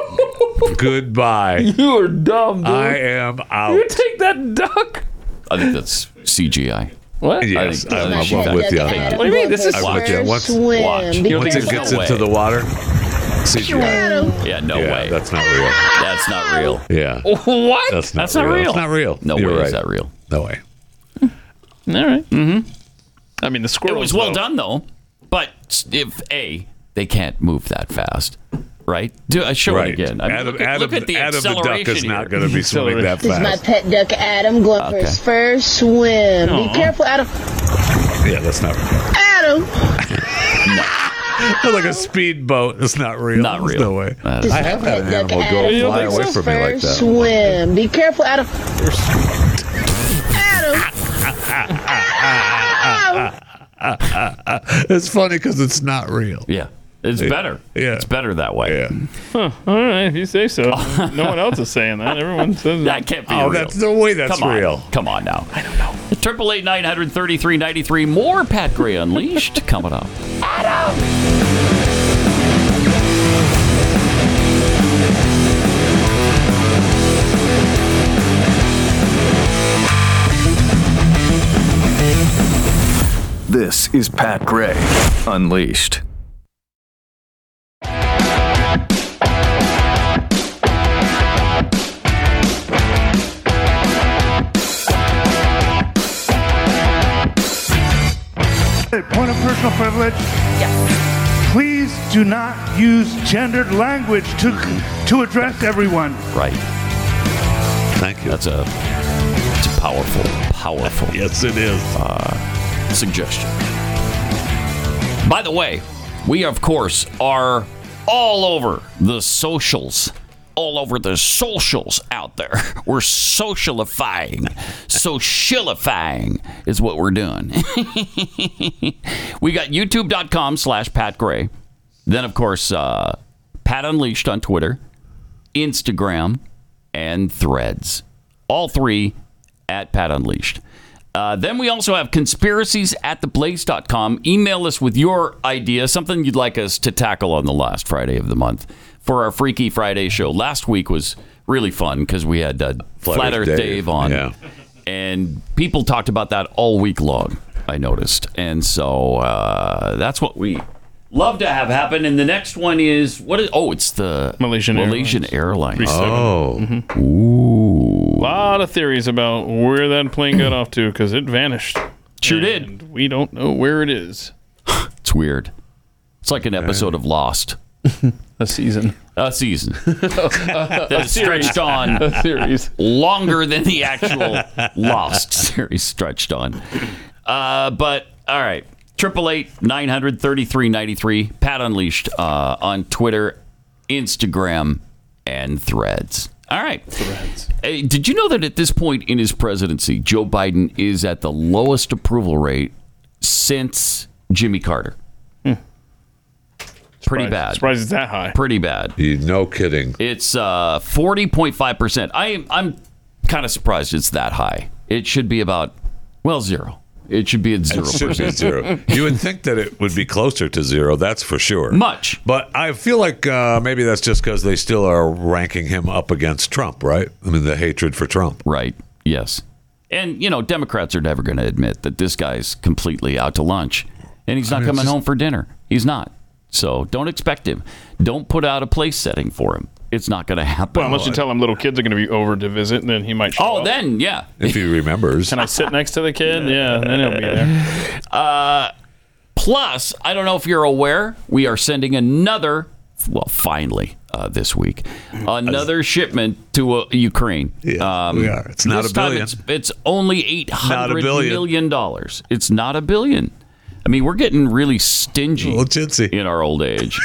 Speaker 4: Goodbye.
Speaker 5: You are dumb, dude.
Speaker 4: I am out.
Speaker 5: You take that duck.
Speaker 3: I think that's CGI.
Speaker 5: What?
Speaker 4: Yes,
Speaker 3: I
Speaker 4: I'm,
Speaker 3: think- I think that-
Speaker 4: I'm with you on that.
Speaker 15: What do you mean? This is-
Speaker 4: I'm with you.
Speaker 15: Watch.
Speaker 4: Once,
Speaker 15: Swim.
Speaker 4: watch.
Speaker 15: Because
Speaker 4: once it
Speaker 15: there's
Speaker 4: gets
Speaker 15: no
Speaker 4: into
Speaker 15: way.
Speaker 4: the water, CGI.
Speaker 3: Yeah, no
Speaker 4: Yeah,
Speaker 3: way.
Speaker 4: That's not real.
Speaker 3: That's not real.
Speaker 4: Yeah.
Speaker 5: What?
Speaker 4: That's not real. It's not real.
Speaker 3: No
Speaker 4: You're
Speaker 3: way
Speaker 4: right.
Speaker 3: is that real.
Speaker 4: No way.
Speaker 5: All right. Mm-hmm. I mean, the squirrel
Speaker 3: It was well done though, but if a they can't move that fast, right? Do I show
Speaker 4: Right.
Speaker 3: it again? I mean,
Speaker 4: Adam-
Speaker 3: look, at, look
Speaker 4: Adam-
Speaker 3: at the
Speaker 4: Adam the duck is
Speaker 3: acceleration
Speaker 4: not
Speaker 3: here.
Speaker 4: gonna be swimming that
Speaker 15: This is my
Speaker 4: fast.
Speaker 15: pet duck Adam going for his first swim.
Speaker 4: Aw.
Speaker 15: Be careful, Adam.
Speaker 4: Yeah, that's not real.
Speaker 15: Adam.
Speaker 4: It's like a speedboat. It's not real. Not real. no way.
Speaker 15: This
Speaker 4: I have
Speaker 15: is my
Speaker 4: had an
Speaker 15: pet
Speaker 4: animal
Speaker 15: duck Adam
Speaker 4: go fly
Speaker 15: going for
Speaker 4: away
Speaker 15: his
Speaker 4: from me like
Speaker 15: first
Speaker 4: that.
Speaker 15: Swim. Be careful, Adam. Adam.
Speaker 4: it's funny because it's not real.
Speaker 3: Yeah. It's better.
Speaker 4: Yeah.
Speaker 3: It's better that way. Yeah.
Speaker 5: Huh. All right, if you say so. no one else is saying that. Everyone says
Speaker 3: That can't be
Speaker 4: Oh,
Speaker 3: real.
Speaker 4: that's no way that's
Speaker 3: Come on.
Speaker 4: real.
Speaker 3: Come on now. I don't know. Triple eight nine hundred thirty three ninety three. More Pat Gray Unleashed coming up.
Speaker 14: This is Pat Gray Unleashed.
Speaker 16: Point of personal privilege. Yes. Please do not use gendered language to to address everyone.
Speaker 3: Right.
Speaker 4: Thank you.
Speaker 3: That's a it's a powerful, powerful.
Speaker 4: yes, it is.
Speaker 3: Uh, suggestion. By the way, we of course are all over the socials, all over the socials out there. We're socialifying, socialifying is what we're doing. we got youtube.com slash pat gray then of course uh, pat unleashed on twitter instagram and threads all three at pat unleashed uh, then we also have conspiracies at theblaze.com email us with your idea something you'd like us to tackle on the last friday of the month for our freaky friday show last week was really fun because we had uh, flat, earth dave, on and people talked about that all week long. I noticed, and so uh, that's what we love to have happen. And the next one is what is? Oh, it's the Malaysian Malaysian Airlines.
Speaker 5: 37.
Speaker 3: Oh,
Speaker 5: A lot of theories about where that plane got off to because it vanished.
Speaker 3: Sure
Speaker 5: did. We don't know where it is.
Speaker 3: it's weird. It's like an episode of Lost.
Speaker 5: a season.
Speaker 3: A season that
Speaker 5: A
Speaker 3: is stretched
Speaker 5: series.
Speaker 3: on
Speaker 5: A series.
Speaker 3: longer than the actual Lost series stretched on. Uh, but all right, triple eight nine hundred thirty three ninety three. Pat Unleashed uh, on Twitter, Instagram, and Threads. All right. Threads. did you know that at this point in his presidency, Joe Biden is at the lowest approval rate since Jimmy Carter? Pretty bad. Surprised
Speaker 5: it's that high.
Speaker 3: Pretty bad.
Speaker 4: no kidding.
Speaker 3: It's uh forty point five percent. I am I'm kind of surprised it's that high. It should be about well zero. It should be at zero
Speaker 4: It should be
Speaker 3: percent.
Speaker 4: zero. You would think that it would be closer to zero. That's for sure.
Speaker 3: Much.
Speaker 4: But I feel like uh, maybe that's just because they still are ranking him up against Trump, right? I mean, the hatred for Trump.
Speaker 3: Right. Yes. And you know, Democrats are never going to admit that this guy's completely out to lunch, and he's not
Speaker 5: mean, it's
Speaker 3: coming
Speaker 5: just-
Speaker 3: home for dinner. He's not. So don't expect him. Don't put out a place setting for him. It's not going to happen.
Speaker 5: Well, unless you tell him little kids are going to be over to visit, and then he might. Show oh,
Speaker 3: then yeah.
Speaker 4: If he remembers.
Speaker 5: Can I sit next to the kid? Yeah, then he'll be there.
Speaker 3: Uh, plus, I don't know if you're aware, we are sending another. Well, finally, uh, this week, another shipment to uh, Ukraine. Yeah,
Speaker 4: we are. It's not a billion.
Speaker 3: It's, it's only eight hundred
Speaker 4: billion.
Speaker 3: million dollars. It's not a billion. I mean, we're getting really stingy in our old age.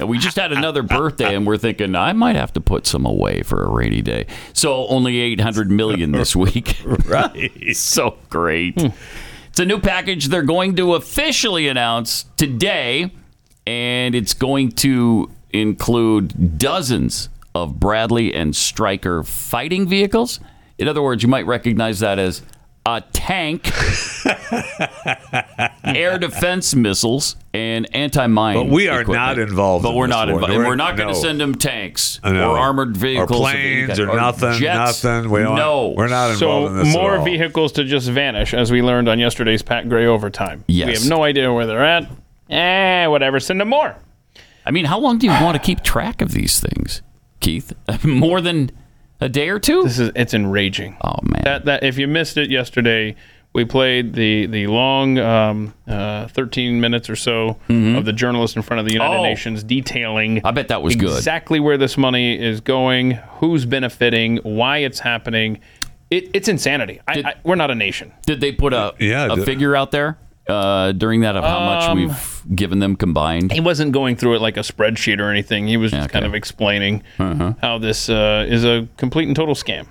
Speaker 3: And we just had another birthday, and we're thinking I might have to put some away for a rainy day. So only eight hundred million this week. right. so great. It's a new package they're going to officially announce today, and it's going to include dozens of Bradley and Stryker fighting vehicles. In other words, you might recognize that as a tank, air defense missiles, and anti-mine.
Speaker 4: But we are not involved
Speaker 3: But
Speaker 4: in
Speaker 3: we're
Speaker 4: this
Speaker 3: not
Speaker 4: war.
Speaker 3: involved.
Speaker 4: We're-
Speaker 3: We're not going to
Speaker 4: no.
Speaker 3: send them tanks
Speaker 4: I know.
Speaker 3: or armored
Speaker 4: Or
Speaker 3: vehicles, of any
Speaker 4: planes
Speaker 3: kind,
Speaker 4: or nothing,
Speaker 3: jets.
Speaker 4: nothing. We don't-
Speaker 3: no,
Speaker 4: we're not
Speaker 5: So more vehicles to just vanish, as we learned on yesterday's Pat Gray overtime.
Speaker 3: Yes.
Speaker 5: We have no idea where they're at. Eh, whatever. Send them more.
Speaker 3: I mean, how long do you want to keep track of these things, Keith? More than a day or two? This
Speaker 5: is it's enraging.
Speaker 3: Oh man.
Speaker 5: That that if you missed it yesterday, we played the the long um, uh, 13 minutes or so of the journalist in front of the United
Speaker 3: Mm-hmm. Oh.
Speaker 5: Nations detailing.
Speaker 3: I bet that was good.
Speaker 5: Exactly where this money is going, who's benefiting, why it's happening. It, it's insanity. I, I, we're not a nation.
Speaker 3: Did they put a
Speaker 5: yeah
Speaker 3: a figure out there uh, during that of how much
Speaker 5: Um,
Speaker 3: we've given them combined?
Speaker 5: He wasn't going through it like a spreadsheet or anything. He was just kind of explaining
Speaker 3: Uh-huh.
Speaker 5: how this uh, is a complete and total scam.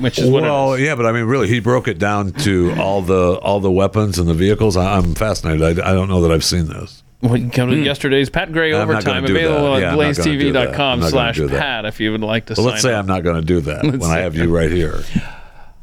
Speaker 5: Which is what it
Speaker 4: well, yeah, but I mean, really, he broke it down to all the all the weapons and the vehicles. I, I'm fascinated. I, I don't know that I've seen this.
Speaker 5: Well, you come to yesterday's Pat Gray
Speaker 4: Hmm. I'm not
Speaker 5: overtime
Speaker 4: gonna do that.
Speaker 5: available
Speaker 4: Yeah,
Speaker 5: at
Speaker 4: I'm not gonna do that. I'm
Speaker 5: blazetv.com
Speaker 4: not gonna
Speaker 5: slash
Speaker 4: do that.
Speaker 5: pat if you would like to
Speaker 4: Well, let's
Speaker 5: sign
Speaker 4: say I'm not going to do that
Speaker 5: Let's
Speaker 4: when I
Speaker 5: say-
Speaker 4: have you right here.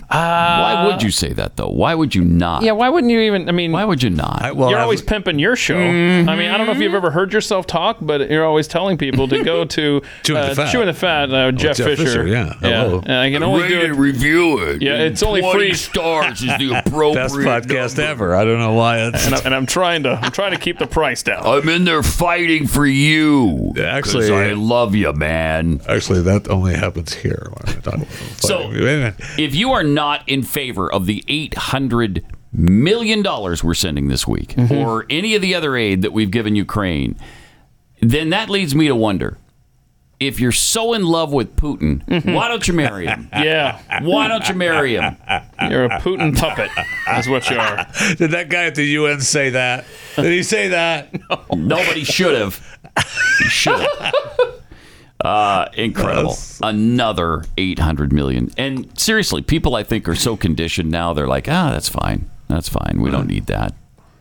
Speaker 3: Why would you say that though? Why would you not?
Speaker 5: uh, Yeah, why wouldn't you even? I mean,
Speaker 3: why would you not?
Speaker 5: you're always pimping your show.
Speaker 4: Mm-hmm.
Speaker 5: I mean, I don't know if you've ever heard yourself talk, but you're always telling people to go to
Speaker 4: Chewing the Fat. Oh,
Speaker 5: Chewing the Fat, uh, Jeff,
Speaker 4: Jeff
Speaker 5: Fisher.
Speaker 4: Fisher, yeah. Hello.
Speaker 5: And I can only
Speaker 4: Rate
Speaker 5: do
Speaker 4: it,
Speaker 5: it.
Speaker 3: Review it.
Speaker 5: Yeah, it's only
Speaker 3: 20
Speaker 5: free
Speaker 3: stars is the
Speaker 4: Best podcast ever. I don't know why it's.
Speaker 5: and, I, and I'm trying to I'm trying to keep the price down.
Speaker 3: I'm in there fighting for you. 'cause
Speaker 4: Actually,
Speaker 3: I love you, man.
Speaker 4: Actually, that only happens here. When I talk about
Speaker 3: So-
Speaker 4: fighting.
Speaker 3: if you are not in favor of the eight hundred million dollars we're sending this week, or any of the other aid that we've given Ukraine, then that leads me to wonder: if you're so in love with Putin, why don't you marry him?
Speaker 5: Yeah.
Speaker 3: Why don't you marry him?
Speaker 5: You're a Putin puppet, is what you are.
Speaker 4: Did that guy at the UN say that? Did he say that?
Speaker 3: Nobody should have. Should have. Uh, incredible. Another 800 million. And seriously, people I think are so conditioned now, they're like, ah, that's fine. That's fine. We don't need that.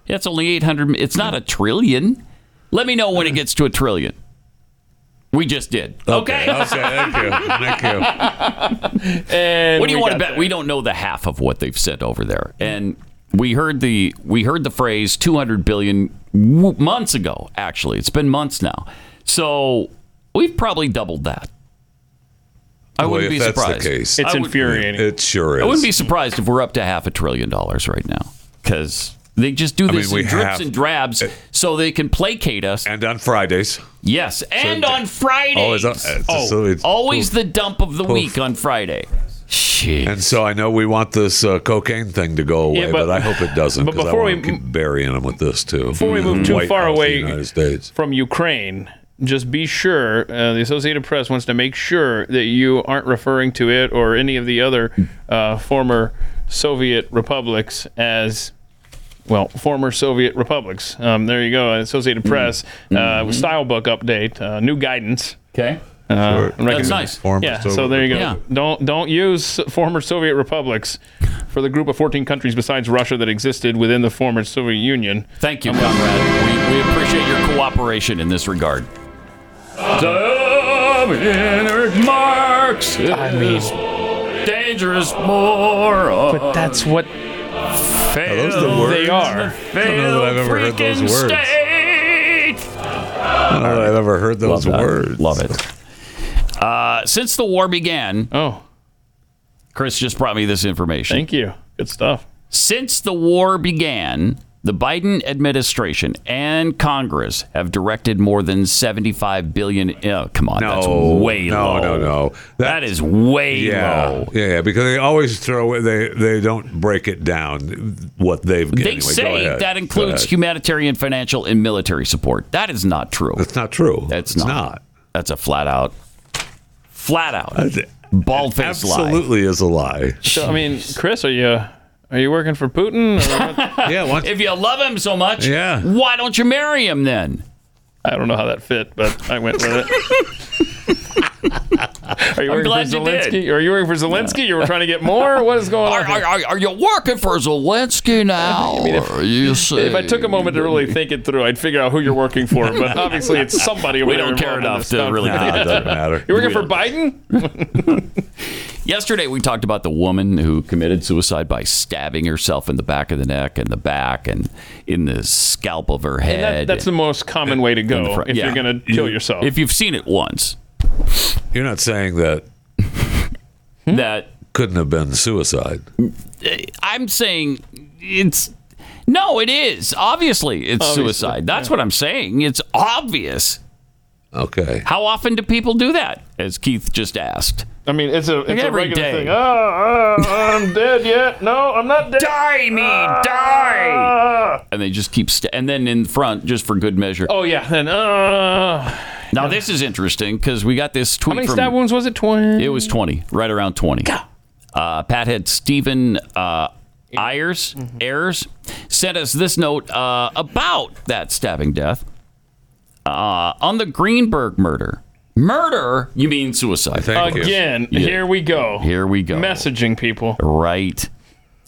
Speaker 3: Yeah, it's only 800. mi- It's not a trillion. Let me know when it gets to a trillion. We just did. Okay.
Speaker 4: thank you. Thank you.
Speaker 5: And
Speaker 3: what do you
Speaker 5: we
Speaker 3: want to
Speaker 5: got
Speaker 3: bet?
Speaker 5: there.
Speaker 3: We don't know the half of what they've sent over there, and we heard the we heard the phrase 200 billion w- months ago. Actually, it's been months now, so we've probably doubled that. I
Speaker 4: Well,
Speaker 3: wouldn't
Speaker 4: if
Speaker 3: be
Speaker 4: that's the
Speaker 3: surprised.
Speaker 4: case.
Speaker 3: I
Speaker 4: It's
Speaker 3: would-
Speaker 4: infuriating. It sure
Speaker 3: I
Speaker 4: is.
Speaker 3: wouldn't be surprised if we're up to half a trillion dollars right now because they just do
Speaker 4: I mean,
Speaker 3: this
Speaker 4: we
Speaker 3: in drips
Speaker 4: have-
Speaker 3: and drabs so they can placate us.
Speaker 4: And on Fridays.
Speaker 3: Yes, and on Fridays.
Speaker 4: Oh, is that-
Speaker 3: Oh,
Speaker 4: so it's-
Speaker 3: always the dump of the week on Friday.
Speaker 4: And so I know we want this uh, cocaine thing to go away,
Speaker 5: Yeah,
Speaker 4: but, I
Speaker 5: but-
Speaker 4: hope it doesn't.
Speaker 5: but
Speaker 4: 'cause I
Speaker 5: before
Speaker 4: wanna
Speaker 5: we-
Speaker 4: keep burying them with this too.
Speaker 5: Before we move
Speaker 4: Mhm.
Speaker 5: too
Speaker 4: White
Speaker 5: far
Speaker 4: House of the
Speaker 5: away
Speaker 4: United States.
Speaker 5: from Ukraine, just be sure uh, the Associated Press wants to make sure that you aren't referring to it or any of the other uh, former Soviet republics as well, former Soviet republics. Um, there you go,
Speaker 3: Mm.
Speaker 5: Associated Press uh, style book update, uh, new guidance.
Speaker 3: Okay.
Speaker 5: Uh,
Speaker 3: Mm-hmm. Sure. That's nice. Former
Speaker 5: yeah. So
Speaker 3: Soviet
Speaker 5: there you go.
Speaker 3: Yeah.
Speaker 5: Don't don't use former Soviet republics for the group of 14 countries besides Russia that existed within the former Soviet Union.
Speaker 3: Thank you, comrade. We, we appreciate your cooperation in this regard. Marx. I mean, dangerous moron.
Speaker 5: But that's what.
Speaker 3: Fail
Speaker 4: those the words?
Speaker 5: They are.
Speaker 4: I don't know that I've ever heard those words.
Speaker 3: I
Speaker 4: don't know that I've ever heard those words.
Speaker 3: Love it. Uh, since the war began,
Speaker 5: oh,
Speaker 3: Chris just brought me this information.
Speaker 5: Thank you. Good stuff.
Speaker 3: Since the war began, the Biden administration and Congress have directed more than seventy-five billion. Oh, come on, that's way
Speaker 4: no,
Speaker 3: low.
Speaker 4: No, no,
Speaker 3: That is way
Speaker 4: yeah,
Speaker 3: low.
Speaker 4: Yeah, yeah, because they always throw it. They they don't break it down what they've.
Speaker 3: They
Speaker 4: anyway, go
Speaker 3: say
Speaker 4: ahead.
Speaker 3: that
Speaker 4: Go
Speaker 3: includes
Speaker 4: ahead.
Speaker 3: humanitarian, financial, and military support. That is not true. That's
Speaker 4: not true.
Speaker 3: That's not. That's a flat out, flat out, bald faced lie.
Speaker 4: Absolutely is a lie.
Speaker 5: So I mean, Chris, are you are you working for Putin?
Speaker 4: yeah.
Speaker 3: if you love him so much,
Speaker 5: Yeah.
Speaker 3: why don't you marry him then?
Speaker 5: I don't know how that fit, but I went with it. Are you
Speaker 3: I'm
Speaker 5: working
Speaker 3: glad
Speaker 5: for
Speaker 3: you did.
Speaker 5: Zelensky? Are you working for Zelensky? You were trying to get more. What is going on?
Speaker 3: Are,
Speaker 5: here?
Speaker 3: are, are you working for Zelensky now? or you see,
Speaker 5: If I took a moment to really think it through, I'd figure out who you're working for. But obviously, it's somebody.
Speaker 3: We
Speaker 5: over there
Speaker 3: don't care
Speaker 5: involved in
Speaker 3: enough
Speaker 5: this
Speaker 3: to
Speaker 5: stuff.
Speaker 3: really think it doesn't matter.
Speaker 5: You're working
Speaker 3: We
Speaker 5: for
Speaker 3: don't.
Speaker 5: Biden?
Speaker 3: Yesterday, we talked about the woman who committed suicide by stabbing herself in the back of the neck and the back and in the scalp of her
Speaker 5: And that-
Speaker 3: head.
Speaker 5: that's the most common way to
Speaker 3: in the
Speaker 5: go
Speaker 3: front-
Speaker 5: if
Speaker 3: yeah.
Speaker 5: you're going to kill
Speaker 3: You-
Speaker 5: yourself.
Speaker 3: If you've seen it once,
Speaker 4: You're not saying that.
Speaker 5: Hmm?
Speaker 3: that
Speaker 4: couldn't have been suicide.
Speaker 3: I'm saying it's no, it is obviously it's
Speaker 4: Obviously,
Speaker 3: suicide. That's what I'm saying. It's obvious.
Speaker 4: Okay.
Speaker 3: How often do people do that? As Keith just asked.
Speaker 5: I mean, it's a,
Speaker 3: Like
Speaker 5: it's a
Speaker 3: every
Speaker 5: regular
Speaker 3: day.
Speaker 5: thing. Oh, oh, I'm dead yet? No, I'm not dead.
Speaker 3: Die me,
Speaker 5: die.
Speaker 3: and they just keep st- and then in front just for good measure.
Speaker 5: Oh yeah, and uh,
Speaker 3: Now this is interesting because we got this tweet
Speaker 5: how many
Speaker 3: from
Speaker 5: stab wounds was it? Twenty.
Speaker 3: It was 20, right around 20. Uh, Pat had Stephen uh, Ayers,
Speaker 5: Mm-hmm.
Speaker 3: Ayers sent us this note uh, about that stabbing death uh, on the Greenberg murder. Murder? You mean suicide?
Speaker 5: Again,
Speaker 3: Yeah.
Speaker 5: here we go.
Speaker 3: Here we go.
Speaker 5: Messaging people.
Speaker 3: Right.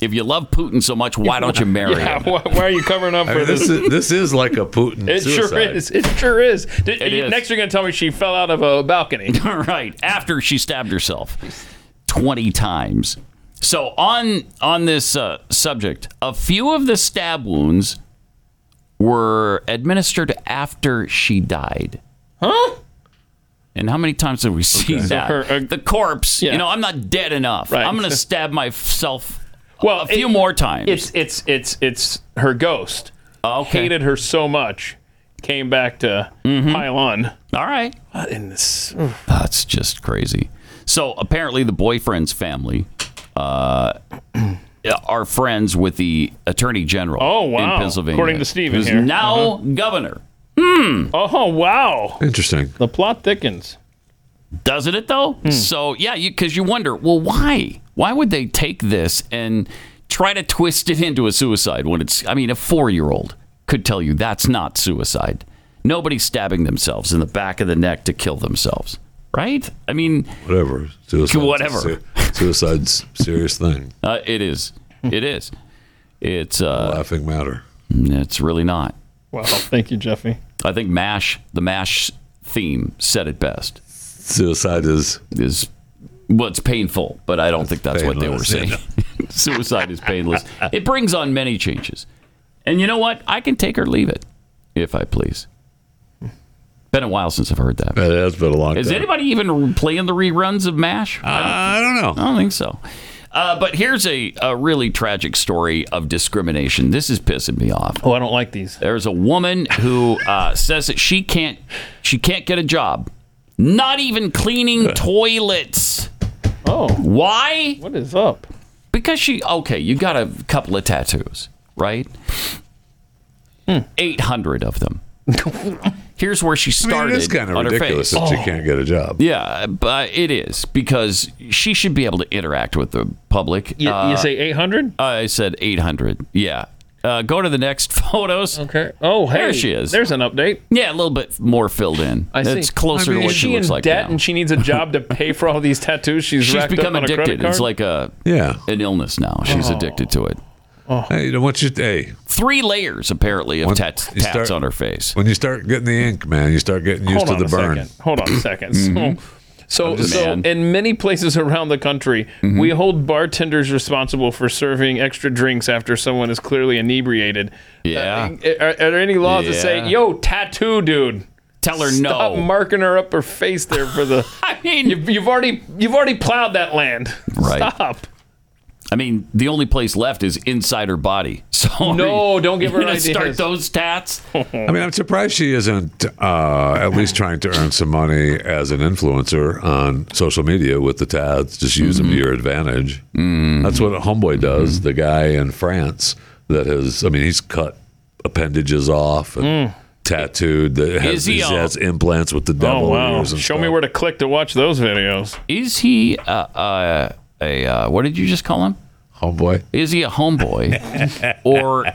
Speaker 3: If you love Putin so much, why don't you marry
Speaker 5: Yeah,
Speaker 3: him?
Speaker 5: why, why are you covering up
Speaker 4: I
Speaker 5: for
Speaker 4: mean, this is this is like a Putin
Speaker 5: It sure
Speaker 4: suicide.
Speaker 5: is. It sure is. Did-
Speaker 3: It
Speaker 5: you-
Speaker 3: is.
Speaker 5: Next, you're going to tell me she fell out of a balcony.
Speaker 3: right after she stabbed herself 20 times so on on this uh, subject a few of the stab wounds were administered after she died
Speaker 5: huh
Speaker 3: and how many times did we see
Speaker 5: So
Speaker 3: that
Speaker 5: her- uh,
Speaker 3: the corpse
Speaker 5: Yeah.
Speaker 3: you know i'm not dead enough
Speaker 5: Right. Oh,
Speaker 3: i'm gonna stab myself
Speaker 5: Well,
Speaker 3: a few more times
Speaker 5: It's it's it's it's her ghost.
Speaker 3: Oh, okay. Mm-hmm.
Speaker 5: Hated her so much, came back to pile on.
Speaker 3: All right.
Speaker 5: In this,
Speaker 3: That's just crazy. So apparently, the boyfriend's family uh, are friends with the attorney general.
Speaker 5: Oh, wow.
Speaker 3: In Pennsylvania,
Speaker 5: According to Stephen
Speaker 3: who's
Speaker 5: here. Uh-huh.
Speaker 3: now governor.
Speaker 5: oh wow,
Speaker 4: interesting.
Speaker 5: The plot thickens.
Speaker 3: Doesn't it though?
Speaker 5: Hmm.
Speaker 3: So yeah, because you, wonder, well, why? Why would they take this and try to twist it into a suicide when it's? I mean, a four-year-old could tell you that's not suicide. Nobody's stabbing themselves in the back of the neck to kill themselves, right? I mean,
Speaker 4: Whatever. Suicide's
Speaker 3: Whatever.
Speaker 4: a se- Suicide's a serious thing.
Speaker 3: Uh, it is.
Speaker 4: Hmm.
Speaker 3: It is. It's uh,
Speaker 4: laughing matter.
Speaker 3: It's really not.
Speaker 5: Wow, thank you, Jeffy.
Speaker 3: I think Mash, the Mash theme, said it best.
Speaker 4: Suicide is
Speaker 3: is well, it's painful, but I don't think that's what they were saying.
Speaker 4: painless,
Speaker 3: Suicide is painless. It brings on many changes, and you know what? I can take or leave it if I please. Been a while since I've heard that.
Speaker 4: It has been a long
Speaker 3: Is
Speaker 4: time.
Speaker 3: anybody even playing the reruns of MASH? I
Speaker 4: don't know.
Speaker 3: I don't think so. Uh, but here's a, a really tragic story of discrimination. This is pissing me off.
Speaker 5: Oh, I don't like these.
Speaker 3: There's a woman who uh, says that she can't she can't get a job, not even cleaning toilets.
Speaker 5: Oh,
Speaker 3: why?
Speaker 5: What is up?
Speaker 3: Because she okay, you got a couple of tattoos, right? Eight hundred of them. Here's where she
Speaker 4: I mean,
Speaker 3: started
Speaker 4: it is kind of
Speaker 3: on
Speaker 4: ridiculous
Speaker 3: her
Speaker 4: that
Speaker 3: face.
Speaker 4: she can't get a job.
Speaker 3: Yeah, but it is because she should be able to interact with the public. Uh,
Speaker 5: You, you say 800?
Speaker 3: I said 800. Yeah. Uh, go to the next photos.
Speaker 5: Okay. Oh, hey.
Speaker 3: There she is.
Speaker 5: There's an update.
Speaker 3: Yeah, a little bit more filled in.
Speaker 5: I see.
Speaker 3: It's closer to what
Speaker 5: Is she
Speaker 3: she looks
Speaker 5: in
Speaker 3: like
Speaker 5: debt
Speaker 3: now.
Speaker 5: and she needs a job to pay for all these tattoos she's
Speaker 3: She's
Speaker 5: racked
Speaker 3: become
Speaker 5: up on a credit
Speaker 3: addicted.
Speaker 5: card? Oh.
Speaker 3: It's like a
Speaker 4: yeah
Speaker 3: an illness now. She's addicted to it.
Speaker 4: Hey, you know what you hey?
Speaker 3: Three layers apparently of tats,
Speaker 4: you
Speaker 3: tats
Speaker 4: start-
Speaker 3: on her face.
Speaker 4: When you start getting the ink, man, you start getting used
Speaker 5: Hold on
Speaker 4: to the
Speaker 5: a
Speaker 4: burn.
Speaker 5: second. Hold on a 2nd
Speaker 3: Mm-hmm.
Speaker 4: Mhm.
Speaker 5: So,
Speaker 4: I'm just-
Speaker 5: so
Speaker 4: Man.
Speaker 5: in many places around the country,
Speaker 3: Mm-hmm.
Speaker 5: we hold bartenders responsible for serving extra drinks after someone is clearly inebriated. Uh,
Speaker 3: Yeah.
Speaker 5: Are, are there any laws that say,
Speaker 3: Yeah.
Speaker 5: "Yo, tattoo dude,
Speaker 3: tell her
Speaker 5: Stop
Speaker 3: no."
Speaker 5: marking her up her face there for the." I mean, you've, you've already you've already plowed that land.
Speaker 3: Right.
Speaker 5: Stop.
Speaker 3: I mean, the only place left is inside her body. So
Speaker 5: No, don't give her
Speaker 3: you gonna
Speaker 5: ideas.
Speaker 3: Start those tats.
Speaker 4: I mean, I'm surprised she isn't uh, at least trying to earn some money as an influencer on social media with the tabs. Just use
Speaker 3: Mm-hmm.
Speaker 4: them to your advantage. That's what Homeboy does. The guy in France that has, I mean, he's cut appendages off and
Speaker 5: Mm.
Speaker 4: tattooed. That has,
Speaker 5: Is he
Speaker 4: he
Speaker 5: a-
Speaker 4: has implants with the devil.
Speaker 5: oh wow!
Speaker 4: ears
Speaker 5: Show
Speaker 4: and
Speaker 5: me where to click to watch those videos.
Speaker 3: Is he uh, uh, a uh, what did you just call him?
Speaker 4: Homeboy.
Speaker 3: Is he a homeboy or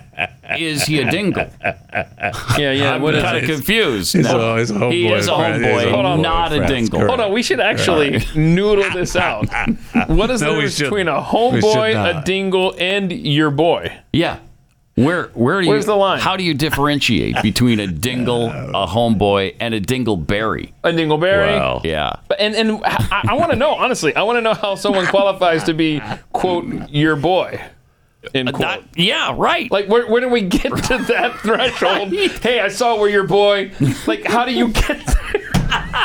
Speaker 3: is he a dingle?
Speaker 5: Yeah, yeah.
Speaker 3: I'm
Speaker 5: what is
Speaker 3: kind
Speaker 5: it?
Speaker 3: of confused.
Speaker 5: He's
Speaker 3: now.
Speaker 5: a- he's a homeboy
Speaker 3: he is a
Speaker 5: in France. He's a
Speaker 3: homeboy,
Speaker 5: homeboy in
Speaker 3: not a
Speaker 5: France.
Speaker 3: dingle.
Speaker 5: Hold on, we should actually noodle this out. What is
Speaker 3: No,
Speaker 5: the
Speaker 3: we
Speaker 5: difference
Speaker 3: shouldn't.
Speaker 5: between a
Speaker 3: We should
Speaker 5: homeboy, a
Speaker 3: not.
Speaker 5: dingle, and your boy?
Speaker 3: Yeah. Where where do you
Speaker 5: Where's the line?
Speaker 3: How do you differentiate between a dingle, a homeboy, and a dingleberry?
Speaker 5: A dingleberry.
Speaker 3: Yeah.
Speaker 5: But- And and I, I want to know honestly. I want to know how someone qualifies to be quote your boy. In quote.
Speaker 3: yeah, right.
Speaker 5: Like where, where do we get to that threshold? Hey, I saw where your boy. Like how do you get?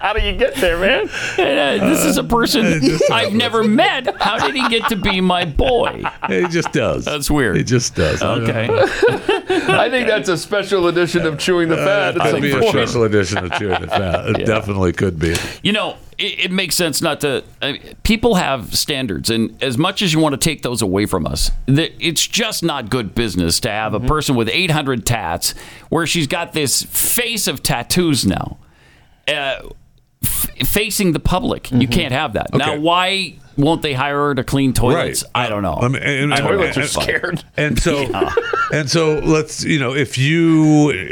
Speaker 5: How do you get there, man?
Speaker 3: Uh, this is a person I've never met. How did he get to be my boy?
Speaker 4: It just does.
Speaker 3: That's weird. It
Speaker 4: just uh, does.
Speaker 3: Okay.
Speaker 5: I think that's a special edition of Chewing the
Speaker 3: Uh,
Speaker 5: Fat.
Speaker 4: Could
Speaker 5: It's like
Speaker 4: be a
Speaker 5: boy.
Speaker 4: special edition of Chewing the Fat. It
Speaker 3: Yeah.
Speaker 4: definitely could be.
Speaker 3: You know, it, it makes sense not to. I mean, people have standards, and as much as you want to take those away from us, th it's just not good business to have a person with 800 tats where she's got this face of tattoos now, uh, f- facing the public. You can't have that. Now,
Speaker 4: Okay.
Speaker 3: why won't they hire her to clean toilets? I don't know.
Speaker 4: Let me- and- and-
Speaker 3: Toilets are
Speaker 4: and-
Speaker 3: scared.
Speaker 4: And so, and so, let's you know, if you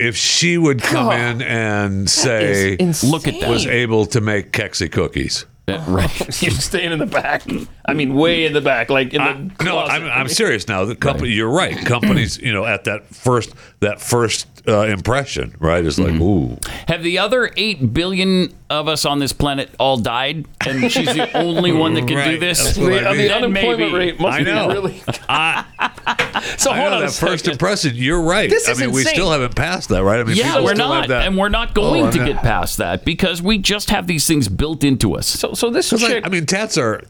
Speaker 4: if she would come in and say,
Speaker 5: is Look at insane. that.
Speaker 4: was able to make kexi cookies,
Speaker 3: right?
Speaker 5: You're staying in the back. I mean, way in the back, like in the.
Speaker 4: Uh, No,
Speaker 5: closet.
Speaker 4: I'm, I'm serious now. The company, you're right. Companies, you know, at that first that first uh, impression, right, is
Speaker 3: Mm-hmm.
Speaker 4: like, ooh,
Speaker 3: Have the other 8 billion of us on this planet all died? And she's the only one that can do
Speaker 4: Right,
Speaker 3: this?
Speaker 4: that's what I The- mean. the
Speaker 3: Then
Speaker 5: unemployment
Speaker 3: maybe-
Speaker 5: rate must
Speaker 4: I be know.
Speaker 5: really-
Speaker 3: so
Speaker 4: I
Speaker 3: hold
Speaker 4: know
Speaker 3: on a
Speaker 4: that first
Speaker 3: second.
Speaker 4: impression. You're right.
Speaker 3: This
Speaker 4: I
Speaker 3: is
Speaker 4: mean, we
Speaker 3: insane.
Speaker 4: still haven't passed that, right? I mean,
Speaker 3: yeah,
Speaker 4: people
Speaker 3: we're
Speaker 4: still have
Speaker 3: not,
Speaker 4: that-
Speaker 3: and we're not going
Speaker 4: Oh, I
Speaker 3: to
Speaker 4: know.
Speaker 3: get past that because we just have these things built into us. So,
Speaker 5: so this
Speaker 4: Because, like, I mean, tats are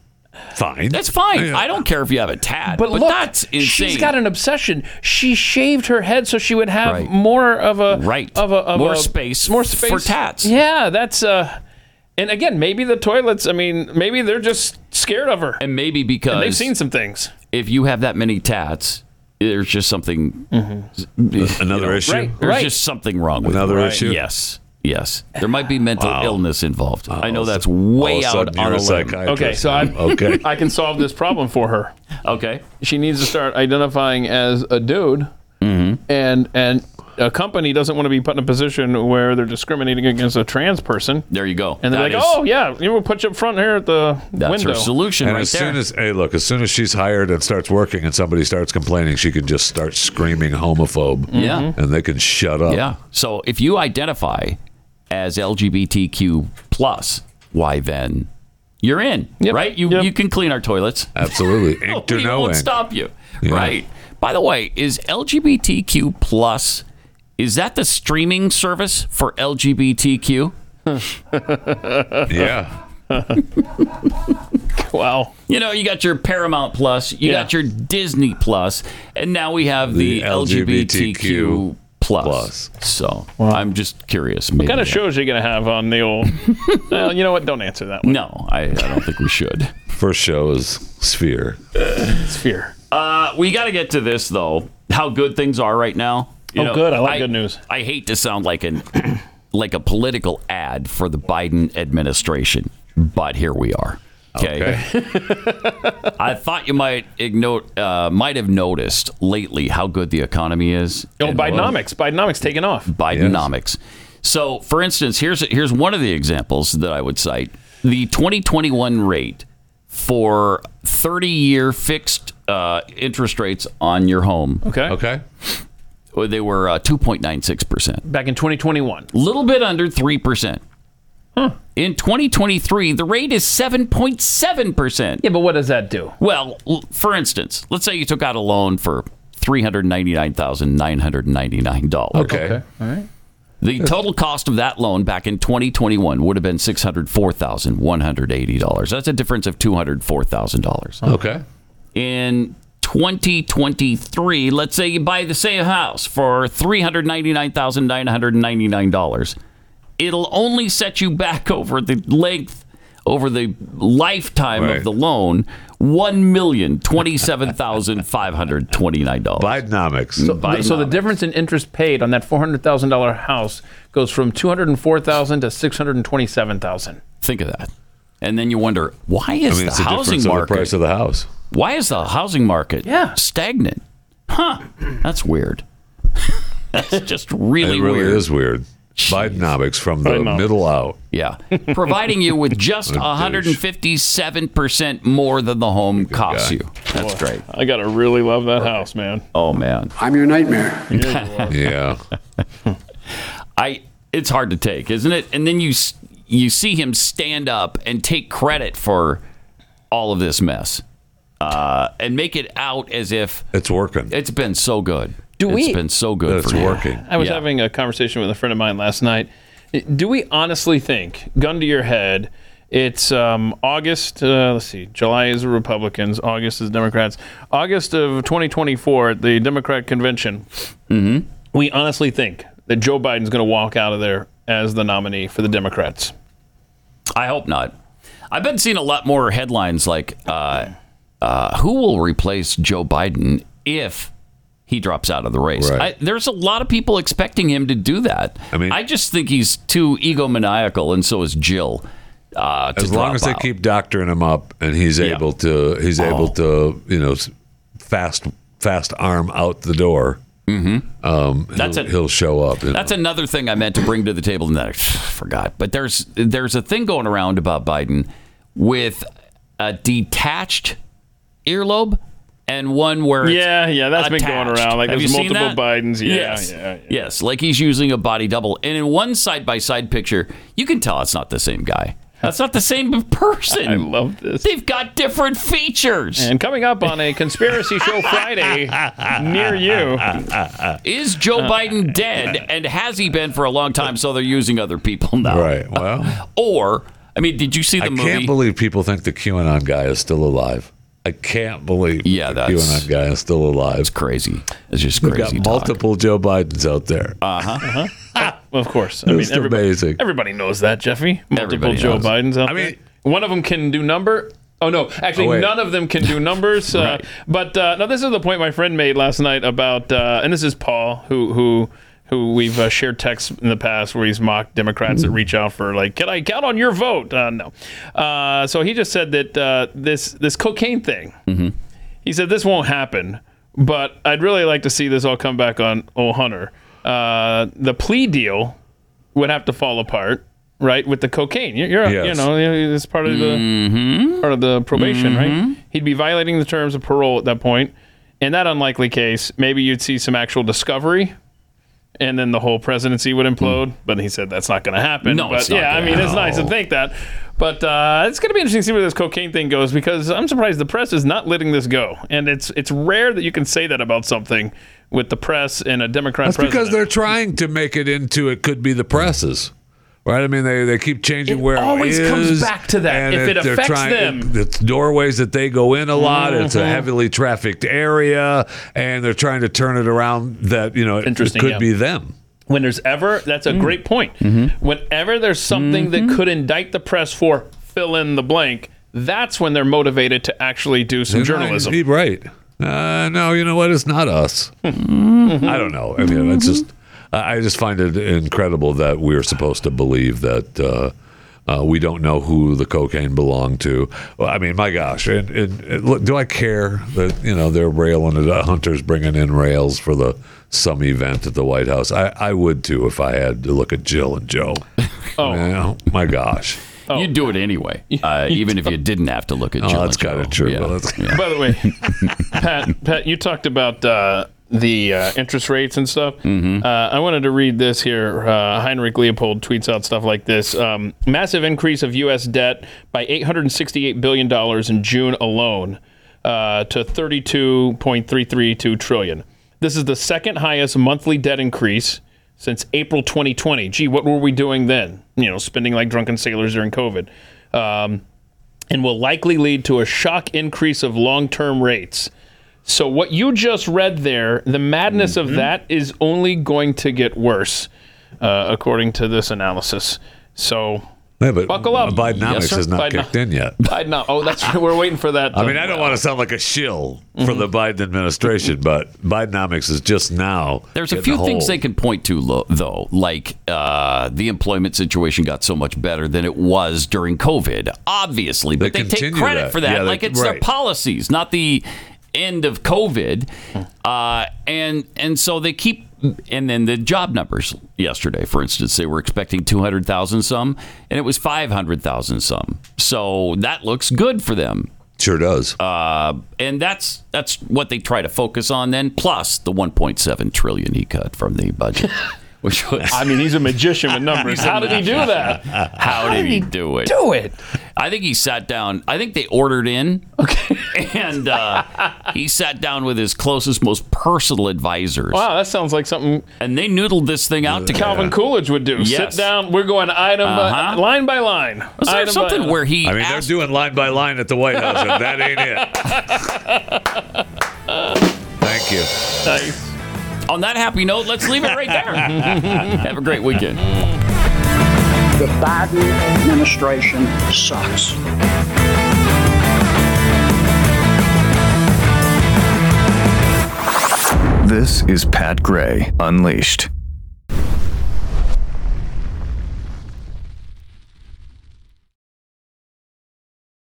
Speaker 4: fine.
Speaker 3: that's fine. I don't care if you have a tat, but,
Speaker 5: But look,
Speaker 3: that's insane.
Speaker 5: she's got an obsession. She shaved her head so she would have
Speaker 3: Right.
Speaker 5: more of a
Speaker 3: Right.
Speaker 5: of a of
Speaker 3: More
Speaker 5: a-
Speaker 3: space
Speaker 5: more
Speaker 3: f-
Speaker 5: space
Speaker 3: for tats.
Speaker 5: Yeah, that's uh, and again, maybe the toilets. I mean, maybe they're just scared of her.
Speaker 3: and maybe because
Speaker 5: they've seen some things.
Speaker 3: if you have that many tats, there's just something.
Speaker 4: Another issue?
Speaker 5: Right,
Speaker 3: there's
Speaker 5: right.
Speaker 3: just something wrong with
Speaker 4: Another
Speaker 3: it.
Speaker 4: issue?
Speaker 3: Yes. Yes. There might be mental illness involved. I know that's
Speaker 4: all
Speaker 3: way
Speaker 4: of a
Speaker 3: out
Speaker 4: sudden
Speaker 3: on
Speaker 4: you're
Speaker 3: a
Speaker 4: a
Speaker 3: limb.
Speaker 4: psychiatrist.
Speaker 5: Okay, so I'm
Speaker 4: Okay.
Speaker 5: I can solve this problem for her.
Speaker 3: Okay.
Speaker 5: She needs to start identifying as a dude, and and a company doesn't want to be put in a position where they're discriminating against a trans person.
Speaker 3: There you go.
Speaker 5: And they're
Speaker 3: That
Speaker 5: like,
Speaker 3: is-
Speaker 5: "Oh yeah, you will put you up front here at the
Speaker 3: That's
Speaker 5: window."
Speaker 3: her solution
Speaker 4: and
Speaker 3: right
Speaker 4: as
Speaker 3: there.
Speaker 4: soon as hey, look, as soon as she's hired and starts working, and somebody starts complaining, she can just start screaming homophobe.
Speaker 3: Yeah. Mm-hmm.
Speaker 4: and they can shut up.
Speaker 3: Yeah. So if you identify as LGBTQ plus, why then you're in, right? You you can clean our toilets.
Speaker 4: Absolutely, inked or
Speaker 3: We
Speaker 4: no
Speaker 3: won't
Speaker 4: ink.
Speaker 3: stop Oh, you,
Speaker 4: Yeah.
Speaker 3: right? By the way, is LGBTQ plus is that the streaming service for LGBTQ?
Speaker 4: Yeah.
Speaker 5: wow.
Speaker 3: You know, you got your Paramount Plus, you got your Disney Plus, and now we have the,
Speaker 4: The
Speaker 3: LGBTQ,
Speaker 4: LGBTQ
Speaker 3: plus. So I'm just curious.
Speaker 5: What kind of shows are you gonna have on the old? well, you know what? Don't answer that one.
Speaker 3: No, I, I don't think we should.
Speaker 4: First show is Sphere.
Speaker 5: Sphere.
Speaker 3: Uh, we got to get to this though. How good things are right now. You
Speaker 5: Oh,
Speaker 3: know,
Speaker 5: good. I like good news.
Speaker 3: I hate to sound like an like a political ad for the Biden administration, but here we are. Okay. I thought you might igno- uh, might have noticed lately how good the economy is.
Speaker 5: Oh,
Speaker 3: And, well,
Speaker 5: Bidenomics. Bidenomics taking off.
Speaker 3: Bidenomics. So, for instance, here's here's one of the examples that I would cite: the 2021 rate for 30-year fixed uh, interest rates on your home.
Speaker 5: Okay.
Speaker 3: Okay. They were uh, 2.96 percent
Speaker 5: Back in 2021.
Speaker 3: little bit under 3%. In 2023, the rate is 7.7%.
Speaker 5: Yeah, but what does that do?
Speaker 3: Well, l- for instance, let's say you took out a loan for $399,999.
Speaker 5: Okay. All right.
Speaker 3: The total cost of that loan back in 2021 would have been $604,180. That's a difference of $204,000.
Speaker 17: Okay.
Speaker 3: In 2023, let's say you buy the same house for $399,999. It'll only set you back over the length over the lifetime of the loan $1,027,529. Bidenomics.
Speaker 5: So, so the difference in interest paid on that four hundred thousand dollar house goes from two hundred and four thousand to six hundred and twenty seven thousand.
Speaker 3: Think of that. And then you wonder, why is
Speaker 4: I mean, it's
Speaker 3: the
Speaker 4: the
Speaker 3: housing
Speaker 4: difference of the
Speaker 3: market
Speaker 4: price of the house?
Speaker 3: Why is the housing market
Speaker 5: Yeah.
Speaker 3: stagnant? Huh. That's weird. That's just really
Speaker 4: it really
Speaker 3: weird.
Speaker 4: is weird. Bidenomics from the
Speaker 3: Bidenomics.
Speaker 4: middle out.
Speaker 3: Yeah. Providing you with just
Speaker 4: What a douche.
Speaker 3: 157% more than the home costs you. That's great.
Speaker 5: I gotta really love that house, man.
Speaker 3: Oh man.
Speaker 6: I'm your nightmare.
Speaker 3: yeah. I it's hard to take, isn't it? And then you s- you see him stand up and take credit for all of this mess. Uh, and make it out as if
Speaker 4: it's working.
Speaker 3: It's been so good.
Speaker 5: Do we-
Speaker 3: It's been so good. for him.
Speaker 5: I was
Speaker 3: Yeah.
Speaker 5: having a conversation with a friend of mine last night. Do we honestly think, gun to your head, it's um, August, uh, let's see, July is Republicans, August is Democrats. August of 2024 at the Democrat convention, we honestly think that Joe Biden's going to walk out of there as the nominee for the Democrats.
Speaker 3: I hope not. I've been seeing a lot more headlines like uh, uh, "Who will replace Joe Biden if he drops out of the race?" I, there's a lot of people expecting him to do that. I mean, I just think he's too egomaniacal, and so is Jill. Uh, to
Speaker 4: As long
Speaker 3: drop
Speaker 4: as they
Speaker 3: out.
Speaker 4: keep doctoring him up and he's
Speaker 3: Yeah. Oh.
Speaker 4: able to he's able to, you know, s- fast fast arm out the door. Mm-hmm. Um,
Speaker 3: That's
Speaker 4: he'll,
Speaker 3: an-
Speaker 4: he'll show up. you know.
Speaker 3: That's another thing I meant to bring to the table, and then I forgot. But there's there's a thing going around about Biden with a detached earlobe and one where
Speaker 5: Yeah,
Speaker 3: it's
Speaker 5: yeah, that's been going
Speaker 3: attached.
Speaker 5: around. Like,
Speaker 3: Have
Speaker 5: there's
Speaker 3: you seen
Speaker 5: multiple
Speaker 3: that?
Speaker 5: Bidens. Yeah,
Speaker 3: yes,
Speaker 5: yeah, yeah.
Speaker 3: yes, like he's using a body double, and in one side by side picture, you can tell it's not the same guy. That's not the same person.
Speaker 5: I love this.
Speaker 3: They've got different features.
Speaker 5: And coming up on a conspiracy show Friday near you.
Speaker 3: Is Joe
Speaker 5: Uh,
Speaker 3: Biden dead? And has he been for a long time? So they're using other people now.
Speaker 4: Right. Well.
Speaker 3: or I mean, did you see the
Speaker 4: I
Speaker 3: movie?
Speaker 4: can't believe people think the QAnon guy is still alive. I can't believe yeah, the
Speaker 3: that's-
Speaker 4: QAnon guy is still alive. It's
Speaker 3: crazy. It's just
Speaker 4: We've
Speaker 3: crazy
Speaker 4: got
Speaker 3: talk.
Speaker 4: multiple Joe Bidens out there.
Speaker 3: Uh huh.
Speaker 5: Well, of course. I
Speaker 4: It's
Speaker 5: mean, everybody,
Speaker 4: amazing.
Speaker 5: everybody knows that, Jeffy. Multiple
Speaker 4: Everybody
Speaker 5: Joe
Speaker 4: knows.
Speaker 5: Bidens out I mean, One of them can do number. Oh, no.
Speaker 4: Oh,
Speaker 5: Actually,
Speaker 4: wait.
Speaker 5: none of them can do numbers. uh, but uh, no, this is the point my friend made last night about, uh, and this is Paul, who, who, who we've uh, shared texts in the past where he's mocked Democrats that reach out for like, can I count on your vote? Uh, no. Uh, so he just said that uh, this this cocaine thing. He said this won't happen, but I'd really like to see this all come back on Oh Hunter. Uh, the plea deal would have to fall apart, right? With the cocaine, you're, you're you
Speaker 3: Yes. Mm-hmm.
Speaker 5: know it's part of the part of the probation, right? He'd be violating the terms of parole at that point. In that unlikely case, maybe you'd see some actual discovery. And then the whole presidency would implode, but he said that's not going to happen.
Speaker 3: Mm. No,
Speaker 5: but
Speaker 3: it's not
Speaker 5: yeah, I
Speaker 3: gonna
Speaker 5: mean it's nice
Speaker 4: Oh.
Speaker 5: to
Speaker 3: happen.
Speaker 5: think that, but uh, it's going to be interesting to see where this cocaine thing goes because I'm surprised the press is not letting this go, and it's it's rare that you can say that about something with the press and a Democrat
Speaker 4: That's
Speaker 5: president.
Speaker 4: because they're trying to make it into it could be the presses. Right, I mean, they, they keep changing where
Speaker 5: always
Speaker 4: it
Speaker 5: comes
Speaker 4: is,
Speaker 5: back to that.
Speaker 4: and
Speaker 5: If it
Speaker 4: they're
Speaker 5: affects
Speaker 4: trying-
Speaker 5: them.
Speaker 4: it's doorways that they go in a lot. It's a
Speaker 5: Mhm.
Speaker 4: heavily trafficked area, and they're trying to turn it around. That you know, it,
Speaker 5: Interesting,
Speaker 4: could
Speaker 5: yeah.
Speaker 4: be them.
Speaker 5: when there's ever that's a
Speaker 4: Mm.
Speaker 5: great point
Speaker 4: Mm-hmm.
Speaker 5: whenever there's something that could indict the press for fill in the blank that's when they're motivated to actually do some
Speaker 4: They're not-
Speaker 5: journalism
Speaker 4: right Uh, no, you know what? It's not us. I
Speaker 5: Hmm.
Speaker 4: don't know. I mean, it's just I I just find it incredible that we're supposed to believe that uh, uh, we don't know who the cocaine belonged to. Well, I mean, my gosh, and, and, and look, do I care that you know they're railing it? uh, Hunter's bringing in rails for the some event at the White House. I, I would too if I had to look at Jill and Joe. Oh my gosh.
Speaker 3: You'd do it anyway, uh, even if you didn't have to look at.
Speaker 4: Oh,
Speaker 3: Jill
Speaker 4: that's
Speaker 3: and Joe.
Speaker 4: kinda true,
Speaker 3: Yeah.
Speaker 4: but that's-
Speaker 3: Yeah.
Speaker 5: By the way, Pat, Pat, you talked about uh, the uh, interest rates and stuff. Uh, I wanted to read this here. Uh, Heinrich Leopold tweets out stuff like this: um, massive increase of U.S. debt by 868 billion dollars in June alone uh, to 32.332 trillion. This is the second highest monthly debt increase since April 2020. Gee, what were we doing then? You know, spending like drunken sailors during COVID. Um, and will likely lead to a shock increase of long term rates. So, what you just read there, the madness of that is only going to get worse, uh, according to this analysis. So,
Speaker 4: Yeah, but
Speaker 5: buckle up.
Speaker 4: Bidenomics has not
Speaker 5: Biden-
Speaker 4: kicked in yet.
Speaker 5: Biden- Oh, that's right. We're waiting for that.
Speaker 4: I mean, I don't want to sound like a shill for the
Speaker 3: Mm-hmm.
Speaker 4: Biden administration, but Bidenomics is just now.
Speaker 3: There's a
Speaker 4: getting
Speaker 3: few things
Speaker 4: hold.
Speaker 3: they can point to, lo- though, like uh, the employment situation got so much better than it was during COVID, obviously. But
Speaker 4: They
Speaker 3: they, take
Speaker 4: continue
Speaker 3: credit
Speaker 4: that.
Speaker 3: for that.
Speaker 4: Yeah, they-
Speaker 3: like it's their
Speaker 4: right.
Speaker 3: policies, not the end of COVID. Uh, and, and so they keep, and then the job numbers yesterday, for instance, they were expecting 200,000 some, and it was 500,000 some. So that looks good for them.
Speaker 4: Sure does.
Speaker 3: Uh, and that's that's what they try to focus on then, plus the 1.7 trillion he cut from the budget. Which was,
Speaker 5: I mean, he's a magician with numbers. How did he do that?
Speaker 3: How did he do it?
Speaker 5: do it?
Speaker 3: I think he sat down. I think they ordered in. Okay. And uh, he sat down with his closest, most personal advisors.
Speaker 5: Wow, that sounds like something.
Speaker 3: And they noodled this thing out together.
Speaker 5: Calvin Coolidge would do.
Speaker 3: Yes.
Speaker 5: Sit down. We're going item
Speaker 3: Uh-huh.
Speaker 5: by, line by line.
Speaker 3: Was there
Speaker 5: Item by
Speaker 3: something
Speaker 5: item.
Speaker 3: where he
Speaker 4: I mean, they're doing line by line at the White House, and that ain't it. Thank you.
Speaker 3: On that happy note, let's leave it right there. Have a great weekend.
Speaker 10: The Biden administration sucks.
Speaker 14: This is Pat Gray Unleashed.